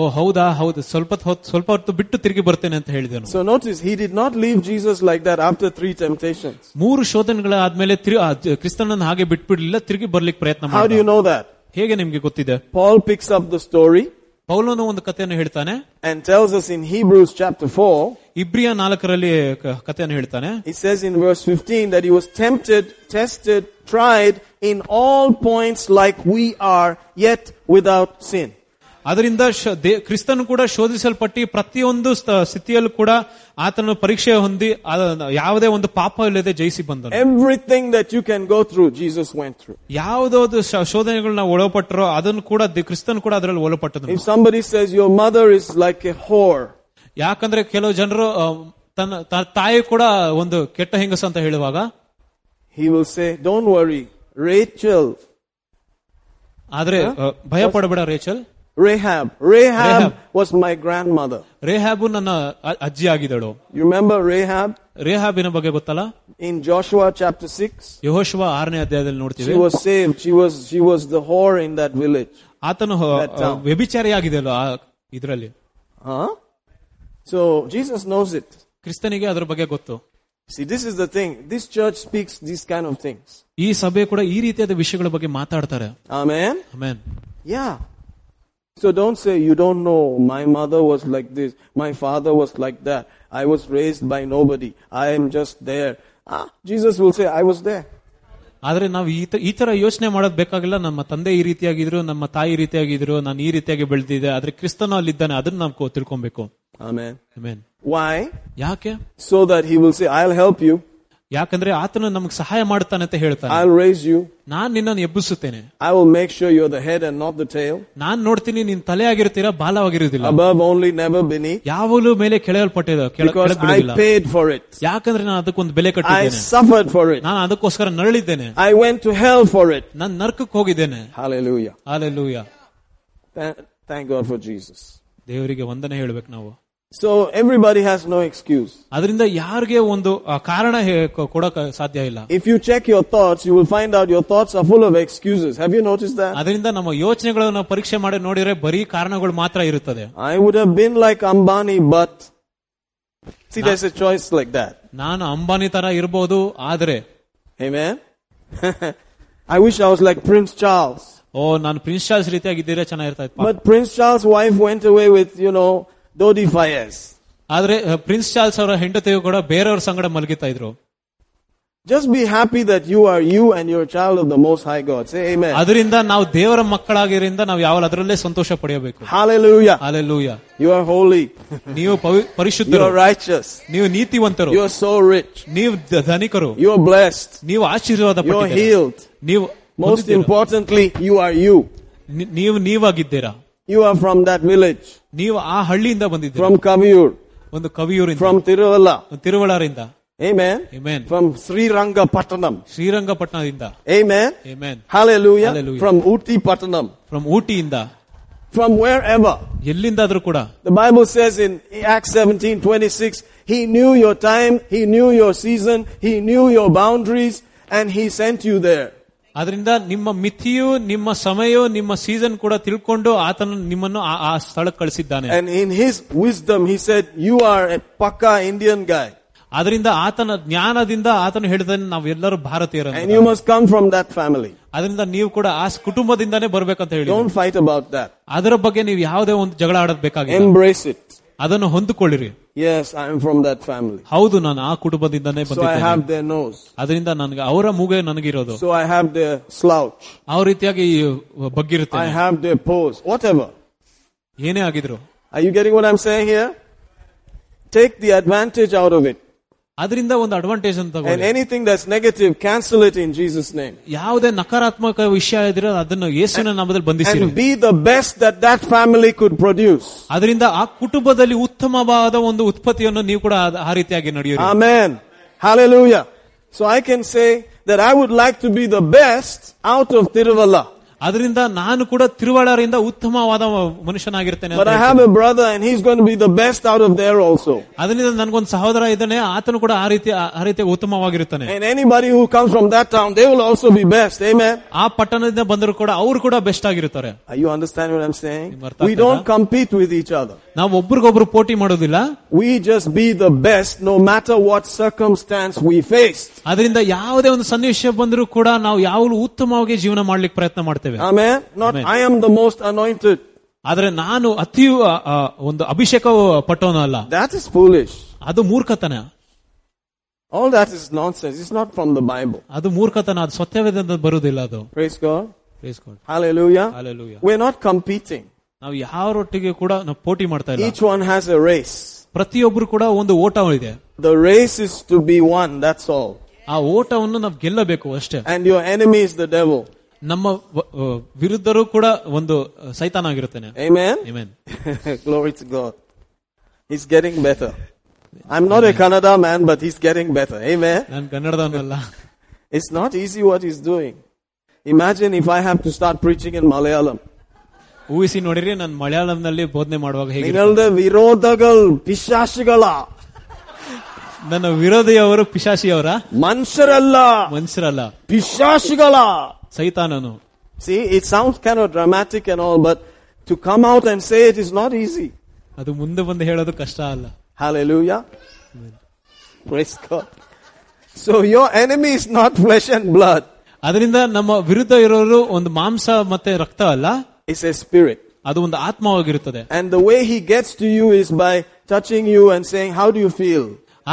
ಓ ಹೌದಾ ಹೌದು ಸ್ವಲ್ಪ ಹೊತ್ತು ಸ್ವಲ್ಪ ಹೊತ್ತು ಬಿಟ್ಟು ತಿರುಗಿ ಬರ್ತೇನೆ ಅಂತ ಹೇಳಿದನು
So notice, he did not leave Jesus like that after three temptations.
ಮೂರು ಶೋಧನೆಗಳ ಆದ್ಮೇಲೆ ತಿರು- ಆ, ಜ- ಕ್ರಿಸ್ತನನ್ನು ಹಾಗೆ ಬಿಟ್ಬಿಡ್ಲಿಲ್ಲ ತಿರುಗಿ ಬರ್ಲಿಕ್ಕೆ ಪ್ರಯತ್ನ
How do
ಮಾಡಿದ
you know that?
ಹೇಗೆ ನಿಮ್ಗೆ ಗೊತ್ತಿದೆ
Paul picks up the story
ಪೌಲನು ಒಂದು ಕಥೆಯನ್ನು ಹೇಳ್ತಾನೆ
and tells us in Hebrews chapter 4,
ಇಬ್ರಿಯ ನಾಲ್ಕರಲ್ಲಿ ಕ- ಕಥೆಯನ್ನು ಹೇಳ್ತಾನೆ
he says in verse 15 that he was tempted, tested, tried in all points like we are, yet without sin.
ಅದರಿಂದ ಶ- ದೇ- ಕ್ರಿಸ್ತನು ಕೂಡ ಶೋಧಿಸಲ್ಪಟ್ಟಿ ಪ್ರತಿಯೊಂದು ಸ್ಥ- ಸ್ಥಿತಿಯಲ್ಲೂ ಕೂಡ ಆತನು ಪರೀಕ್ಷೆ ಹೊಂದಿ ಅದನ್ನ ಯಾವುದೇ ಒಂದು ಪಾಪ ಇಲ್ಲದೆ ಜಯಿಸಿ ಬಂದನು
Everything that you can go through, Jesus went through.
ಯಾವುದಾದ್ರು ಶೋಧನೆಗಳನ್ನ ಒಳಪಟ್ಟರೋ ಅದನ್ನು ಕೂಡ ದಿ- ಕ್ರಿಸ್ತನ್ ಕೂಡ ಅದರಲ್ಲಿ ಒಳಪಟ್ಟದನು
If somebody says your mother is like a whore,
ಯಾಕಂದ್ರೆ ಕೆಲವು ಜನರು ಆ, ತನ್ನ ತ- ತಾಯಿ ಕೂಡ ಒಂದು ಕೆಟ್ಟ ಹೆಂಗಸ ಅಂತ ಹೇಳುವಾಗ
he will say, don't worry, Rachel
ಆದ್ರೆ ಆ, ಭಯ ಪಡಬೇಡ Rachel
Rahab. Rahab.
Rahab.
was my grandmother.
Rahab ನನ್ನ ಅ- ಅಜ್ಜಿ ಆಗಿದ್ದಳು
You remember Rahab
ರೇಹಾಬಿನ ಬಗ್ಗೆ ಗೊತ್ತಲ್ಲ
in Joshua chapter 6?
ಯಹೋಶ್ವ ಆರನೇ ಅಧ್ಯಾಯದಲ್ಲಿ ನೋಡ್ತೀವಿ
She was saved. She was, she was the whore in that village.
ಆತನು ಹ-
That town.
ವ್ಯಭಿಚಾರಿ ಆಗಿದೆಯಲ್ಲ ಆ ಇದರಲ್ಲಿ
Huh? So Jesus knows it.
ಕ್ರಿಸ್ತನಿಗೆ ಅದರ ಬಗ್ಗೆ ಗೊತ್ತು
See, this is the thing. This church speaks these kind of things.
ಈ ಸಭೆ ಕೂಡ ಈ ರೀತಿಯಾದ ವಿಷಯಗಳ ಬಗ್ಗೆ ಮಾತಾಡ್ತಾರೆ
Amen?
Amen
Yeah. So don't say, you don't know, my mother was like this, my father was like that, I was raised by nobody, I am just there. Ah, Jesus will say, I was there.
ಆದ್ರೆ ನಾವು ಈ ತ- ಈ ತರ ಯೋಚನೆ ಮಾಡೋದ್ ಬೇಕಾಗಿಲ್ಲ ನಮ್ಮ ತಂದೆ ಈ ರೀತಿಯಾಗಿದ್ರು ನಮ್ಮ ತಾಯಿ ಈ ರೀತಿಯಾಗಿದ್ರು ನಾನು ಈ ರೀತಿಯಾಗಿ ಬೆಳೆದಿದೆ ಆದ್ರೆ ಕ್ರಿಸ್ತನ ಅಲ್ಲಿದ್ದಾನೆ ಅದನ್ನ ನಾವು ಕೊ- ತಿಳ್ಕೊಬೇಕು
Amen.
Amen
Why?
ಯಾಕೆ
So that he will say, I'll help you,
ಯಾಕಂದ್ರೆ ಆತನು ನಮ್ಗೆ ಸಹಾಯ ಮಾಡ್ತಾನೆ ಅಂತ ಹೇಳ್ತಾನೆ
I'll raise you.
ನಾನ್ ನಿನ್ನನ್ನು ಎಬ್ಬಿಸುತ್ತೇನೆ
I will make sure you're the head and not the tail.
ನಾನ್ ನೋಡ್ತೀನಿ ನೀನ್ ತಲೆ ಆಗಿರ್ತೀರಾ ಬಾಲವಾಗಿರುವುದಿಲ್ಲ
Above only, never beneath.
ಯಾವಾಗಲೂ ಮೇಲೆ ಕೆಳಲ್ಪಟ್ಟಿದ ಕೆಳ-
Because
ಕೆಳಬಿಡುವುದಿಲ್ಲ
I paid for it.
ಯಾಕಂದ್ರೆ ನಾನು ಅದಕ್ಕೊಂದು ಬೆಲೆ
I
ಕಟ್ಟಿದ್ದೇನೆ
suffered for it.
ನಾನು ಅದಕ್ಕೋಸ್ಕರ ನರಳಿದ್ದೇನೆ
I went to hell for it.
ನಾನು ನರ್ಕಕ್ಕೆ ಹೋಗಿದ್ದೇನೆ
Hallelujah.
Alleluia
Tha- Thank God for Jesus.
ದೇವರಿಗೆ ವಂದನೆ ಹೇಳ್ಬೇಕು ನಾವು
So everybody has no excuse.
ಅದರಿಂದ ಯಾರಿಗೆ ಒಂದು ಆ, ಕಾರಣ ಹೇ- ಕೊ- ಕೊಡಕ್ ಸಾಧ್ಯ ಇಲ್ಲ
If you check your thoughts, you will find out your thoughts are full of excuses. Have you noticed that?
ಅದರಿಂದ ನಮ್ಮ ಯೋಚನೆಗಳನ್ನ ಪರೀಕ್ಷೆ ಮಾಡಿ ನೋಡಿದ್ರೆ ಬರೀ ಕಾರಣಗಳು ಮಾತ್ರ ಇರುತ್ತದೆ
I would have been like Ambani, but see, there's a choice like that.
ನಾನು ಅಂಬಾನಿ ತರ ಇರ್ಬೋದು ಆದ್ರೆ
Amen. I wish I was like Prince Charles,
ಓ ನಾನು ಪ್ರಿನ್ಸ್ ಚಾರ್ಲ್ಸ್ ರೀತಿಯಾಗಿದ್ದೀರಾ ಚೆನ್ನಾಗಿರ್ತಾಯಿತ್ತು
but Prince Charles' wife went away with you know Dodi Fayez.
ಆದ್ರೆ ಆ, ಪ್ರಿನ್ಸ್ ಚಾರ್ಲ್ಸ್ ಅವರ ಹೆಂಡತಿಯು ಕೂಡ ಬೇರೆಯವ್ರ ಸಂಗಡ ಮಲಗಿತಾ ಇದ್ರು
Just be happy that you are you and you're a child of the Most High God. Say Amen.
ಅದರಿಂದ ನಾವು ದೇವರ ಮಕ್ಕಳಾಗಿರಿಂದ ನಾವು ಯಾವ ಅದರಲ್ಲೇ ಸಂತೋಷ ಪಡೆಯಬೇಕು
Hallelujah.
Hallelujah
You are holy.
ನೀವು ಪವಿ-
You
ಪರಿಶುದ್ಧರು
are righteous.
ನೀವು ನೀತಿವಂತರು
You are so rich.
ನೀವು ದ- ಧನಿಕರು
You are blessed.
ನೀವು ಆಶೀರ್ವಾದ
You are
ಪಟ್ಟಿದ್ದೀರಾ.
healed.
ನೀವು
Most
ಹೊಂದಿದ್ದೀರಾ.
importantly, you are you.
ನಿ- ನೀವು ನೀವಾಗಿದ್ದೀರಾ
You are from that village,
ನೀವು ಆ ಹಳ್ಳಿಯಿಂದ ಬಂದಿದ್ದೀರಾ
from Kaviyur,
ಒಂದು ಕವಿಯೂರಿಂದ
from Tiruvalla.
ಒಂದು ತಿರುವಳಾರಿಂದ
Amen.
Amen.
From Sri Rangapatanam.
ಶ್ರೀರಂಗಪಟ್ಟಣದಿಂದ
Amen.
Amen
Hallelujah.
Hallelujah.
From Uti Patanam.
From ಊಟಿಯಿಂದ
From wherever.
ಎಲ್ಲಿಂದಾದ್ರೂ ಕೂಡ
The Bible says in Acts 17, 26, He knew your time, He knew your season, He knew your boundaries, and He sent you there.
ಅದರಿಂದ ನಿಮ್ಮ ಮಿತಿಯು ನಿಮ್ಮ ಸಮಯವು ನಿಮ್ಮ season ಕೂಡ ತಿಳ್ಕೊಂಡು ಆತನು ನಿಮ್ಮನ್ನು ಆ- ಆ ಸ್ಥಳಕ್ಕೆ ಕಳಿಸಿದ್ದಾನೆ
And in His wisdom, He said, you are a Pakka Indian guy.
ಅದರಿಂದ ಆತನ ಜ್ಞಾನದಿಂದ ಆತನು ಹೇಳಿದಾನೆ ನಾವೆಲ್ಲರೂ ಭಾರತೀಯರು
And you must come from that family.
ಅದರಿಂದ ನೀವು ಕೂಡ ಆ ಸ್- ಕುಟುಂಬದಿಂದಾನೇ ಬರ್ಬೇಕಂತ ಹೇಳಿ
Don't fight about that.
ಅದರ ಬಗ್ಗೆ ನೀವು ಯಾವುದೇ ಒಂದು ಜಗಳ ಆಡಬೇಕಾಗಿಲ್ಲ
Embrace it.
ಅದನ್ನು ಹೊಂದಿಕೊಳ್ಳಿರಿ
Yes, I am from that family.
ಹೌದು ನಾನು ಆ ಕುಟುಂಬದಿಂದಾನೇ
So I
ಬಂದಿದ್ದೇನೆ
have their nose.
ಅದರಿಂದ ನನಗೆ ಅವರ ಮೂಗೆ ನನಗಿರೋದು
So I have their slouch.
ಆ ರೀತಿಯಾಗಿ ಬಗ್ಗಿರುತ್ತೆ
I have their pose. Whatever.
ಏನೇ ಆಗಿದ್ರು
Are you getting what I'm saying here? Take the advantage out of it.
ಅದರಿಂದ ಒಂದು ಅಡ್ವಾಂಟೇಜ್ ಅಂತ
And anything that's negative, cancel it in Jesus' name.
ಯಾವುದೇ ನಕಾರಾತ್ಮಕ ವಿಷಯ ಇದ್ರೆ ಅದನ್ನು ಯೇಸುವಿನ ನಾಮದಲ್ಲಿ ಬಂಧಿಸಿರಿ
And be the best that that family could produce.
ಅದರಿಂದ ಆ ಕುಟುಂಬದಲ್ಲಿ ಉತ್ತಮವಾದ ಒಂದು ಉತ್ಪತ್ತಿಯನ್ನು ನೀವು ಕೂಡ ಅದ್- ಆ ರೀತಿಯಾಗಿ ನಡೆಯಿರಿ
Um, Amen. Hallelujah. So I can say that I would like to be the best out of Tiruvalla.
ಅದರಿಂದ ನಾನು ಕೂಡ ತಿರುವಾಳರಿಂದ ಉತ್ತಮವಾದ ಮನುಷ್ಯನಾಗಿರ್ತೇನೆ ಅಂತ
But I have
ಹೇಳ್ತೀನಿ.
a brother and he's going to be the best out of there also.
ಅದರಿಂದ ನನ್ಗೊಂದು ಸಹೋದರ ಇದ್ದಾನೆ ಆತನು ಕೂಡ ಆ ರೀತಿ ಆ- ಆ ರೀತಿ ಉತ್ತಮವಾಗಿರ್ತಾನೆ
And anybody who comes from that town, they will also be best. Amen.
ಆ ಪಟ್ಟಣದಿಂದ ಬಂದರೂ ಕೂಡ ಅವರು ಕೂಡ ಬೆಸ್ಟ್ ಆಗಿರ್ತಾರೆ
Are you understand what I'm saying?
ನಿಮ್ಗೆ ಅರ್ಥ
We
ಆಗ್ತಾ
don't
ಇದೆಯಾ?
compete with each other.
ನಾವು ಒಬ್ರಿಗೊಬ್ರು ಪೋಟಿ ಮಾಡೋದಿಲ್ಲ
We just be the best no matter what circumstance we faced.
ಅದರಿಂದ ಯಾವುದೇ ಒಂದು ಸನ್ನಿವೇಶ ಬಂದರೂ ಕೂಡ ನಾವು ಯಾವಾಗಲೂ ಉತ್ತಮವಾಗಿ ಜೀವನ ಮಾಡ್ಲಿಕ್ಕೆ ಪ್ರಯತ್ನ ಮಾಡ್ತೇವೆ
Amen. Not
Amen.
I am the most anointed.
ಆದ್ರೆ ನಾನು ಅತಿ ಆ, ಆ, ಒಂದು ಅಭಿಷೇಕ ಪಟ್ಟವನು ಅಲ್ಲ
That is foolish.
ಅದು ಮೂರ್ಖತನ
All that is nonsense. It's not from the Bible.
ಅದು ಮೂರ್ಖತನ ಅದು ಸತ್ಯವೇದ ಬರುವುದಿಲ್ಲ ಅದು
Praise God.
Praise God.
Hallelujah.
Hallelujah.
We're not competing.
ನಾವು ಯಾರೊಟ್ಟಿಗೆ ಕೂಡ ನಾವು ಪೋಟಿ ಮಾಡ್ತಾ ಇಲ್ಲ
Each one has a race.
ಪ್ರತಿಯೊಬ್ರು ಕೂಡ ಒಂದು ಓಟ ಇದೆ
The race is to be won. That's all.
ಆ ಓಟವನ್ನು ನಾವು ಗೆಲ್ಲಬೇಕು ಅಷ್ಟೇ
And your enemy is the devil.
ನಮ್ಮ ವ- ಆ, ವಿರುದ್ಧರು ಕೂಡ ಒಂದು ಸೈತಾನ ಆಗಿರುತ್ತೇನೆ
Amen.
Amen.
Glory to God. He's getting better. I'm not a Kannada man, but he's getting better. Amen.
ನಾನು ಕನ್ನಡದವನಲ್ಲ
It's not easy what he's doing. Imagine if I have to start preaching in Malayalam.
ಊಹಿಸಿ ನೋಡಿರಿ ನಾನು ಮಲಯಾಳಂನಲ್ಲಿ ಬೋಧನೆ ಮಾಡುವಾಗ ಹೇಗೆ
നിങ്ങളുടെ വിരോധകൾ പിശാശികളാ
ನನ್ನ ವಿರೋಧಿಯವರು ಪಿಶಾಚಿಯವರ
മനുഷ്യരല്ല
ಮನುಷ್ಯರಲ್ಲ
പിശാശികളാ
ಸೈತಾನನು
See, it sounds kind of dramatic and all, but to come out and say it is not easy.
ಅದು ಮುಂದೆ ಬಂದು ಹೇಳೋದು ಕಷ್ಟ ಅಲ್ಲ
Hallelujah. Praise God. So your enemy is not flesh and blood.
ಅದರಿಂದ ನಮ್ಮ ವಿರುದ್ಧ ಇರೋರು ಒಂದು ಮಾಂಸ ಮತ್ತೆ ರಕ್ತ ಅಲ್ಲ
It's a spirit.
ಅದು ಒಂದು ಆತ್ಮವಾಗಿರುತ್ತದೆ
And the way he gets to you is by touching you and saying, how do you feel?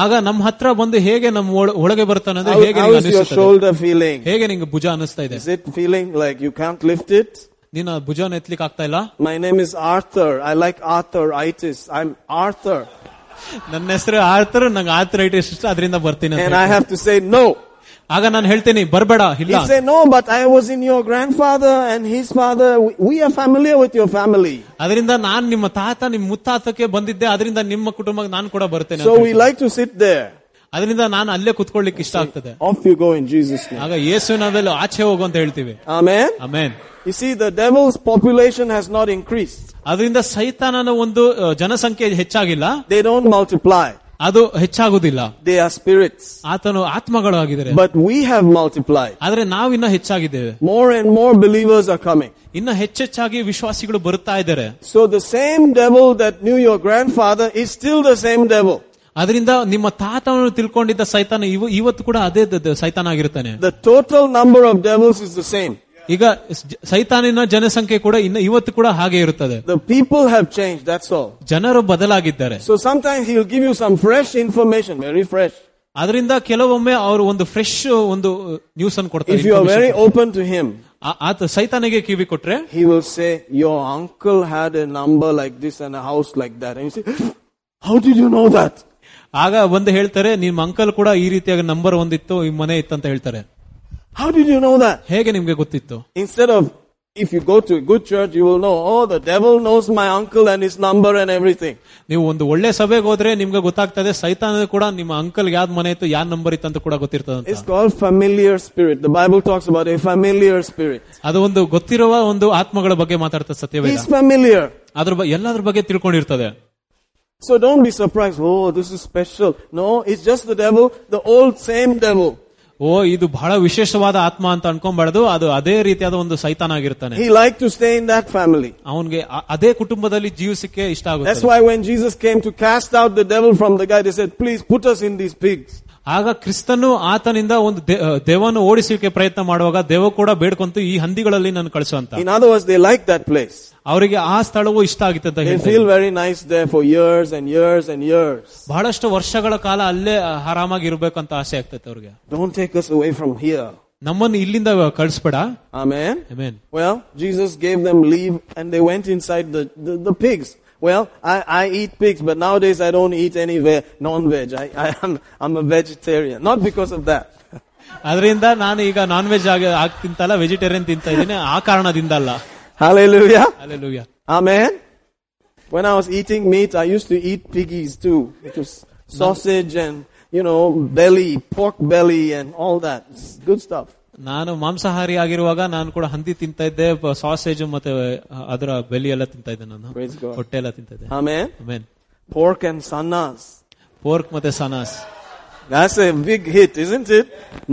ಆಗ ನಮ್ಮ ಹತ್ರ ಬಂದು ಹೇಗೆ ನಮ್ಮ ಒಳ- ಒಳಗೆ ಬರ್ತಾನೆ ಅಂದ್ರೆ
How,
ಹೇಗೆ
how
ನಿಂಗೆ
is your
ಅನಿಸುತ್ತದೆ
shoulder feeling?
ಹೇಗೆ ನಿಂಗೆ ಭುಜ ಅನಿಸ್ತಾ ಇದೆ
Is it feeling like you can't lift it?
ನಿನ್ನ ಭುಜನ ಎತ್ಲಿಕ್ಕೆ ಆಗ್ತಾ ಇಲ್ಲ
My name is Arthur. I like Arthuritis. I'm Arthur.
ನನ್ನ ಹೆಸರು ಆರ್ಥರ್ ನಂಗೆ ಆರ್ಥರೈಟಿಸ್ ಇಷ್ಟ ಅದರಿಂದ ಬರ್ತೀನಿ ಅಂತ
And I have to say no.
ಆಗ ನಾನು ಹೇಳ್ತೀನಿ ಬರ್ಬೇಡ ಇಲ್ಲ
He said, no, but I was in your grandfather and his father. We- We are familiar with your family.
ಅದರಿಂದ ನಾನು ನಿಮ್ಮ ತಾತ ನಿಮ್ ಮುತ್ತಾತಕ್ಕೆ ಬಂದಿದ್ದೆ ಅದರಿಂದ ನಿಮ್ಮ ಕುಟುಂಬಕ್ಕೆ ನಾನು ಕೂಡ ಬರ್ತೇನೆ ಅಂತ
So we
ಹೇಳ್ತೀನಿ.
like to sit there.
ಅದರಿಂದ ನಾನು ಅಲ್ಲೇ ಕುತ್ಕೊಳ್ಳಿಕ್ಕೆ ಇಷ್ಟ ಆಗ್ತದೆ
Off you go in Jesus' name.
ಆಗ ಯೇಸುವಿನಲ್ಲಿ ಆಚೆ ಹೋಗು ಅಂತ ಹೇಳ್ತೀವಿ
Amen.
Amen
You see, the devil's population has not increased.
ಅದರಿಂದ ಸೈತಾನನ ಒಂದು ಅ, ಜನಸಂಖ್ಯೆ ಹೆಚ್ಚಾಗಿಲ್ಲ
They don't multiply.
ಅದು ಹೆಚ್ಚಾಗುದಿಲ್ಲ
They are spirits.
ಆತನು ಆತ್ಮಗಳು ಆಗಿದ್ದಾರೆ
But we have multiplied.
ಆದ್ರೆ ನಾವಿನ್ನ ಹೆಚ್ಚಾಗಿದ್ದೇವೆ
More and more believers are coming.
ಇನ್ನ ಹೆಚ್ಚೆಚ್ಚಾಗಿ ವಿಶ್ವಾಸಿಗಳು ಬರುತ್ತಾ ಇದ್ದಾರೆ
So the same devil that knew your grandfather is still the same devil.
ಅದರಿಂದ ನಿಮ್ಮ ತಾತನನ್ನು ತಿಳ್ಕೊಂಡಿದ್ದ ಸೈತಾನ ಇವ- ಇವತ್ತು ಕೂಡ ಅದೇ ದ- ದ- ಸೈತಾನ ಆಗಿರ್ತಾನೆ
The total number of devils is the same.
ಈಗ ಸ- ಸೈತಾನಿನ ಜನಸಂಖ್ಯೆ ಕೂಡ ಇನ್ನು ಇವತ್ತು ಕೂಡ ಹಾಗೆ ಇರುತ್ತದೆ
The people have changed, that's all.
ಜನರು ಬದಲಾಗಿದ್ದಾರೆ
So sometimes he'll give you some fresh information, very fresh.
ಅದರಿಂದ ಕೆಲವೊಮ್ಮೆ ಅವರು ಒಂದು ಫ್ರೆಶ್ ಒಂದು ನ್ಯೂಸ್ ಅನ್ನು ಕೊಡ್ತಾರೆ
If you are very
information.
open to him,
ಆ- ಆತ ಸೈತಾನಿಗೆ ಕಿವಿ ಕೊಟ್ರೆ
he will say, Your uncle had a number like this and a house like that. And you say, How did you know that?
ಆಗ ಒಂದು ಹೇಳ್ತಾರೆ ನಿಮ್ಮ uncle ಕೂಡ ಈ ರೀತಿಯಾಗಿ ನಂಬರ್ ಒಂದಿತ್ತು ಈ ಮನೆ ಇತ್ತು ಅಂತ ಹೇಳ್ತಾರೆ
How did you know that?
ಹೇಗೆ ನಿಮ್ಗೆ ಗೊತ್ತಿತ್ತು
Instead of, if you go to a good church, you will know, Oh, the devil knows my uncle and his number and everything.
ನೀವು ಒಂದು ಒಳ್ಳೆ ಸಭೆಗೆ ಹೋದ್ರೆ ನಿಮ್ಗೆ ಗೊತ್ತಾಗ್ತದೆ ಸೈತಾನ ಕೂಡ ನಿಮ್ಮ ಅಂಕಲ್ ಯಾವ್ದ್ ಮನೆ ಇತ್ತು ಯಾವ ನಂಬರ್ ಇತ್ತು ಅಂತ ಕೂಡ ಗೊತ್ತಿರ್ತದೆ ಅಂತ.
It's called familiar spirit. The Bible talks about a familiar spirit.
ಅದು ಒಂದು ಗೊತ್ತಿರುವ ಒಂದು ಆತ್ಮಗಳ ಬಗ್ಗೆ ಮಾತಾಡ್ತದೆ ಸತ್ಯವೇದ
He's familiar.
ಅದ್ರ ಬ- ಎಲ್ಲದ್ರ ಬಗ್ಗೆ ತಿಳ್ಕೊಂಡಿರ್ತದೆ
So don't be surprised. Oh, this is special. No, it's just the devil, the old same devil.
ಓ ಇದು ಬಹಳ ವಿಶೇಷವಾದ ಆತ್ಮ ಅಂತ ಅನ್ಕೊಂಬಾರ್ದು ಅದು ಅದೇ ರೀತಿಯಾದ ಒಂದು ಸೈತಾನ ಆಗಿರ್ತಾನೆ
He liked to stay in that family.
ಅವನ್ಗೆ ಆ- ಅದೇ ಕುಟುಂಬದಲ್ಲಿ ಜೀವಿಸಕ್ಕೆ ಇಷ್ಟ
That's
ಆಗುತ್ತೆ
why when Jesus came to cast out the devil from the guy, they said, please put us in these pigs.
ಆಗ ಕ್ರಿಸ್ತನು ಆತನಿಂದ ಒಂದು ದೇ- ಆ, ದೇವನು ಓಡಿಸಲಿಕ್ಕೆ ಪ್ರಯತ್ನ ಮಾಡುವಾಗ ದೇವ ಕೂಡ ಬೇಡ್ಕೊಂತು ಈ ಹಂದಿಗಳಲ್ಲಿ ನಾನು ಕಳಿಸು ಅಂತ
In other words, they like that place.
ಅವರಿಗೆ ಆ ಸ್ಥಳವು ಇಷ್ಟ ಆಗಿತ್ತು ಅಂತ
They
ಹೇಳ್ತಾರೆ
feel very nice there for years and years and years.
ಬಹಳಷ್ಟು ವರ್ಷಗಳ ಕಾಲ ಅಲ್ಲೇ ಆರಾಮಾಗಿ ಇರ್ಬೇಕಂತ ಆಸೆ ಆಗ್ತೈತೆ ಅವ್ರಿಗೆ
Don't take us away from here.
ನಮ್ಮನ್ನು ಇಲ್ಲಿಂದ ಕಳಿಸ್ಬೇಡ
Amen.
Amen
Well, Jesus gave them leave and they went inside the, the, the pigs. Well, I, I eat pigs, but nowadays I don't eat any ve- non-veg. I, I am, I'm a vegetarian. Not because of that.
ಅದರಿಂದ ನಾನು ಈಗ non veg ಆಗಿ ಆಗ್ ತಿಂತಲ್ಲ vegetarian ತಿಂತ ಇದ್ದೀನಿ ಆ ಕಾರಣದಿಂದ ಅಲ್ಲ
Hallelujah.
Alleluia
Amen. When I was eating meat, I used to eat piggies too. It was sausage and, you know, belly, pork belly and all that. It's good stuff.
ನಾನು ಮಾಂಸಾಹಾರಿ ಆಗಿರುವಾಗ ನಾನು ಕೂಡ ಹಂದಿ ತಿಂತ ಇದ್ದೆ ಸಾಸೇಜ್ ಮತ್ತೆ ಅದರ ಬೆಲಿ ಎಲ್ಲ ತಿಂತ ಇದ್ದೆ ನಾನು
Praise God.
ಹೊಟ್ಟೆ ಎಲ್ಲ ತಿಂತ ಇದ್ದೆ
Amen.
Amen
Pork and sannas.
Pork ಮತ್ತೆ sannas
That's a big hit, isn't it?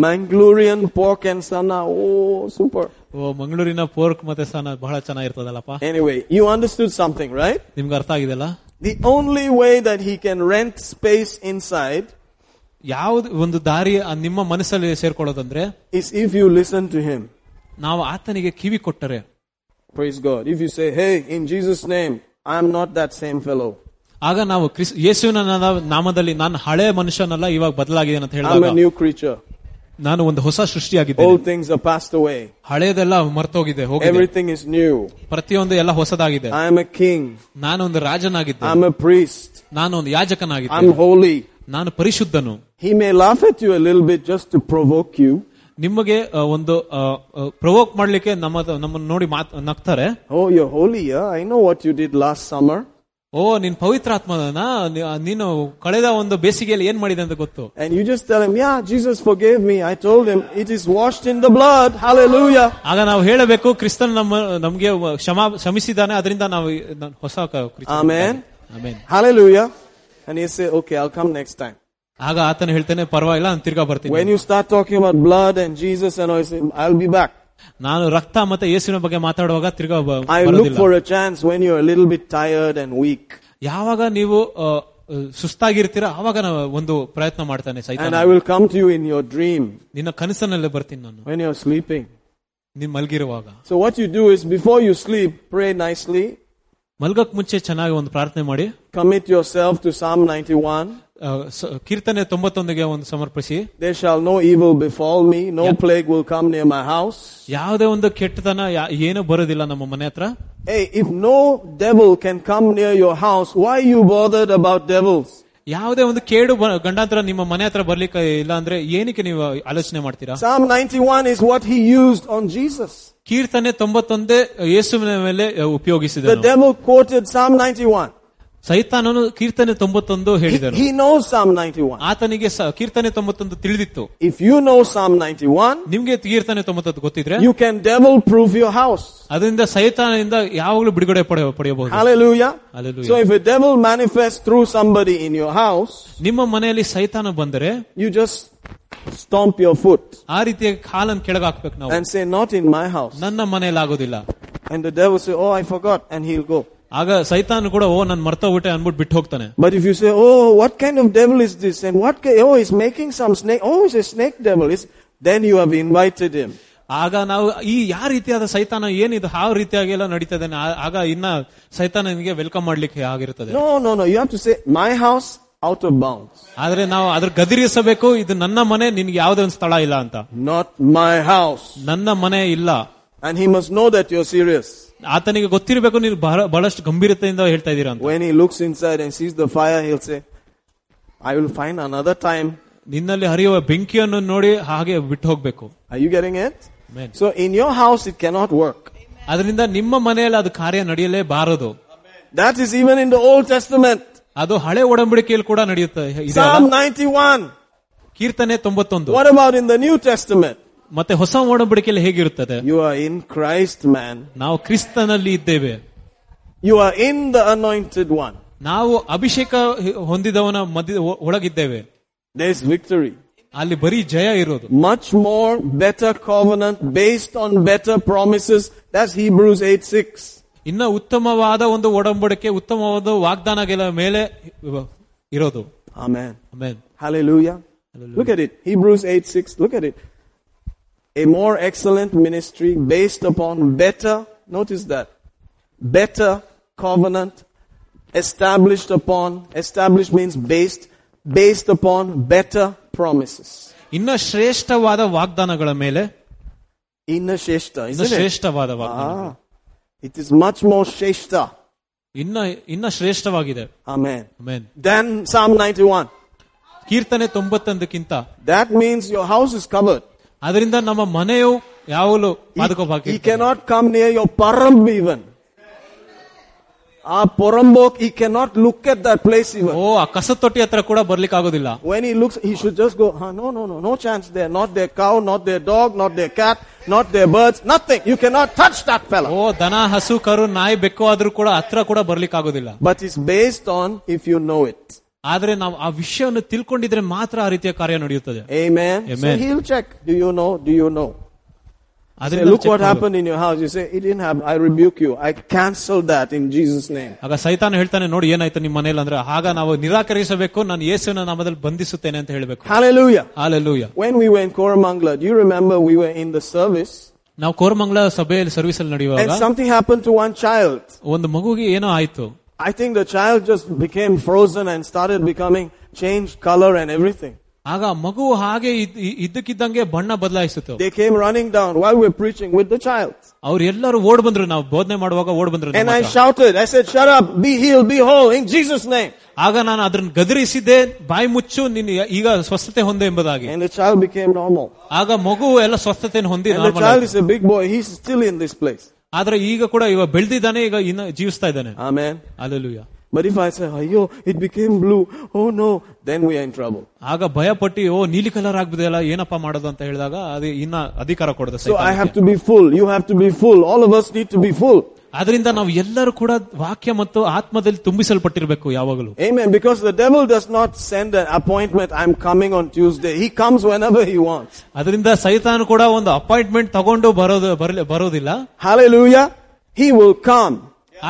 Manglurian pork and sanna. Oh, super.
ಓ ಮಂಗಳೂರಿನ ಪೋರ್ಕ್ ಮತ್ತೆ ಸನ ಬಹಳ ಚೆನ್ನಾಗಿರ್ತದಲ್ಲಪ್ಪ
Anyway, you understood something, right?
ನಿಮ್ಗೆ ಅರ್ಥ ಆಗಿದೆಲ್ಲ
The only way that he can rent space inside
ಯಾವ್ದು ಒಂದು ದಾರಿ ಆ ನಿಮ್ಮ ಮನಸ್ಸಲ್ಲಿ ಸೇರ್ಕೊಳ್ಳೋದಂದ್ರೆ
is if you listen to him.
ನಾವು ಆತನಿಗೆ ಕಿವಿ ಕೊಟ್ಟರೆ
Praise God. If you say, hey, in Jesus' name, I'm not that same fellow.
ಆಗ ನಾವು ಕ್ರಿಸ್ ಯೇಸುವಿನ ನಾಮ- ನಾಮದಲ್ಲಿ ನಾನು ಹಳೆ ಮನುಷ್ಯನಲ್ಲ ಇವಾಗ ಬದಲಾಗಿದ್ದೇನೆ ಅಂತ
I'm a
ಹೇಳಿದಾಗ
new creature.
ನಾನು ಒಂದು ಹೊಸ ಸೃಷ್ಟಿಯಾಗಿದ್ದೇನೆ
Old things are passed away.
ಹಳೆಯದೆಲ್ಲ ಮರ್ತೋಗಿದೆ ಹೋಗಿದೆ
Everything is new.
ಪ್ರತಿಯೊಂದು ಎಲ್ಲ ಹೊಸದಾಗಿದೆ
I am a king.
ನಾನು ಒಂದು ರಾಜನಾಗಿದ್ದೆ
I'm a priest.
ನಾನು ಒಂದು ಯಾಜಕನಾಗಿದ್ದೆ
I'm holy.
ನಾನು ಪರಿಶುದ್ಧನು
He may laugh at you a little bit just to provoke you.
ನಿಮಗೆ ಆ, ಒಂದು ಪ್ರವೋಕ್ ಮಾಡ್ಲಿಕ್ಕೆ ನಮ್ಮ ನಮ್ಮನ್ನು ನೋಡಿ ಮಾತ್ ನಗ್ತಾರೆ
Oh, you're holy, yeah? I know what you did last summer.
ಓ ನೀನ್ ಪವಿತ್ರಾತ್ಮನ ನೀನು ಕಳೆದ ಒಂದು ಬೇಸಿಗೆಯಲ್ಲಿ ಏನ್ ಮಾಡಿದೆ ಅಂತ ಗೊತ್ತು
And you just tell him, yeah, Jesus forgave me. I told him, it is washed in the blood. Hallelujah.
ಆಗ ನಾವು ಹೇಳಬೇಕು ಕ್ರಿಸ್ತನ್ ನಮ್ಮ ನಮ್ಗೆ ಕ್ಷಮಾ ಕ್ಷಮಿಸಿದಾನೆ ಅದರಿಂದ ನಾವು ಈ- ನಾನ್ ಹೊಸ ಕ- ಕ್ರಿಸ್ತನ್
Amen.
Amen
Hallelujah. And he say, okay, I'll come next time.
ಆಗ ಆತನ ಹೇಳ್ತೇನೆ ಪರವಾಗಿಲ್ಲ ನಾನು ತಿರ್ಗಾ ಬರ್ತೀನಿ
When you start talking about blood and Jesus and all, you say, I'll be back.
ನಾನು ರಕ್ತ ಮತ್ತೆ ಯೇಸುವಿನ ಬಗ್ಗೆ ಮಾತಾಡುವಾಗ ತಿರ್ಗಾ ಬ-
I look
ಬರೋದಿಲ್ಲ
for a chance when you're a little bit tired and weak.
ಯಾವಾಗ ನೀವು ಆ, ಆ, ಸುಸ್ತಾಗಿರ್ತೀರ ಆವಾಗ ನಾವು ಒಂದು ಪ್ರಯತ್ನ ಮಾಡ್ತಾನೆ
And
ಸೈತಾನ
I will come to you in your dream
ನಿನ್ನ ಕನಸನಲ್ಲೇ ಬರ್ತೀನಿ ನಾನು
when you're sleeping.
ನೀನ್ ಮಲ್ಗಿರುವಾಗ
So what you do is before you sleep, pray nicely.
ಮಲ್ಗಕ್ ಮುಂಚೆ ಚೆನ್ನಾಗಿ ಒಂದು ಪ್ರಾರ್ಥನೆ ಮಾಡಿ
Commit yourself to Psalm 91.
ಆ, ಸ- ಕೀರ್ತನೆ ತೊಂಬತ್ತೊಂದಿಗೆ ಒಂದು ಸಮರ್ಪಿಸಿ
There shall no evil befall me. No
Yeah.
plague will come near my house.
ಯಾವುದೇ ಒಂದು ಕೆಟ್ಟತನ ಯಾ- ಏನೂ ಬರೋದಿಲ್ಲ ನಮ್ಮ ಮನೆ ಹತ್ರ
Hey, if no devil can come near your house, why you bothered about devils?
ಯಾವುದೇ ಒಂದು ಕೇಡು ಬ- ಗಂಡಾಂತರ ನಿಮ್ಮ ಮನೆ ಹತ್ರ ಬರ್ಲಿಕ್ಕೆ ಇಲ್ಲ ಅಂದ್ರೆ ಏನಕ್ಕೆ ನೀವು ಆಲೋಚನೆ ಮಾಡ್ತೀರಾ
Psalm 91 is what he used on Jesus.
ಕೀರ್ತನೆ ತೊಂಬತ್ತೊಂದೇ ಯೇಸುವಿನ ಮೇಲೆ ಉಪಯೋಗಿಸಿದ
The devil quoted Psalm 91.
ಸೈತಾನನು ಕೀರ್ತನೆ ತೊಂಬತ್ತೊಂದು
He,
ಹೇಳಿದನು
he knows Psalm 91.
ಆತನಿಗೆ ಸ- ಕೀರ್ತನೆ ತೊಂಬತ್ತೊಂದು ತಿಳಿದಿತ್ತು
If you know Psalm 91,
ನಿಮ್ಗೆ ಕೀರ್ತನೆ ತೊಂಬತ್ತೊಂದು ಗೊತ್ತಿದ್ರೆ
you can devil proof your house.
ಅದರಿಂದ ಸೈತಾನದಿಂದ ಯಾವಾಗಲೂ ಬಿಡುಗಡೆ ಪಡೆಯ ಪಡೆಯಬಹುದು
Hallelujah.
Hallelujah.
So if a devil manifests through somebody in your house,
ನಿಮ್ಮ ಮನೆಯಲ್ಲಿ ಸೈತಾನ ಬಂದರೆ
you just stomp your foot
ಆ ರೀತಿಯ ಕಾಲನ್ ಕೆಳಗೆ ಹಾಕ್ಬೇಕು ನಾವು
and say, not in my house.
ನನ್ನ ಮನೆಯಲ್ಲಿ ಆಗೋದಿಲ್ಲ
And the devil say, oh, I forgot. And he'll go.
ಆಗ ಸೈತಾನ ಕೂಡ ಓ ನಾನು ಮರ್ತೋಗ್ಬಿಟ್ಟೆ ಅನ್ಬಿಟ್ಟು ಬಿಟ್ಟು ಹೋಗ್ತಾನೆ
But if you say, oh, what kind of devil is this? And what, ki- oh, he's making some snake. Oh, it's a snake devil. It's, then you have invited him.
ಆಗ ನಾವು ಈ ಯಾವ ರೀತಿಯಾದ ಸೈತಾನ ಏನಿದು ಯಾವ ರೀತಿಯಾಗಿ ಎಲ್ಲ ನಡೀತಾ ಇದ್ದಾನೆ, ಆ- ಆಗ ಇನ್ನ ಸೈತಾನ ನಿಮಗೆ ವೆಲ್ಕಮ್ ಮಾಡ್ಲಿಕ್ಕೆ ಆಗಿರ್ತದೆ
No, no, no. You have to say, my house out of bounds.
ಆದ್ರೆ ನಾವು ಅದ್ರ ಗದಿರಿಸಬೇಕು ಇದು ನನ್ನ ಮನೆ ನಿನ್ಗೆ ಯಾವುದೇ ಒಂದು ಸ್ಥಳ ಇಲ್ಲ ಅಂತ
Not my house.
ನನ್ನ ಮನೆ ಇಲ್ಲ
And he must know that you're serious.
ಆತನಿಗೆ ಗೊತ್ತಿರಬೇಕು ನೀವು ಬಹಳ- ಬಹಳಷ್ಟು ಗಂಭೀರತೆಯಿಂದ ಹೇಳ್ತಾ ಇದ್ದೀರಾ ಅಂತ
When he looks inside and sees the fire, he'll say, I will find another time.
ನಿನ್ನಲ್ಲಿ ಹರಿಯುವ ಬೆಂಕಿಯನ್ನು ನೋಡಿ ಹಾಗೆ ಬಿಟ್ಟು ಹೋಗ್ಬೇಕು
Are you getting it?
Amen.
So in your house, it cannot work.
ಅದರಿಂದ ನಿಮ್ಮ ಮನೆಯಲ್ಲಿ ಅದು ಕಾರ್ಯ ನಡೆಯಲೇಬಾರದು
That is even in the Old Testament.
ಅದು ಹಳೆ ಒಡಂಬಡಿಕೆಯಲ್ಲಿ ಕೂಡ ನಡೆಯುತ್ತೆ ಇದೆ
Psalm
ಅಲ್ಲ?
91.
ಕೀರ್ತನೆ ತೊಂಬತ್ತೊಂದು
What about in the New Testament?
ಮತ್ತೆ ಹೊಸ ಒಡಂಬಡಿಕೆಯಲ್ಲಿ ಹೇಗಿರುತ್ತದೆ
You are in Christ, man.
ನಾವು ಕ್ರಿಸ್ತನಲ್ಲಿ ಇದ್ದೇವೆ
You are in the anointed one.
ನಾವು ಅಭಿಷೇಕ ಹೊಂದಿದವನ ಮಧ್ಯ ಒ- ಒಳಗಿದ್ದೇವೆ
There's victory.
ಅಲ್ಲಿ ಬರೀ ಜಯ ಇರೋದು
Much more better covenant based on better promises. That's Hebrews 8 6.
ಇನ್ನ ಉತ್ತಮವಾದ ಒಂದು ಒಡಂಬಡಿಕೆ ಉತ್ತಮವಾದ ವಾಗ್ದಾನಗಳ ಮೇಲೆ ಇರೋದು
Amen.
ಆಮೇಲೆ
Hallelujah.
Hallelujah.
Look at it. Hebrews 8 6. Look at it. A more excellent ministry based upon better, notice that, better covenant established upon, established means based, based upon better promises.
ಇನ್ನ ಶ್ರೇಷ್ಠವಾದ ವಾಗ್ದಾನಗಳ ಮೇಲೆ
Inner Sheshta,
ಇನ್ನ
isn't it?
ಶ್ರೇಷ್ಠವಾದ ವಾಗ್ದಾನ
Ah, it is much more Sheshta.
ಇನ್ನ ಇನ್ನ ಶ್ರೇಷ್ಠವಾಗಿದೆ
Amen.
ಆಮೇನ್
Than Psalm 91.
ಕೀರ್ತನೆ ತೊಂಬತ್ತೊಂದಕ್ಕಿಂತ
That means your house is covered.
ಅದರಿಂದ ನಮ್ಮ ಮನೆಯು ಯಾವಾಗಲೂ ಪಾದಕೋಪಾಕಿ
He cannot come near your paramb even. Ah, porambok, he cannot look at that place even.
ಓ ಆ ಕಸ ತೊಟ್ಟಿ ಹತ್ರ ಕೂಡ ಬರ್ಲಿಕ್ಕೆ ಆಗೋದಿಲ್ಲ
When he looks, he should just go, ah, no, no, no, no chance there. Not their cow, not their dog, not their cat, not their birds, nothing. You cannot touch that
O
fella.
ದನ ಹಸು ಕರು ನಾಯಿ ಬೆಕ್ಕು ಆದ್ರೂ ಕೂಡ ಹತ್ರ ಕೂಡ ಬರ್ಲಿಕ್ಕೆ ಆಗೋದಿಲ್ಲ
But it's based on if you know it.
ಆದ್ರೆ ನಾವು ಆ ವಿಷಯವನ್ನು ತಿಳ್ಕೊಂಡಿದ್ರೆ ಮಾತ್ರ ಆ ರೀತಿಯ ಕಾರ್ಯ ನಡೆಯುತ್ತದೆ
Amen. So
Amen.
he'll check. Do you know? Do you know? Say,
ಅದರಿಂದ
look
check
what
ಮಾಡ್ಬೇಕು.
happened in your house. You say, it didn't happen. I rebuke you. I cancel that in Jesus' name.
ಆಗ ಸೈತಾನ ಹೇಳ್ತಾನೆ ನೋಡಿ ಏನಾಯ್ತು ನಿಮ್ಮ ಮನೇಲಿ ಅಂದ್ರೆ ಆಗ ನಾವು ನಿರಾಕರಿಸಬೇಕು ನಾನು ಯೇಸುವಿನ ನಾಮದಲ್ಲಿ ಬಂಧಿಸುತ್ತೇನೆ ಅಂತ ಹೇಳಬೇಕು
Hallelujah.
Hallelujah
When we were in Koramangala, do you remember we were in the service
ನಾವು ಕೋರಮಂಗ್ಲ ಸಭೆಯಲ್ಲಿ ಸರ್ವಿಸ್ ಅಲ್ಲಿ
and
ನಡೆಯುವಾಗ
something happened to one child?
ಒಂದು ಮಗುಗೆ ಏನೋ ಆಯ್ತು
I think the child just became frozen and started becoming changed color and everything.
ಆಗ ಆ ಮಗು ಹಾಗೆ ಇದ್- ಇ- ಇದ್ದಕ್ಕಿದ್ದಂಗೆ ಬಣ್ಣ ಬದಲಾಯಿಸಿತು
They came running down while we were preaching with the child.
ಅವ್ರು ಎಲ್ಲರೂ ಓಡ್ ಬಂದ್ರು ನಾವು ಬೋಧನೆ ಮಾಡುವಾಗ ಓಡ್ ಬಂದ್ರು ನಮ್ಮ
And I
ಹತ್ರ.
shouted, I said, shut up, be healed, be whole in Jesus' name.
ಆಗ ನಾನು ಅದನ್ನ ಗದರಿಸಿದ್ದೆ ಬಾಯಿ ಮುಚ್ಚು ನಿನ್ನ ಈಗ ಸ್ವಸ್ಥತೆ ಹೊಂದೆ ಎಂಬುದಾಗಿ
And the child became normal.
ಆಗ ಮಗು ಎಲ್ಲ ಸ್ವಸ್ಥತೆಯನ್ನು ಹೊಂದಿ
And the
normal
child
ಆಗಿದೆ.
is a big boy. He's still in this place.
ಆದ್ರೆ ಈಗ ಕೂಡ ಇವಾಗ ಬೆಳ್ದಿದ್ದಾನೆ ಈಗ ಇನ್ನ ಜೀವಿಸ್ತಾ ಇದ್ದಾನೆ
Amen.
Hallelujah
But if I say, Ayo, it became blue. Oh no, then we are in trouble.
ಆಗ ಭಯ ಪಟ್ಟಿ ಓ ನೀಲಿ ಕಲರ್ ಆಗ್ಬಿದೆಯಲ್ಲ ಏನಪ್ಪಾ ಮಾಡೋದು ಅಂತ ಹೇಳಿದಾಗ ಅದು ಇನ್ನ ಅಧಿಕಾರ ಕೊಡದ
So I have to be full. You have to be full. All of us need to be full.
ಅದರಿಂದ ನಾವು ಎಲ್ಲರೂ ಕೂಡ ವಾಕ್ಯ ಮತ್ತು ಆತ್ಮದಲ್ಲಿ ತುಂಬಿಸಲ್ಪಟ್ಟಿರ್ಬೇಕು ಯಾವಾಗಲೂ
Amen. Because the devil does not send an appointment, I'm coming on Tuesday. He comes whenever he wants.
ಅದರಿಂದ ಸೈತಾನ್ ಕೂಡ ಒಂದು ಅಪಾಯಿಂಟ್ಮೆಂಟ್ ತಗೊಂಡು ಬರೋದು ಬರ್ಲಿ- ಬರೋದಿಲ್ಲ
Hallelujah. He will come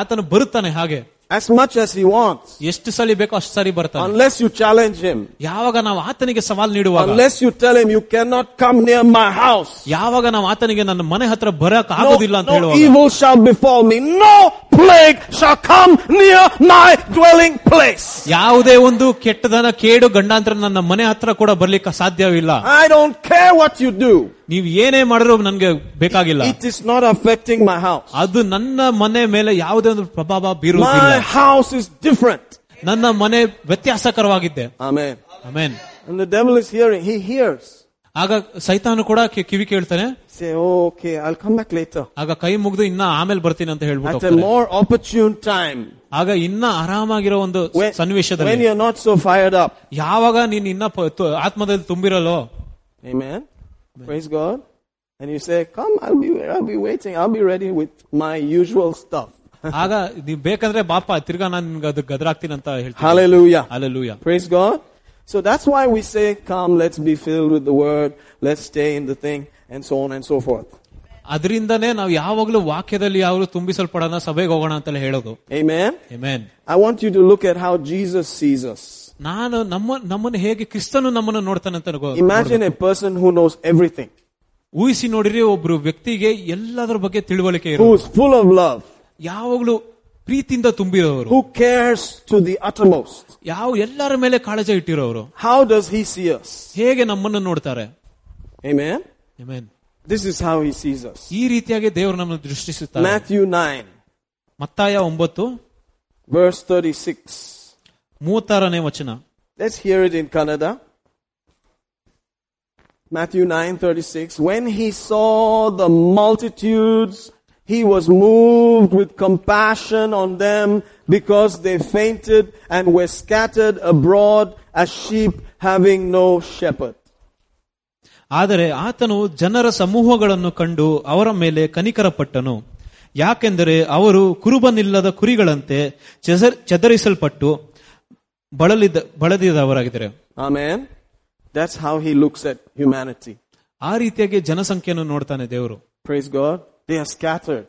ಆತನು ಬರುತ್ತಾನೆ ಹಾಗೆ
as much as he wants.
ಎಷ್ಟು ಸಲಿ ಬೇಕೋ ಅಷ್ಟು ಸರಿ ಬರ್ತಾನೆ
Unless you challenge him.
ಯಾವಾಗ ನಾವು ಆತನಿಗೆ ಸವಾಲ್ ನೀಡುವಾಗ
Unless you tell him you cannot come near my house.
ಯಾವಾಗ ನಾವು ಆತನಿಗೆ ನನ್ನ ಮನೆ ಹತ್ರ ಬರಕ್
No,
ಆಗೋದಿಲ್ಲ ಅಂತ
no
ಹೇಳುವಾಗ
evil shall befall me. No plague shall come near my dwelling place.
ಯಾವುದೇ ಒಂದು ಕೆಟ್ಟದನ ಕೇಡು ಗಂಡಾಂತರ ನನ್ನ ಮನೆ ಹತ್ರ ಕೂಡ ಬರ್ಲಿಕ್ಕೆ ಸಾಧ್ಯವಿಲ್ಲ
I don't care what you do.
ನೀವು ಏನೇ ಮಾಡಿದ್ರು ನನ್ಗೆ ಬೇಕಾಗಿಲ್ಲ
It is not affecting my house.
ಅದು ನನ್ನ ಮನೆ ಮೇಲೆ ಯಾವುದೇ ಒಂದು ಪ್ರಭಾವ
My
ಬೀರುವುದಿಲ್ಲ
house is different.
ನನ್ನ ಮನೆ ವ್ಯತ್ಯಾಸಕರವಾಗಿದ್ದೆ
Amen.
Amen
And the devil is hearing. He hears.
ಆಗ ಸೈತಾನು ಕೂಡ ಕಿ- ಕಿವಿ ಕೇಳ್ತಾನೆ
Say, oh, okay, I'll come back later.
ಆಗ ಕೈ ಮುಗ್ದು ಇನ್ನ ಆಮೇಲೆ ಬರ್ತೀನಿ ಅಂತ ಹೇಳ್ಬಿಟ್ಟು
At a
ಹೋಗ್ತಾನೆ.
more opportune time.
ಆಗ ಇನ್ನ ಆರಾಮಾಗಿರೋ ಒಂದು
When, when
ಸನ್ನಿವೇಶದಲ್ಲಿ
you're not so fired up.
ಯಾವಾಗ ನೀನ್ ಇನ್ನ ಪ- ತು- ಆತ್ಮದಲ್ಲಿ ತುಂಬಿರಲ್ಲೋ
Amen. Praise God. And you say, come, I'll be, I'll be waiting. I'll be ready with my usual stuff.
ಆಗ ನೀವ್ ಬೇಕಂದ್ರೆ ಬಾಪ ತಿರ್ಗಾ ನಾನು ನಿನ್ಗೆ ಅದು ಗದರಾಗ್ತೀನಿ ಅಂತ ಹೇಳ್ತೀನಿ
Hallelujah.
Alleluia
Praise God. So that's why we say, come, let's be filled with the word. Let's stay in the thing and so on and so forth.
ಅದರಿಂದನೇ ನಾವು ಯಾವಾಗ್ಲೂ ವಾಕ್ಯದಲ್ಲಿ ಯಾವಾಗಲೂ ತುಂಬಿಸಲ್ಪಡೋಣ ಸಭೆಗೆ ಹೋಗೋಣ ಅಂತೆಲ್ಲ ಹೇಳೋದು
Amen.
Amen
I want you to look at how Jesus sees us.
ನಾನು ನಮ್ಮ ನಮ್ಮನ್ನು ಹೇಗೆ ಕ್ರಿಸ್ತನು ನಮ್ಮನ್ನು ನೋಡ್ತಾನೆ ಅಂತ ಗೊ-
Imagine a person who knows everything,
ಊಹಿಸಿ ನೋಡಿರಿ ಒಬ್ರು ವ್ಯಕ್ತಿಗೆ ಎಲ್ಲದರ ಬಗ್ಗೆ ತಿಳುವಳಿಕೆ ಇರೋ
who is full of love,
ಯಾವಾಗ್ಲೂ ಪ್ರೀತಿಯಿಂದ ತುಂಬಿರೋರು
who cares to the uttermost.
ಯಾವ ಎಲ್ಲರ ಮೇಲೆ ಕಾಳಜಿ ಇಟ್ಟಿರೋರು
How does he see us?
ಹೇಗೆ ನಮ್ಮನ್ನು ನೋಡ್ತಾರೆ
Amen.
Amen
This is how he sees us.
ಈ ರೀತಿಯಾಗಿ ದೇವರು ನಮ್ಮನ್ನು ದೃಷ್ಟಿಸುತ್ತಾರೆ
Matthew 9,
ಮತ್ತಾಯ ಒಂಬತ್ತು
verse 36.
ಮೂವತ್ತಾರನೇ ವಚನ
Let's hear it in Kannada. Matthew 9:36 When he saw the multitudes he was moved with compassion on them because they fainted and were scattered abroad as sheep having no shepherd.
ಆದರೆ ಆತನು ಜನರ ಸಮೂಹಗಳನ್ನು ಕಂಡು ಅವರ ಮೇಲೆ ಕನಿಕರಪಟ್ಟನು ಯಾಕೆಂದರೆ ಅವರು ಕುರುಬನಿಲ್ಲದ ಕುರಿಗಳಂತೆ ಚೆಸರ್- ಚದರಿಸಲ್ಪಟ್ಟು ಬಳಲಿದ ಬಳಲಿದವರಾಗಿದ್ದಾರೆ
Amen. That's how he looks at humanity.
ಆ ರೀತಿಯಾಗಿ ಜನಸಂಖ್ಯೆಯನ್ನು ನೋಡ್ತಾನೆ ದೇವರು
Praise God. They are scattered.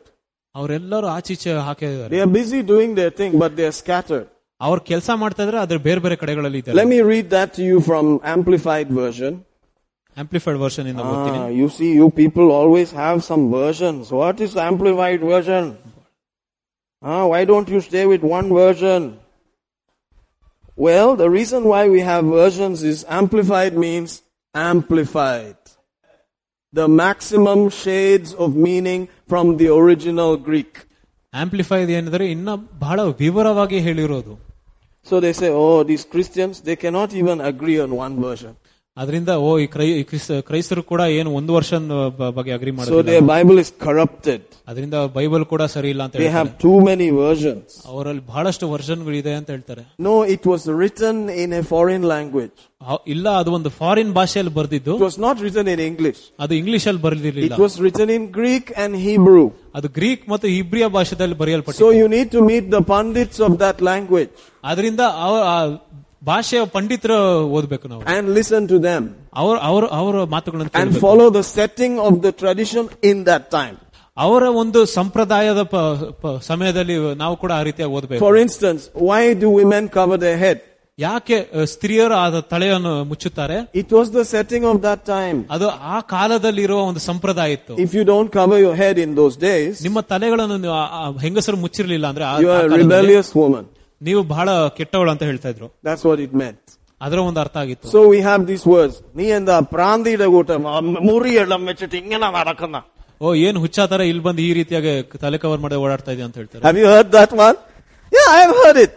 ಅವರೆಲ್ಲರೂ ಆಚೀಚೆ ಹಾಕಿದ್ದಾರೆ
They are busy doing their thing but they are scattered.
ಅವ್ರು ಕೆಲಸ ಮಾಡ್ತಾ ಇದ್ರೆ ಅದ್ರ ಬೇರೆ ಬೇರೆ ಕಡೆಗಳಲ್ಲಿ ಇದ್ದಾರೆ
Let me read that to you from amplified version.
Amplified version ಇಂದ ಓದ್ತೀನಿ
Ah, you see, you people always have some versions. What is the amplified version? Ah, why don't you stay with one version? Well, the reason why we have versions is amplified means amplified. The maximum shades of meaning from the original Greek.
Amplified ಏನಿದ್ರೆ ಇನ್ನ ಬಹಳ ವಿವರವಾಗಿ ಹೇಳಿರೋದು
So they say, oh, these Christians, they cannot even agree on one version.
ಅದರಿಂದ ಓ ಈ CRY ಈ Chris- ಕ್ರೈಸ್ತರು ಕೂಡ ಏನು ಒಂದು ವರ್ಷ ಬಗ್ಗೆ ಅಗ್ರಿ
So
ಮಾಡಿದ್ರು
their Bible is corrupted.
ಅದರಿಂದ ಬೈಬಲ್ ಕೂಡ ಸರಿ ಇಲ್ಲ ಅಂತ
They
ಹೇಳ್ತಾರೆ
have too many versions.
ಅವರಲ್ಲಿ ಬಹಳಷ್ಟು ವರ್ಷನ್ಗಳಿದೆ ಅಂತ ಹೇಳ್ತಾರೆ
No, it was written in a foreign language.
ಅವ್- ಇಲ್ಲ ಅದು ಒಂದು ಫಾರಿನ್ ಭಾಷೆಯಲ್ಲಿ ಬರ್ದಿದ್ದು
It was not written in English.
ಅದು ಇಂಗ್ಲಿಷ್ ಅಲ್ಲಿ ಬರ್ದಿರ್ಲಿಲ್ಲ
It was written in Greek and Hebrew.
ಅದು ಗ್ರೀಕ್ ಮತ್ತು ಇಬ್ರಿಯ ಭಾಷೆದಲ್ಲಿ ಬರೆಯಲ್ಪಟ್ಟಿತ್ತು
So you need to meet the pandits of that language
ಅದರಿಂದ ಅವ- ಆ ಭಾಷೆಯ ಪಂಡಿತರು ಓದ್ಬೇಕು ನಾವು
and listen to them
ಅವ್ರ ಅವ್ರ ಅವರ ಮಾತುಗಳನ್ನು
and
ಕೇಳ್ಬೇಕು.
follow the setting of the tradition in that time.
ಅವರ ಒಂದು ಸಂಪ್ರದಾಯದ ಪ- ಪ- ಸಮಯದಲ್ಲಿ ನಾವು ಕೂಡ ಆ ರೀತಿಯಾಗಿ ಓದ್ಬೇಕು
For instance, why do women cover their head?
ಯಾಕೆ ಅ, ಸ್ತ್ರೀಯರು ಆ ತಲೆಯನ್ನು ಮುಚ್ಚುತ್ತಾರೆ
It was the setting of that time.
ಅದು ಆ ಕಾಲದಲ್ಲಿರುವ ಒಂದು ಸಂಪ್ರದಾಯ ಇತ್ತು
If you don't cover your head in those days,
ನಿಮ್ಮ ತಲೆಗಳನ್ನು ನೀವು ಆ- ಆ ಹೆಂಗಸರು ಮುಚ್ಚಿರ್ಲಿಲ್ಲ ಅಂದ್ರೆ ಆ- ಆ
you are a
ಕಾಲದಲ್ಲಿ
rebellious woman.
ನೀವು ಬಹಳ ಕೆಟ್ಟವಳು ಅಂತ ಹೇಳ್ತಾ ಇದ್ರು
That's what it meant.
ಅದರ ಒಂದು ಅರ್ಥ ಆಗಿತ್ತು
So we have these words. നീ എന്താ പ്രാന്തിയുടെ കൂട്ടം ആ മുറിയെല്ലാം വെച്ചിട്ട് ഇങ്ങനെ നടക്കുന്ന
ಓ ಏನ್ ಹುಚ್ಚಾತರ ಇಲ್ಲಿ ಬಂದು ಈ ರೀತಿಯಾಗಿ ತಲೆ ಕವರ್ ಮಾಡಿ ಓಡಾಡ್ತಾ ಇದೆ ಅಂತ ಹೇಳ್ತಾರೆ
Have you heard that one? Yeah, I've heard it.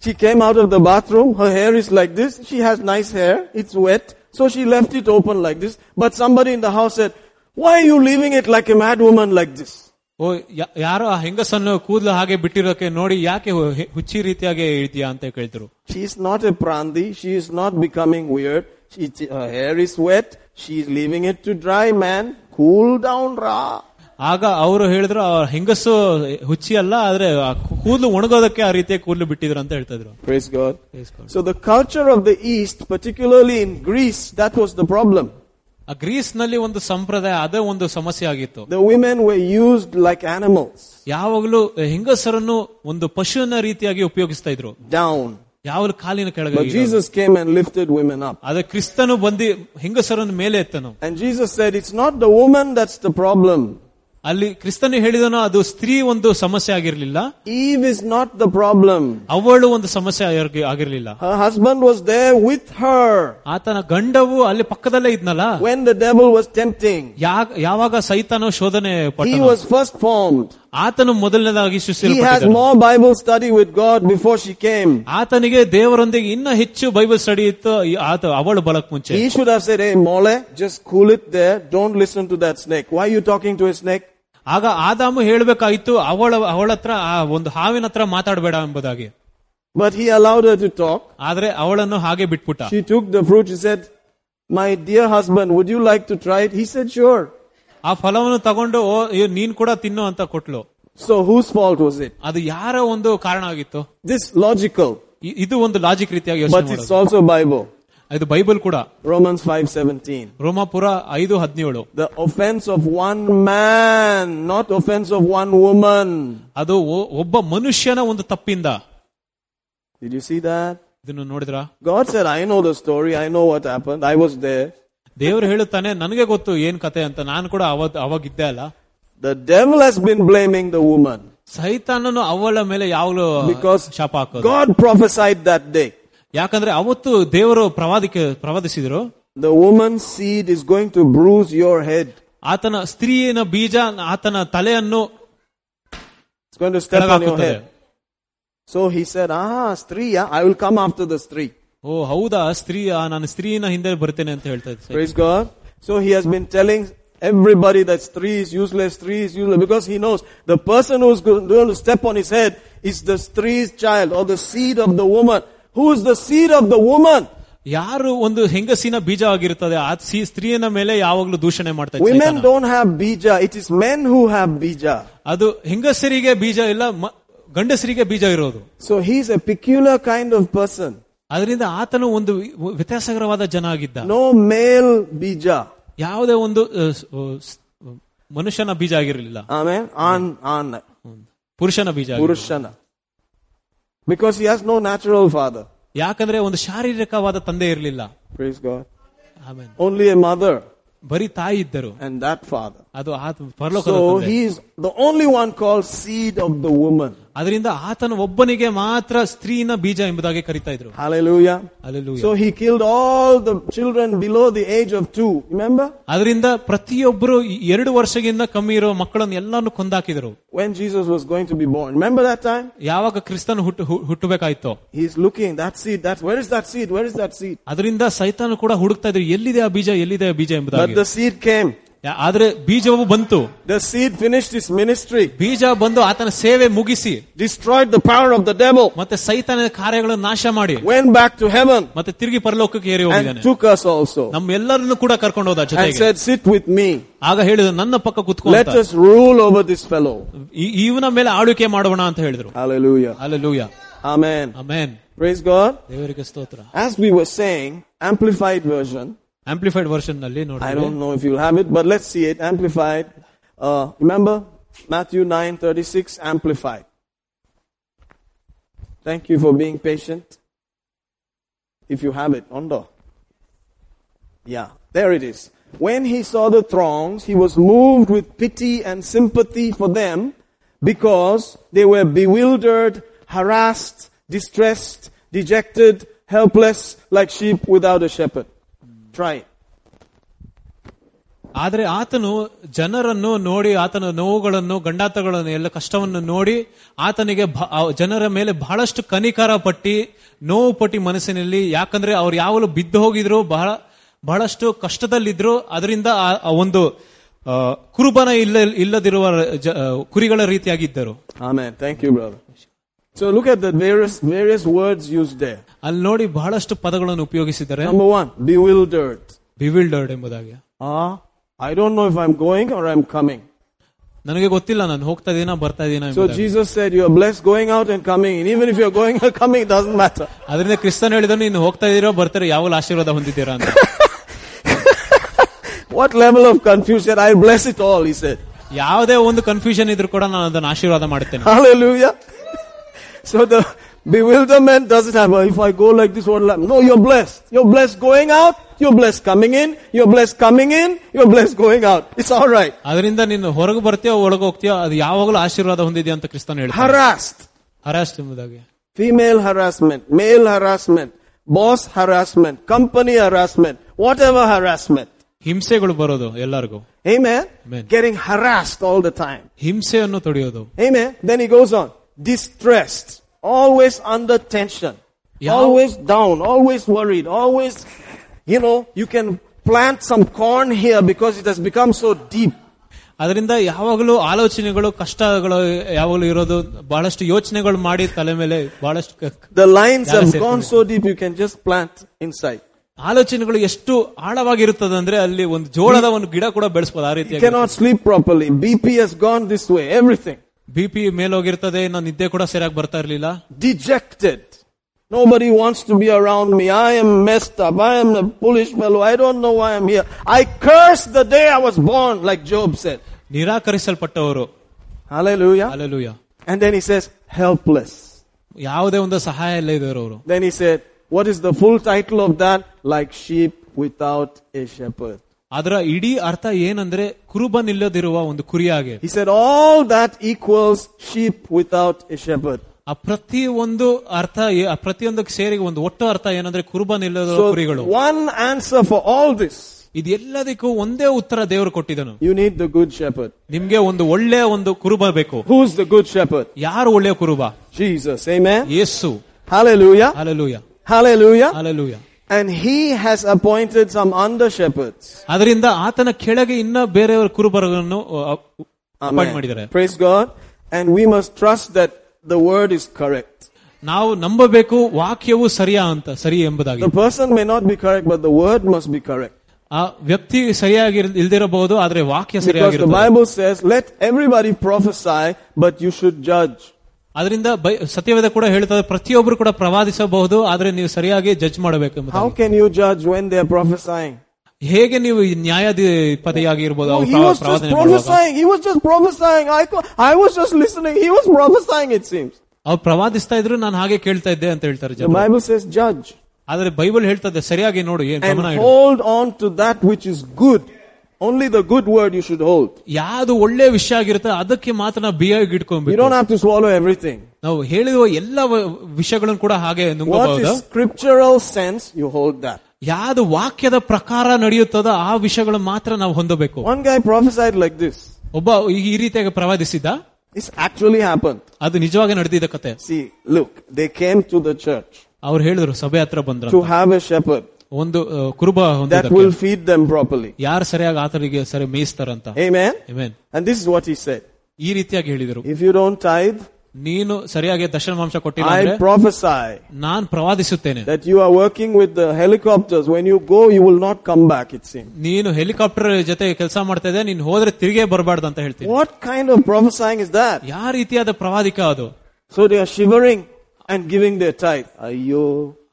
She came out of the bathroom. Her hair is like this. She has nice hair. It's wet. So she left it open like this. But somebody in the house said, why are you leaving it like a mad woman like this?
ಓ ಯಾ- ಯಾರೋ ಆ ಹೆಂಗಸನ್ನು ಕೂದಲು ಹಾಗೆ ಬಿಟ್ಟಿರೋಕೆ ನೋಡಿ ಯಾಕೆ ಹು- ಹೆ- ಹುಚ್ಚಿ ರೀತಿಯಾಗಿ ಇದೆಯಾ ಅಂತ ಕೇಳಿದ್ರು
She is not a prandi. She is not becoming weird. She, her hair is wet. She's leaving it to dry, man. Cool down, Ra.
ಆಗ ಅವರು ಹೇಳಿದ್ರು ಆ ಹೆಂಗಸು ಹುಚ್ಚಿ ಅಲ್ಲ ಆದ್ರೆ ಆ ಕೂದಲು ಒಣಗೋದಕ್ಕೆ ಆ ರೀತಿಯ ಕೂದಲು ಬಿಟ್ಟಿದ್ರು ಅಂತ ಹೇಳ್ತಾ ಇದ್ರು
Praise God.
Praise God.
So the culture of the East, particularly in Greece, that was the problem.
ಆ ಗ್ರೀಸ್ ನಲ್ಲಿ ಒಂದು ಸಂಪ್ರದಾಯ ಅದೇ ಒಂದು ಸಮಸ್ಯೆ ಆಗಿತ್ತು
The women were used like animals.
ಯಾವಾಗಲೂ ಹೆಂಗಸರನ್ನು ಒಂದು ಪಶುವಿನ ರೀತಿಯಾಗಿ ಉಪಯೋಗಿಸ್ತಾ ಇದ್ರು
Down.
ಯಾವಾಗಲೂ ಕಾಲಿನ ಕೆಳಗೆ
But
ಇರೋರು.
Jesus came and lifted women up.
ಆದ್ರೆ ಕ್ರಿಸ್ತನು ಬಂದು ಹೆಂಗಸರನ್ನು ಮೇಲೆ ಎತ್ತನು
And Jesus said, it's not the woman that's the problem.
ಅಲ್ಲಿ ಕ್ರಿಸ್ತನು ಹೇಳಿದನೋ ಅದು ಸ್ತ್ರೀ ಒಂದು ಸಮಸ್ಯೆ ಆಗಿರ್ಲಿಲ್ಲ
Eve is not the problem.
ಅವಳು ಒಂದು ಸಮಸ್ಯೆ ಆಗಿ- ಆಗಿರ್ಲಿಲ್ಲ
Her husband was there with her
ಆತನ ಗಂಡವು ಅಲ್ಲಿ ಪಕ್ಕದಲ್ಲೇ ಇದ್ನಲ್ಲ
when the devil was tempting.
ಯಾ- ಯಾವಾಗ ಸೈತಾನ ಶೋಧನೆ
He
ಪಟ್ಟ
was first formed.
ಆತನು ಮೊದಲನೇದಾಗಿ
He has
ಸೃಷ್ಟಿಸಲ್ಪಟ್ಟಿದ್ದಾನೆ
more Bible study with God before she came.
ಆತನಿಗೆ ದೇವರೊಂದಿಗೆ ಇನ್ನ ಹೆಚ್ಚು ಬೈಬಲ್ ಸ್ಟಡಿ ಇತ್ತು ಈ ಆತ ಅವಳು ಬಲಕ್ ಮುಂಚೆ
He should have said, Hey, Mole, just cool it there. Don't listen to that snake. Why are you talking to a snake?
ಆಗ ಆದಾಮು ಹೇಳ್ಬೇಕಾಗಿತ್ತು ಅವಳ ಅವಳ ಹತ್ರ ಆ ಒಂದು ಹಾವಿನ ಹತ್ರ ಮಾತಾಡಬೇಡ ಎಂಬುದಾಗಿ
But he allowed her to talk.
ಆದ್ರೆ ಅವಳನ್ನು ಹಾಗೆ ಬಿಟ್ಬಿಟ್ಟ
She took the fruit. She said, My dear husband, would you like to try it? He said, Sure.
ಆ ಫಲವನ್ನು ತಗೊಂಡು "ಓ, ಇವ್ ನೀನ್ ಕೂಡ ತಿನ್ನು ಅಂತ ಕೊಟ್ಲು
So whose fault was it?
ಅದು ಯಾರ ಒಂದು ಕಾರಣ ಆಗಿತ್ತು
This logical,
ಇ- ಇದು ಒಂದು ಲಾಜಿಕ್ ರೀತಿಯಾಗಿ ಯೋಚನೆ
but it's
ಮಾಡೋದು.
also Bible.
ಇದು ಬೈಬಲ್ ಕೂಡ
Romans 5:17.
ರೋಮಾಪುರ ಐದು ಹದಿನೇಳು
The offense of one man, not offense of one woman.
ಅದು ಒ- ಒಬ್ಬ ಮನುಷ್ಯನ ಒಂದು ತಪ್ಪಿಂದ
Did you see that?
ಇದನ್ನು ನೋಡಿದ್ರ
God said, I know the story. I know what happened. I was there.
ದೇವರು ಹೇಳುತ್ತಾನೆ ನನಗೆ ಗೊತ್ತು ಏನ್ ಕತೆ ಅಂತ ನಾನು ಕೂಡ ಅವಾಗ ಅವಾಗಿದ್ದೆ ಅಲ್ಲ
The devil has been blaming the woman
ಸೈತಾನನು ಅವಳ ಮೇಲೆ ಯಾವಾಗಲೂ
because
ಶಾಪ ಹಾಕೋದು
God prophesied that day.
ಯಾಕಂದ್ರೆ ಅವತ್ತು ದೇವರು ಪ್ರವಾದಿಕೆ ಪ್ರವಾದಿಸಿದ್ರು
The woman's seed is going to bruise your head.
ಆತನ ಸ್ತ್ರೀಯನ ಬೀಜ ಆತನ ತಲೆಯನ್ನು
It's going to step on your
ಕೆಳಗಾಕುತ್ತದೆ
head. So he said, Ah, Striya, I will come after the Stri.
ಓ ಹೌದಾ ಸ್ತ್ರೀ ಆ, ನಾನು ಸ್ತ್ರೀನ ಹಿಂದೆ ಬರ್ತೇನೆ ಅಂತ ಹೇಳ್ತಾ ಇದ್ದೆ
Praise God. So he has been telling everybody that Stri is useless, Stri is useless, because he knows the person who's going to step on his head is the Stri's child or the seed of the woman. Who is the seed of the woman?
ಯಾರು ಒಂದು ಹೆಂಗಸಿನ ಬೀಜ ಆಗಿರುತ್ತದೆ ಆ C- ಸ್ತ್ರೀಯನ ಮೇಲೆ ಯಾವಾಗ್ಲೂ ದೂಷಣೆ ಮಾಡ್ತಾ ಇದ್ದ
Women
ಸೈತಾನ.
don't have bija. It is men who have bija.
ಅದು ಹೆಂಗಸರಿಗೆ ಬೀಜ ಇಲ್ಲ ಮ- ಗಂಡಸರಿಗೆ ಬೀಜ ಇರೋದು
So he's a peculiar kind of person.
ಅದರಿಂದ ಆತನು ಒಂದು ವಿ- ವ್ಯತ್ಯಾಸಕರವಾದ ಜನ ಆಗಿದ್ದ
No male bija.
ಯಾವುದೇ ಒಂದು ಅ, ಸ್- ಅ, ಸ್- ಮನುಷ್ಯನ ಬೀಜ ಆಗಿರಲಿಲ್ಲ
Amen. An, an,
ಪುರುಷನ ಬೀಜ ಆಗಿರಲಿಲ್ಲ.
purushana. Because he has no natural father.
ಯಾಕಂದ್ರೆ ಒಂದು ಶಾರೀರಿಕವಾದ ತಂದೆ ಇರಲಿಲ್ಲ
Praise God.
ಆಮೇಲೆ
Only a mother
ಬರೀ ತಾಯಿ ಇದ್ದರು
and that father.
ಅದು ಆತ ಪರಲೋಕದ
So
ತಂದೆ.
he is the only one called seed of the woman.
ಅದರಿಂದ ಆತನ ಒಬ್ಬನಿಗೆ ಮಾತ್ರ ಸ್ತ್ರೀನ ಬೀಜ ಎಂಬುದಾಗಿ ಕರಿತಾ ಇದ್ರು
Hallelujah.
ಅಲ್ಲೆಲ್ಲೂ
So he killed all the children below the age of two. Remember?
ಅದರಿಂದ ಪ್ರತಿಯೊಬ್ಬರು ಈ ಎರಡು ವರ್ಷಗಿಂತ ಕಮ್ಮಿ ಇರೋ ಮಕ್ಕಳನ್ನು ಎಲ್ಲಾನು ಕೊಂದಾಕಿದ್ರು
When Jesus was going to be born. Remember that time?
ಯಾವಾಗ ಕ್ರಿಸ್ತನ್ ಹುಟ್ಟು ಹು- ಹುಟ್ಟಬೇಕಾಯ್ತೋ
He's looking, that seed, that, where is that seed? Where is that seed?
ಅದರಿಂದ ಸೈತಾನು ಕೂಡ ಹುಡುಕ್ತಾ ಇದ್ರು ಎಲ್ಲಿದೆ ಆ ಬೀಜ ಎಲ್ಲಿದೆ ಆ ಬೀಜ
But
ಎಂಬುದಾಗಿ
the seed came.
ಯಾ- ಆದ್ರೆ ಬೀಜವು ಬಂತು
The seed finished his ministry,
ಬೀಜ ಬಂದು ಆತನ ಸೇವೆ ಮುಗಿಸಿ
destroyed the power of the devil,
ಮತ್ತೆ ಸೈತಾನದ ಕಾರ್ಯಗಳನ್ನು ನಾಶ ಮಾಡಿ
went back to heaven,
ಮತ್ತೆ ತಿರುಗಿ ಪರಲೋಕಕ್ಕೆ ಏರಿ
and
ಹೋಗಿದ್ದಾನೆ
took us also.
ನಮ್ಮೆಲ್ಲರನ್ನು ಕೂಡ ಕರ್ಕೊಂಡು ಹೋದ
And
ಜೊತೆಗೆ
said, Sit with me.
ಆಗ ಹೇಳಿದ ನನ್ನ ಪಕ್ಕ
Let
ಕುತ್ಕೊಂಡು
us rule over this fellow.
ಇವನ ಮೇಲೆ ಆಳ್ವಿಕೆ ಮಾಡೋಣ ಅಂತ ಹೇಳಿದ್ರು
Hallelujah.
Alleluia
Amen.
Amen
Praise God.
ದೇವರಿಗೆ ಸ್ತೋತ್ರ
As we were saying, amplified version.
Amplified version ನಲ್ಲಿ ನೋಡಿ
I don't know if you'll have it, but let's see it amplified. Uh, remember Matthew 9:36 amplified. Thank you for being patient. If you have it, Ondo. Yeah, there it is. When he saw the throngs, he was moved with pity and sympathy for them because they were bewildered, harassed, distressed, dejected, helpless, like sheep without a shepherd. Try it.
ಆದ್ರೆ ಆತನು ಜನರನ್ನು ನೋಡಿ ಆತನ ನೋವುಗಳನ್ನು ಗಂಡಾತಗಳನ್ನು ಎಲ್ಲ ಕಷ್ಟವನ್ನು ನೋಡಿ ಆತನಿಗೆ ಬ- ಆ ಜನರ ಮೇಲೆ ಬಹಳಷ್ಟು ಕನಿಕಾರ ಪಟ್ಟಿ ನೋವು ಪಟ್ಟಿ ಮನಸ್ಸಿನಲ್ಲಿ ಯಾಕಂದ್ರೆ ಅವ್ರು ಯಾವಾಗಲೂ ಬಿದ್ದು ಹೋಗಿದ್ರು ಬಹಳ ಬಹಳಷ್ಟು ಕಷ್ಟದಲ್ಲಿದ್ರು ಅದರಿಂದ ಆ- ಆ ಒಂದು ಆ, ಕುರುಬನ ಇಲ್ಲ ಇಲ್ಲದಿರುವ ಜ- ಆ, ಕುರಿಗಳ ರೀತಿಯಾಗಿದ್ದರು
Amen. Thank you, brother. So look at the various various words used there.
ಅಲ್ಲಿ ನೋಡಿ ಬಹಳಷ್ಟು ಪದಗಳನ್ನು ಉಪಯೋಗಿಸಿದ್ದಾರೆ
Number one, bewildered.
ಬಿವಿಲ್ಡರ್ಡ್ ಎಂಬುದಾಗಿ
Ah, I don't know if I'm going or I'm coming.
ನನಗೆ ಗೊತ್ತಿಲ್ಲ ನಾನು ಹೋಗ್ತಾ ಇದೀನಾ ಬರ್ತಾ ಇದೀನಾ
So
ಎಂಬುದಾಗಿ.
Jesus said, "You are blessed going out and coming in. Even if you're going or coming, it doesn't matter."
ಅದರಿಂದ ಕ್ರಿಸ್ತನ್ ಹೇಳಿದ್ರು ನೀನು ಹೋಗ್ತಾ ಇದೀರೋ ಬರ್ತಾರೆ ಯಾವ ಆಶೀರ್ವಾದ ಹೊಂದಿದ್ದೀರಾ ಅಂತ
What level of confusion? I bless it all. He said,
ಯಾವುದೇ ಒಂದು ಕನ್ಫ್ಯೂಷನ್ ಇದ್ರು ಕೂಡ ನಾನು ಅದನ್ನು ಆಶೀರ್ವಾದ ಮಾಡ್ತೇನೆ
"Hallelujah." so the bewilderment doesn't happen. If I go like this, what? will happen? No, you're blessed. You're blessed going out. You're blessed coming in, you're blessed coming in, you're blessed going out. It's alright.
ಅದರಿಂದ ನೀನು ಹೊರಗೆ ಬರ್ತೀಯೋ ಒಳಗೆ ಹೋಗ್ತೀಯೋ ಅದು ಯಾವಾಗಲೂ ಆಶೀರ್ವಾದ ಹೊಂದಿದ್ಯಾ ಅಂತ ಕ್ರಿಸ್ತನ್ ಹೇಳ್ತಾರೆ
Harassed.
ಹರಾಸ್ಟ್ ಎಂಬುದಾಗಿ
Female harassment, male harassment, boss harassment, company harassment, whatever harassment.
ಹಿಂಸೆಗಳು ಬರೋದು ಎಲ್ಲರಿಗೂ
Amen?
Amen.
Getting harassed all the time.
ಹಿಂಸೆಯನ್ನು ತೊಡೆಯೋದು
Amen. Then he goes on. Distressed. Always under tension.
Yeah.
Always down. Always worried. Always, you know, you can plant some corn here because it has become so deep.
ಅದರಿಂದ ಯಾವಾಗಲೂ ಆಲೋಚನೆಗಳು ಕಷ್ಟಗಳು ಯಾವಾಗಲೂ ಇರೋದು ಬಹಳಷ್ಟು ಯೋಚನೆಗಳು ಮಾಡಿ ತಲೆ ಮೇಲೆ ಬಹಳಷ್ಟು ಕ-
The lines
Yeah,
have
that's it.
gone so deep you can just plant inside.
ಆಲೋಚನೆಗಳು ಎಷ್ಟು ಆಳವಾಗಿರುತ್ತದೆ ಅಂದ್ರೆ ಅಲ್ಲಿ ಒಂದು ಜೋಳದ ಒಂದು ಗಿಡ ಕೂಡ ಬೆಳೆಸಬಹುದು ಆ
You
ರೀತಿಯಾಗಿ
cannot sleep properly. BP has gone this way. Everything.
B P ಮೇಲೋಗಿರ್ತದೆ ಇನ್ನು ನಿದ್ದೆ ಕೂಡ ಸರಿಯಾಗಿ ಬರ್ತಾ ಇರ್ಲಿಲ್ಲ
Dejected. Nobody wants to be around me. I am messed up. I am a foolish fellow. I don't know why I'm here. I curse the day I was born, like Job said.
ನಿರಾಕರಿಸಲ್ಪಟ್ಟವರು
Hallelujah.
Alleluia
And then he says, helpless.
ಯಾವುದೇ ಒಂದು ಸಹಾಯ ಇಲ್ಲ ಇದ್ದಾರೆ ಅವರು
Then he said, what is the full title of that? Like sheep without a shepherd.
ಅದರ ಇಡೀ ಅರ್ಥ ಏನಂದ್ರೆ ಕುರುಬನಿಲ್ಲದಿರುವ ಒಂದು ಕುರಿಯಾಗಿ
He said, all that equals sheep without a shepherd.
ಆ ಪ್ರತಿ ಒಂದು ಅರ್ಥ ಏ- ಆ ಪ್ರತಿಯೊಂದಕ್ಕೆ ಸೇರಿ ಒಂದು ಒಟ್ಟು ಅರ್ಥ ಏನಂದ್ರೆ ಕುರುಬನಿಲ್ಲದ
So
ಕುರಿಗಳು
one answer for all this,
ಇದೆಲ್ಲದಕ್ಕೂ ಒಂದೇ ಉತ್ತರ ದೇವರು ಕೊಟ್ಟಿದನು
you need the good shepherd.
ನಿಮ್ಗೆ ಒಂದು ಒಳ್ಳೆ ಒಂದು ಕುರುಬ ಬೇಕು
Who's the good shepherd?
ಯಾರು ಒಳ್ಳೆ ಕುರುಬ
Jesus. Amen.
Yesu
Hallelujah.
Alleluia
Hallelujah.
Alleluia
And he has appointed some under shepherds.
ಅದರಿಂದ ಆತನ ಕೆಳಗೆ ಇನ್ನ ಬೇರೆಯವರ ಕುರುಬರನ್ನು ಅಪಾಯಿಂಟ್ ಮಾಡಿದ್ದಾರೆ
Amen. Praise God. And we must trust that the word is correct.
ನಾವು ನಂಬಬೇಕು ವಾಕ್ಯವು ಸರಿಯಾ ಅಂತ ಸರಿ ಎಂಬುದಾಗಿ
The person may not be correct, but the word must be correct.
ಆ ವ್ಯಕ್ತಿ ಸರಿಯಾಗಿ ಇಲ್ದಿರಬಹುದು ಆದ್ರೆ ವಾಕ್ಯ
Because the
ಸರಿಯಾಗಿರುತ್ತೆ
Bible says, let everybody prophesy, but you should judge.
ಅದರಿಂದ ಬೈ- ಸತ್ಯವೇದ ಕೂಡ ಹೇಳ್ತದೆ ಪ್ರತಿಯೊಬ್ಬರು ಕೂಡ ಪ್ರವಾದಿಸಬಹುದು ಆದ್ರೆ ನೀವು ಸರಿಯಾಗಿ ಜಡ್ಜ್ ಮಾಡಬೇಕು
How
ಎಂಬುದಾಗಿ
can you judge when they are prophesying?
ಹೇಗೆ ನೀವು ನ್ಯಾಯಾಧಿಪತಿಯಾಗಿ ಇರ್ಬೋದು
No,
ಅವ್ರು
he
ಪ್ರ-
was just
ಪ್ರವಾದನೆ ಮಾಡುವಾಗ
prophesying. He was just prophesying. I, co- I was just listening. He was prophesying, it seems.
ಅವ್ರು ಪ್ರವಾದಿಸ್ತಾ ಇದ್ರು ನಾನು ಹಾಗೆ ಕೇಳ್ತಾ ಇದ್ದೆ ಅಂತ ಹೇಳ್ತಾರೆ
The
ಜನರು
Bible says, judge
ಆದ್ರೆ ಬೈಬಲ್ ಹೇಳ್ತದೆ ಸರಿಯಾಗಿ ನೋಡು ಏನ್
and
ಗಮನ ಇಡು
hold on to that which is good. Only the good word you should hold.
ಯಾವ್ದು ಒಳ್ಳೆ ವಿಷಯ ಆಗಿರುತ್ತೆ ಅದಕ್ಕೆ ಮಾತ್ರ ನಾವು ಬಿಯಾಗಿ
You
ಇಟ್ಕೊಂಡ್ಬೇಕು
don't have to swallow everything.
ನಾವು ಹೇಳಿರುವ ಎಲ್ಲ ವ- ವಿಷಯಗಳನ್ನು ಕೂಡ ಹಾಗೆ
What
ನುಂಗಬಹುದು
is scriptural sense, you hold that.
ಯಾವ್ದು ವಾಕ್ಯದ ಪ್ರಕಾರ ನಡೆಯುತ್ತದೋ ಆ ವಿಷಯಗಳು ಮಾತ್ರ ನಾವು ಹೊಂದಬೇಕು
One guy prophesied like this.
ಒಬ್ಬ ಈ ಈ ರೀತಿಯಾಗಿ ಪ್ರವಾದಿಸಿದ್ದ
This actually happened.
ಅದು ನಿಜವಾಗಿ ನಡೆದಿದ್ದ ಕತೆ
See, look, they came to the church
ಅವ್ರು ಹೇಳಿದ್ರು ಸಭೆ ಹತ್ರ ಬಂದ್ರ
to have a shepherd
ಒಂದು ಆ, ಕುರುಬ
that
ಹೊಂದಿದ್ದಕ್ಕೆ
will feed them properly.
ಯಾರು ಸರಿಯಾಗಿ ಆತನಿಗೆ ಸರಿ ಮೇಯಿಸ್ತಾರಂತ
Amen.
Amen.
And this is what he said.
ಈ ರೀತಿಯಾಗಿ ಹೇಳಿದರು
If you don't tithe,
ನೀನು ಸರಿಯಾಗಿ ದಶಮಾಂಶ ಕೊಟ್ಟಿಲ್ಲ
I
ಅಂದ್ರೆ
prophesy
ನಾನ್ ಪ್ರವಾದಿಸುತ್ತೇನೆ
that you are working with the helicopters. When you go, you will not come back, it seems.
ನೀನು ಹೆಲಿಕಾಪ್ಟರ್ ಜೊತೆ ಕೆಲಸ ಮಾಡ್ತಾ ಇದ್ದೆ ನೀನ್ ಹೋದ್ರೆ ತಿರುಗೇ ಬರಬಾರ್ದು ಅಂತ ಹೇಳ್ತೀನಿ
What kind of prophesying is that?
ಯಾವ ರೀತಿಯಾದ ಪ್ರವಾದಿಕ ಅದು
So they are shivering and giving their tithe. Ayyo.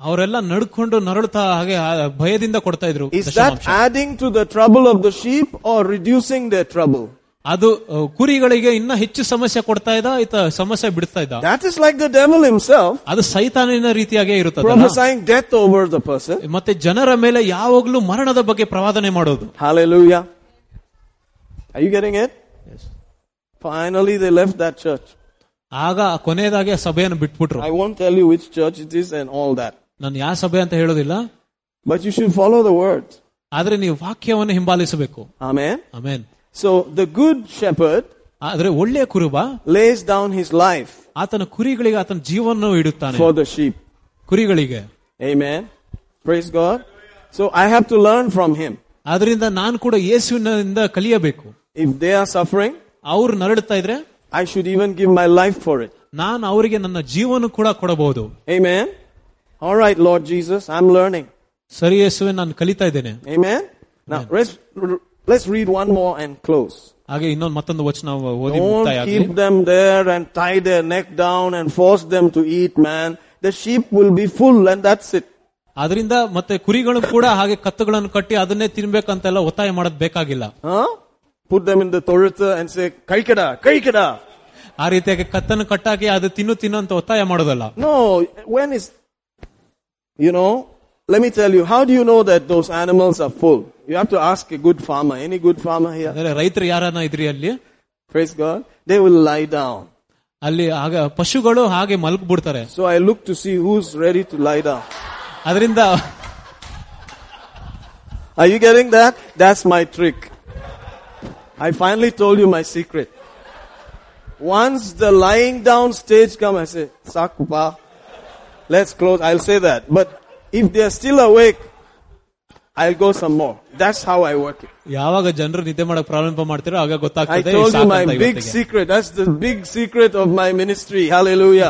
ಅವರೆಲ್ಲ ನಡ್ಕೊಂಡು ನರಳುತ್ತಾ ಹಾಗೆ ಆ ಭಯದಿಂದ ಕೊಡ್ತಾ ಇದ್ರು
Is that
ದಶಮಾಂಶ.
adding to the trouble of the sheep or reducing their trouble?
ಅದು ಆ, ಕುರಿಗಳಿಗೆ ಇನ್ನ ಹೆಚ್ಚು ಸಮಸ್ಯೆ ಕೊಡ್ತಾ ಇದ್ದ ಈತ ಸಮಸ್ಯೆ ಬಿಡ್ತಾ ಇದ್ದ
That is like the devil himself
ಅದು ಸೈತಾನಿನ ರೀತಿಯಾಗೇ ಇರುತ್ತದೆ
prophesying death over the person.
ಮತ್ತೆ ಜನರ ಮೇಲೆ ಯಾವಾಗ್ಲೂ ಮರಣದ ಬಗ್ಗೆ ಪ್ರವಾದನೆ ಮಾಡೋದು
Hallelujah. Are you getting it? Finally, they left that church.
ಆಗ ಆ ಕೊನೆಯದಾಗಿ ಆ ಸಭೆಯನ್ನು ಬಿಟ್ಬಿಟ್ರು
I won't tell you which church it is and all that.
ನಾನು ಯಾವ ಸಭೆ ಅಂತ ಹೇಳೋದಿಲ್ಲ
But you should follow the word.
ಆದ್ರೆ ನೀವು ವಾಕ್ಯವನ್ನು ಹಿಂಬಾಲಿಸಬೇಕು
Amen.
Amen
So the good shepherd
ಆದ್ರೆ ಒಳ್ಳೆಯ ಕುರುಬ
lays down his life
ಆತನ ಕುರಿಗಳಿಗೆ ಆತನ ಜೀವನ ಇಡುತ್ತಾನೆ
for the sheep.
ಕುರಿಗಳಿಗೆ
Amen. Praise God. So I have to learn from him.
ಆದ್ರಿಂದ ನಾನು ಕೂಡ ಯೇಸುವಿನಿಂದ ಕಲಿಯಬೇಕು
If they are suffering,
ಅವ್ರು ನರಳುತ್ತಾ ಇದ್ರೆ
I should even give my life for it.
ನಾನು ಅವರಿಗೆ ನನ್ನ ಜೀವನ ಕೂಡ ಕೊಡಬಹುದು
Amen. All right, Lord Jesus, I'm learning.
ಸರಿ ಯೇಸುವೆ ನಾನು ಕಲಿತಾ ಇದ್ದೇನೆ
Amen. Now let's let's read one more and close.
ಹಾಗೆ ಇನ್ನೊಂದು ಮತ್ತೊಂದು ವಚನ ಓದಿ ಮುಕ್ತಾಯ
Don't
ಆಗ್ಲಿ.
keep them there and tie their neck down and force them to eat, man. The sheep will be full and that's it.
ಆದ್ರಿಂದ ಮತ್ತೆ ಕುರಿಗಳು ಕೂಡ ಹಾಗೆ ಕತ್ತುಗಳನ್ನು ಕಟ್ಟಿ ಅದನ್ನೇ ತಿನ್ಬೇಕಂತೆಲ್ಲ ಒತ್ತಾಯ ಮಾಡೋದ್ ಬೇಕಾಗಿಲ್ಲ
Huh? Put them in the torita and say, Kaikada, Kaikada.
ಆ ರೀತಿಯಾಗಿ ಕತ್ತನ್ನು ಕಟ್ಟಾಕಿ ಅದು ತಿನ್ನು ತಿನ್ನು ಅಂತ ಒತ್ತಾಯ ಮಾಡೋದಲ್ಲ
No, when is, you know, Let me tell you, how do you know that those animals are full? You have to ask a good farmer. Any good farmer here?
ಅಂದ್ರೆ ರೈತರು ಯಾರನ್ನ ಇದ್ರಿ ಅಲ್ಲಿ
Praise God. They will lie down.
ಅಲ್ಲಿ ಆಗ ಪಶುಗಳು ಹಾಗೆ ಮಲ್ಗ್ಬಿಡ್ತಾರೆ
So I look to see who's ready to lie down.
ಅದರಿಂದ
Are you getting that? That's my trick. I finally told you my secret. Once the lying down stage comes, I say, Sakupa, let's close. I'll say that. But if they're still awake, I'll go some more. That's how I work it.
ಯಾವಾಗ ಜನರು ನಿದ್ದೆ ಮಾಡಕ್ ಪ್ರಾರಂಭ ಮಾಡ್ತಾರೋ ಆಗ
I
ಗೊತ್ತಾಗ್ತದೆ
told you my
ಸಾಕಂತ
big
ಇವತ್ತಿಗೆ.
secret. That's the big secret of my ministry. Hallelujah.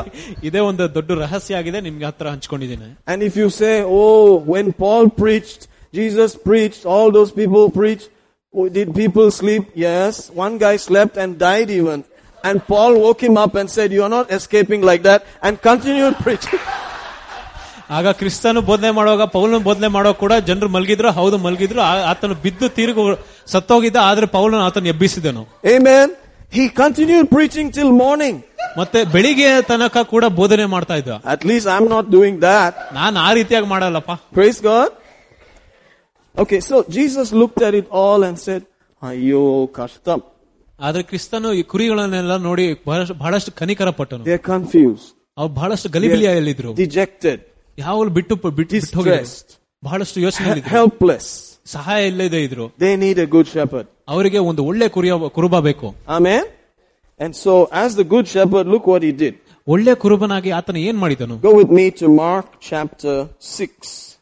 ಇದೇ ಒಂದು ದೊಡ್ಡ ರಹಸ್ಯ ಆಗಿದೆ ನಿಮ್ಗೆ ಹತ್ರ ಹಂಚ್ಕೊಂಡಿದ್ದೀನಿ
And if you say, oh, when Paul preached, Jesus preached, all those people preached, oh, did people sleep? Yes. One guy slept and died even. And Paul woke him up and said, you are not escaping like that and continued preaching.
ಆಗ ಕ್ರಿಸ್ತನು ಬೋಧನೆ ಮಾಡುವಾಗ ಪೌಲನ ಬೋಧನೆ ಮಾಡೋ ಕೂಡ ಜನರು ಮಲಗಿದ್ರು ಹೌದು ಮಲಗಿದ್ರು ಆ- ಆತನು ಬಿದ್ದು ತಿರುಗು ಸತ್ತೋಗಿದ್ದ ಆದ್ರೆ ಪೌಲನ ಆತನ ಎಬ್ಬಿಸಿದನು
Amen. He continued preaching till morning.
ಮತ್ತೆ ಬೆಳಿಗ್ಗೆ ತನಕ ಕೂಡ ಬೋಧನೆ ಮಾಡ್ತಾ ಇದ್ದ
At least I'm not doing that.
ನಾನು ಆ ರೀತಿಯಾಗಿ ಮಾಡಲ್ಲಪ್ಪ
Praise God. Okay, so Jesus looked at it all and said, Ayo, kashtam.
ಆದ್ರೆ ಕ್ರಿಸ್ತನು ಈ ಕುರಿಗಳನ್ನೆಲ್ಲ ನೋಡಿ ಬಹಳಷ್ಟು ಬಹಳಷ್ಟು ಕನಿಕರ ಪಟ್ಟನು
They're confused,
ಅವು ಬಹಳಷ್ಟು ಗಲಿಬಿಲಿಯಲ್ಲಿದ್ರು
dejected,
ಯಾವ ಬಿಟ್ಟು ಬಿಟ್ಟು ಬಿಟ್ಟು ಹೋಗಿದ್ರು.
distressed,
ಬಹಳಷ್ಟು ಯೋಚನೆ
helpless.
ಸಹಾಯ ಇಲ್ಲದೆ ಇದ್ರು
They need a good shepherd.
ಅವರಿಗೆ ಒಂದು ಒಳ್ಳೆ ಕುರಿಯ ಕುರುಬ ಬೇಕು
Amen. And so, as the good shepherd, look what he did.
ಒಳ್ಳೆ ಕುರುಬನಾಗಿ ಆತನ ಏನ್ ಮಾಡಿದನು
Go with me to Mark chapter 6,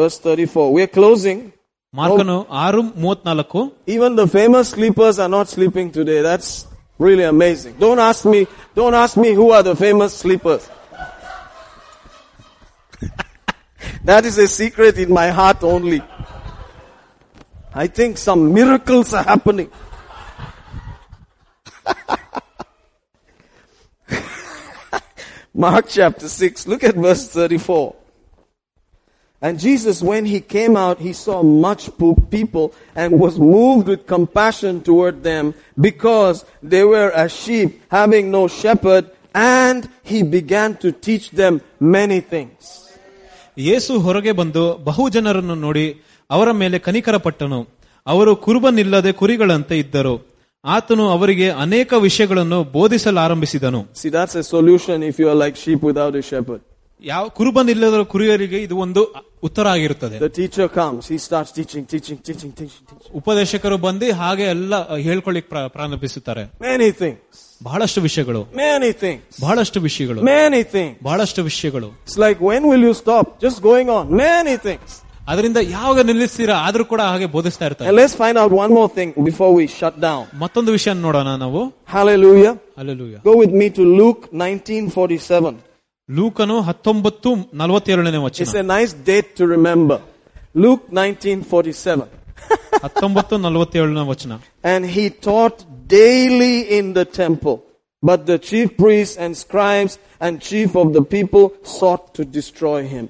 verse 34. We're closing.
ಮಾರ್ಕನು ಆರು ಮೂವತ್ನಾಲ್ಕು
Even the famous sleepers are not sleeping today. That's really amazing. Don't ask me, don't ask me who are the famous sleepers. that is a secret in my heart only. I think some miracles are happening. Mark chapter 6, look at verse 34. And Jesus, when he came out, he saw much po- people and was moved with compassion toward them because they were as sheep having no shepherd. And he began to teach them many things.
ಯೇಸು ಹೊರಗೆ ಬಂದು ಬಹು ಜನರನ್ನು ನೋಡಿ ಅವರ ಮೇಲೆ ಕನಿಕರ ಪಟ್ಟನು ಅವರು ಕುರುಬನಿಲ್ಲದೆ ಕುರಿಗಳಂತೆ ಇದ್ದರು ಆತನು ಅವರಿಗೆ ಅನೇಕ ವಿಷಯಗಳನ್ನು ಬೋಧಿಸಲಾರಂಭಿಸಿದನು
See, that's a solution if you are like sheep without a shepherd.
ಯಾವ ಕುರುಬನಿಲ್ಲದ ಕುರಿಯರಿಗೆ ಇದು ಒಂದು ಉತ್ತರ ಆಗಿರುತ್ತದೆ
The teacher comes, he starts teaching, teaching, teaching, teaching, teaching.
ಉಪದೇಶಕರು ಬಂದು ಹಾಗೆ ಎಲ್ಲ ಹೇಳ್ಕೊಳ್ಳಿಕ್ ಪ್ರಾ- ಪ್ರಾರಂಭಿಸುತ್ತಾರೆ
Many things,
ಬಹಳಷ್ಟು ವಿಷಯಗಳು
many things,
ಬಹಳಷ್ಟು ವಿಷಯಗಳು
many things.
ಬಹಳಷ್ಟು ವಿಷಯಗಳು
It's like, when will you stop? Just going on, many things.
ಅದರಿಂದ ಯಾವಾಗ ನಿಲ್ಲಿಸ್ತೀರಾ ಆದ್ರೂ ಕೂಡ ಹಾಗೆ ಬೋಧಿಸ್ತಾ ಇರ್ತಾರೆ
And let's find out one more thing before we shut down.
ಮತ್ತೊಂದು ವಿಷಯ ನೋಡೋಣ ನಾವು
Hallelujah.
Alleluia
Go with me to Luke 1947.
ಲೂಕನು ಹತ್ತೊಂಬತ್ತು ನಲವತ್ತೇಳನೇ
It's
ವಚನ
a nice date to remember. Luke 1947.
ಹತ್ತೊಂಬತ್ತು ನಲವತ್ತೇಳನೇ ವಚನ
And he taught daily in the temple. But the chief priests and scribes and chief of the people sought to destroy him.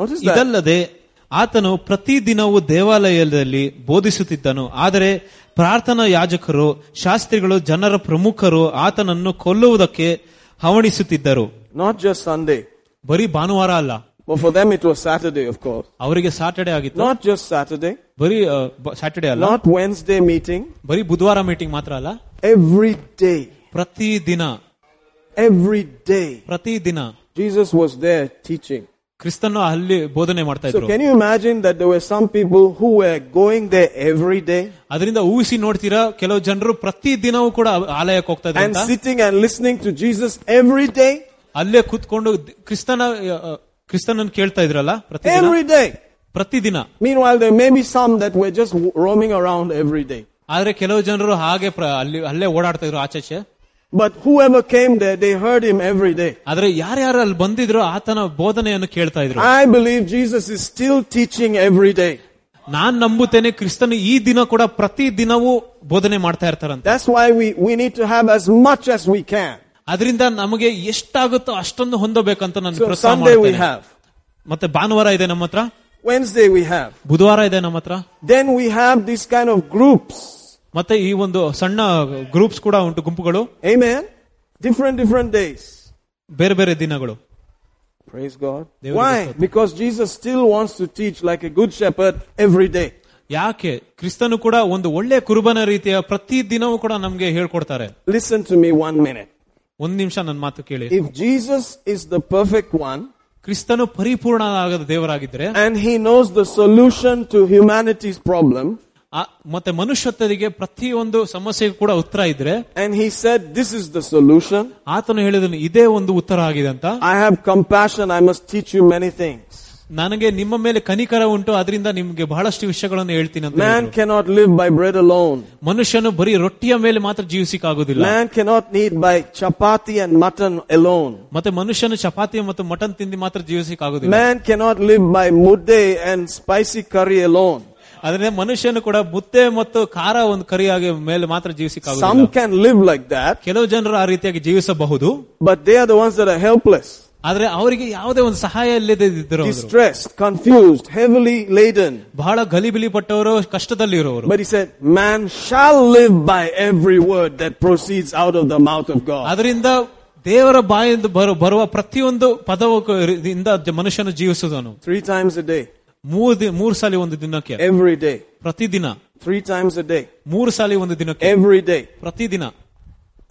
Notice that.
ಇದಲ್ಲದೆ ಆತನು ಪ್ರತಿದಿನವೂ ದೇವಾಲಯದಲ್ಲಿ ಬೋಧಿಸುತ್ತಿದ್ದನು ಆದರೆ ಪ್ರಾರ್ಥನಾ ಯಾಜಕರು ಶಾಸ್ತ್ರಿಗಳು ಜನರ ಪ್ರಮುಖರು ಆತನನ್ನು ಕೊಲ್ಲುವುದಕ್ಕೆ ಹವಣಿಸುತ್ತಿದ್ದರು
Not just Sunday.
ಬರೀ ಭಾನುವಾರ ಅಲ್ಲ
But for them it was Saturday, of course.
ಅವರಿಗೆ ಸಾಟರ್ಡೆ ಆಗಿತ್ತು
Not just Saturday.
ಬರೀ ಸ್ಯಾಟರ್ಡೆ ಅಲ್ಲ
Not Wednesday meeting.
ಬರೀ ಬುಧವಾರ ಮೀಟಿಂಗ್ ಮಾತ್ರ ಅಲ್ಲ
Every day.
ಪ್ರತಿ ದಿನ
Every day.
ಪ್ರತಿ ದಿನ
Jesus was there teaching.
ಕ್ರಿಸ್ತನ್ನು ಅಲ್ಲಿ ಬೋಧನೆ ಮಾಡ್ತಾ
So
ಇದ್ರು
can you imagine that there were some people who were going there every day
ಅದರಿಂದ ಊಹಿಸಿ ನೋಡ್ತೀರಾ ಕೆಲವು ಜನರು ಪ್ರತಿ ದಿನವೂ ಕೂಡ ಆಲಯಕ್ಕೆ ಹೋಗ್ತಾ ಇದ್ರು
and
ಅಂತ.
sitting and listening to Jesus every day?
ಅಲ್ಲೇ ಕೂತ್ಕೊಂಡು ದ್- ಕ್ರಿಸ್ತನ ಅ, ಕ್ರಿಸ್ತನನ್ನು ಕೇಳ್ತಾ ಇದ್ರಲ್ಲ ಪ್ರತಿದಿನ
Every day.
ಪ್ರತಿದಿನ
Meanwhile, there may be some that were just w- roaming around every day.
ಆದ್ರೆ ಕೆಲವು ಜನರು ಹಾಗೆ ಪ್ರ- ಅಲ್ಲಿ ಅಲ್ಲೇ ಓಡಾಡ್ತಾ ಇದ್ರು ಆಚೆಚೆ
But whoever came there, they heard him every day.
ಆದ್ರೆ ಯಾರ್ಯಾರು ಅಲ್ಲಿ ಬಂದಿದ್ರು ಆತನ ಬೋಧನೆಯನ್ನು ಕೇಳ್ತಾ ಇದ್ರು
I believe Jesus is still teaching every day.
ನಾನ್ ನಂಬುತ್ತೇನೆ ಕ್ರಿಸ್ತನು ಈ ದಿನ ಕೂಡ ಪ್ರತಿ ದಿನವೂ ಬೋಧನೆ ಮಾಡ್ತಾ ಇರ್ತಾರಂತೆ
That's why we, we need to have as much as we can.
ಅದರಿಂದ ನಮಗೆ ಎಷ್ಟಾಗುತ್ತೋ ಅಷ್ಟೊಂದು ಹೊಂದಬೇಕಂತ ನಾನು
So
ಪ್ರೋತ್ಸಾಹ
Sunday we
ಮಾಡ್ತೇನೆ
have.
ಮತ್ತೆ ಭಾನುವಾರ ಇದೆ ನಮ್ಮ ಹತ್ರ
Wednesday we have.
ಬುಧವಾರ ಇದೆ ನಮ್ಮ ಹತ್ರ
Then we have these kind of groups.
ಮತ್ತೆ ಈ ಒಂದು ಸಣ್ಣ ಗ್ರೂಪ್ಸ್ ಕೂಡ ಉಂಟು ಗುಂಪುಗಳು
Amen. Different, different days.
ಬೇರೆ ಬೇರೆ ದಿನಗಳು
Praise God.
ದೇವರಿಗೆ
Why? Because Jesus still wants to teach like a good shepherd every day.
ಯಾಕೆ ಕ್ರಿಸ್ತನು ಕೂಡ ಒಂದು ಒಳ್ಳೆ ಕುರುಬನ ರೀತಿಯ ಪ್ರತಿ ದಿನವೂ ಕೂಡ ನಮ್ಗೆ ಹೇಳ್ಕೊಡ್ತಾರೆ
Listen to me one minute.
ಒಂದ್ ನಿಮಿಷ ನನ್ನ ಮಾತು ಕೇಳಿ
If Jesus is the perfect one
ಕ್ರಿಸ್ತನು ಪರಿಪೂರ್ಣ ಆಗದ ದೇವರಾಗಿದ್ರೆ
and he knows the solution to humanity's problem,
ಆ- ಮತ್ತೆ ಮನುಷ್ಯತ್ವರಿಗೆ ಪ್ರತಿಯೊಂದು ಸಮಸ್ಯೆಗೂ ಕೂಡ ಉತ್ತರ ಇದ್ರೆ
and he said, This is the solution,
ಆತನು ಹೇಳಿದನು ಇದೇ ಒಂದು ಉತ್ತರ ಆಗಿದೆ ಅಂತ
I have compassion, I must teach you many things.
ನನಗೆ ನಿಮ್ಮ ಮೇಲೆ ಕನಿಕರ ಉಂಟು ಅದರಿಂದ ನಿಮ್ಗೆ ಬಹಳಷ್ಟು ವಿಷಯಗಳನ್ನು ಹೇಳ್ತೀನಿ ಅಂತ
Man
ಹೇಳಿದ್ರು.
cannot live by bread alone.
ಮನುಷ್ಯನು ಬರೀ ರೊಟ್ಟಿಯ ಮೇಲೆ ಮಾತ್ರ ಜೀವಿಸಿಕ್ಕಾಗೋದಿಲ್ಲ
Man cannot eat by chapati and mutton alone.
ಮತ್ತೆ ಮನುಷ್ಯನು ಚಪಾತಿ ಮತ್ತು ಮಟನ್ ತಿಂದು ಮಾತ್ರ ಜೀವಿಸಿಕ್ಕಾಗೋದಿಲ್ಲ
Man cannot live by mudde and spicy curry alone.
ಅದರಿಂದ ಮನುಷ್ಯನು ಕೂಡ ಮುತ್ತೆ ಮತ್ತು ಖಾರ ಒಂದು ಕರಿಯಾಗಿ ಮೇಲೆ ಮಾತ್ರ
Some
ಜೀವಿಸಿಕ್ಕಾಗೋದಿಲ್ಲ
can live like that,
ಕೆಲವು ಜನರು ಆ ರೀತಿಯಾಗಿ ಜೀವಿಸಬಹುದು
but they are the ones that are helpless,
ಆದ್ರೆ ಅವರಿಗೆ ಯಾವುದೇ ಒಂದು ಸಹಾಯ ಇಲ್ಲದೆ ಇದ್ದರು ಅವ್ರು.
distressed, confused, heavily laden.
ಬಹಳ ಗಲಿಬಿಲಿ ಪಟ್ಟವರು ಕಷ್ಟದಲ್ಲಿ ಇರೋರು
But he said, Man shall live by every word that proceeds out of the mouth of God.
ಅದರಿಂದ ದೇವರ ಬಾಯಿಂದ ಬರು- ಬರುವ ಪ್ರತಿಯೊಂದು ಪದವು ಇಂದ ಮನುಷ್ಯನು ಜೀವಿಸುವನು
Three times a day,
ಮೂರ್ ದಿ- ಮೂರ್ ಸಾಲಿ ಒಂದು ದಿನಕ್ಕೆ
every day.
ಪ್ರತಿದಿನ
Three times a day,
ಮೂರು ಸಾಲಿ ಒಂದು ದಿನಕ್ಕೆ
every day.
ಪ್ರತಿದಿನ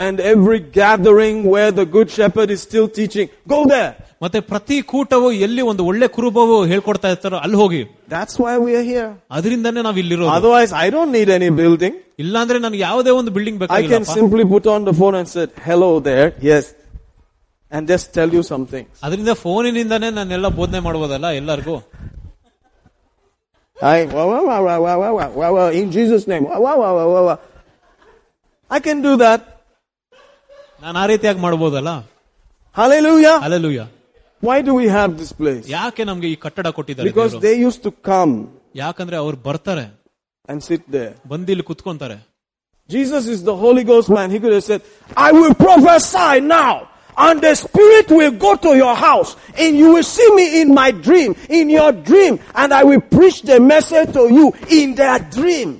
And every gathering where the good shepherd is still teaching, go there.
ಮತ್ತೆ ಪ್ರತಿ ಕೂಟವು ಎಲ್ಲಿ ಒಂದು ಒಳ್ಳೆ ಕುರುಬವು ಹೇಳ್ಕೊಡ್ತಾ ಇರ್ತಾರೋ ಅಲ್ಲಿ ಹೋಗಿ
That's why we are here.
ಅದರಿಂದಾನೇ ನಾವ್ ಇಲ್ಲಿರೋದು
Otherwise, I don't need any building.
ಇಲ್ಲಾಂದ್ರೆ ನನಗೆ ಯಾವುದೇ ಒಂದು ಬಿಲ್ಡಿಂಗ್
I can
ಬೇಕಾಗಿಲ್ಲ
simply put on the phone and said, hello there, yes. And just tell you something.
ಅದರಿಂದ ಫೋನಿನಿಂದಾನೇ ನಾನೆಲ್ಲ ಬೋಧನೆ ಮಾಡ್ಬೋದಲ್ಲ ಎಲ್ಲರಿಗೂ
I, wow, wow, wow, wow, wow, wow, wow, wow, wow, in Jesus' name. Wow, wow, wow, wow, wow, wow. I can do that.
ನಾನು ಆ ರೀತಿಯಾಗಿ ಮಾಡ್ಬೋದಲ್ಲ
Hallelujah.
Alleluia
Why do we have this place?
ಯಾಕೆ ನಮ್ಗೆ ಈ ಕಟ್ಟಡ ಕೊಟ್ಟಿದ್ದಾರೆ
Because
ದೇವ್ರು?
they used to come
ಯಾಕಂದ್ರೆ ಅವ್ರು ಬರ್ತಾರೆ
and sit there.
ಬಂದು ಇಲ್ಲಿ ಕುತ್ಕೊಂತಾರೆ
Jesus is the Holy Ghost man. He could have said, I will prophesy now. And the Spirit will go to your house. And you will see me in my dream, in your dream. And I will preach the message to you in their dream.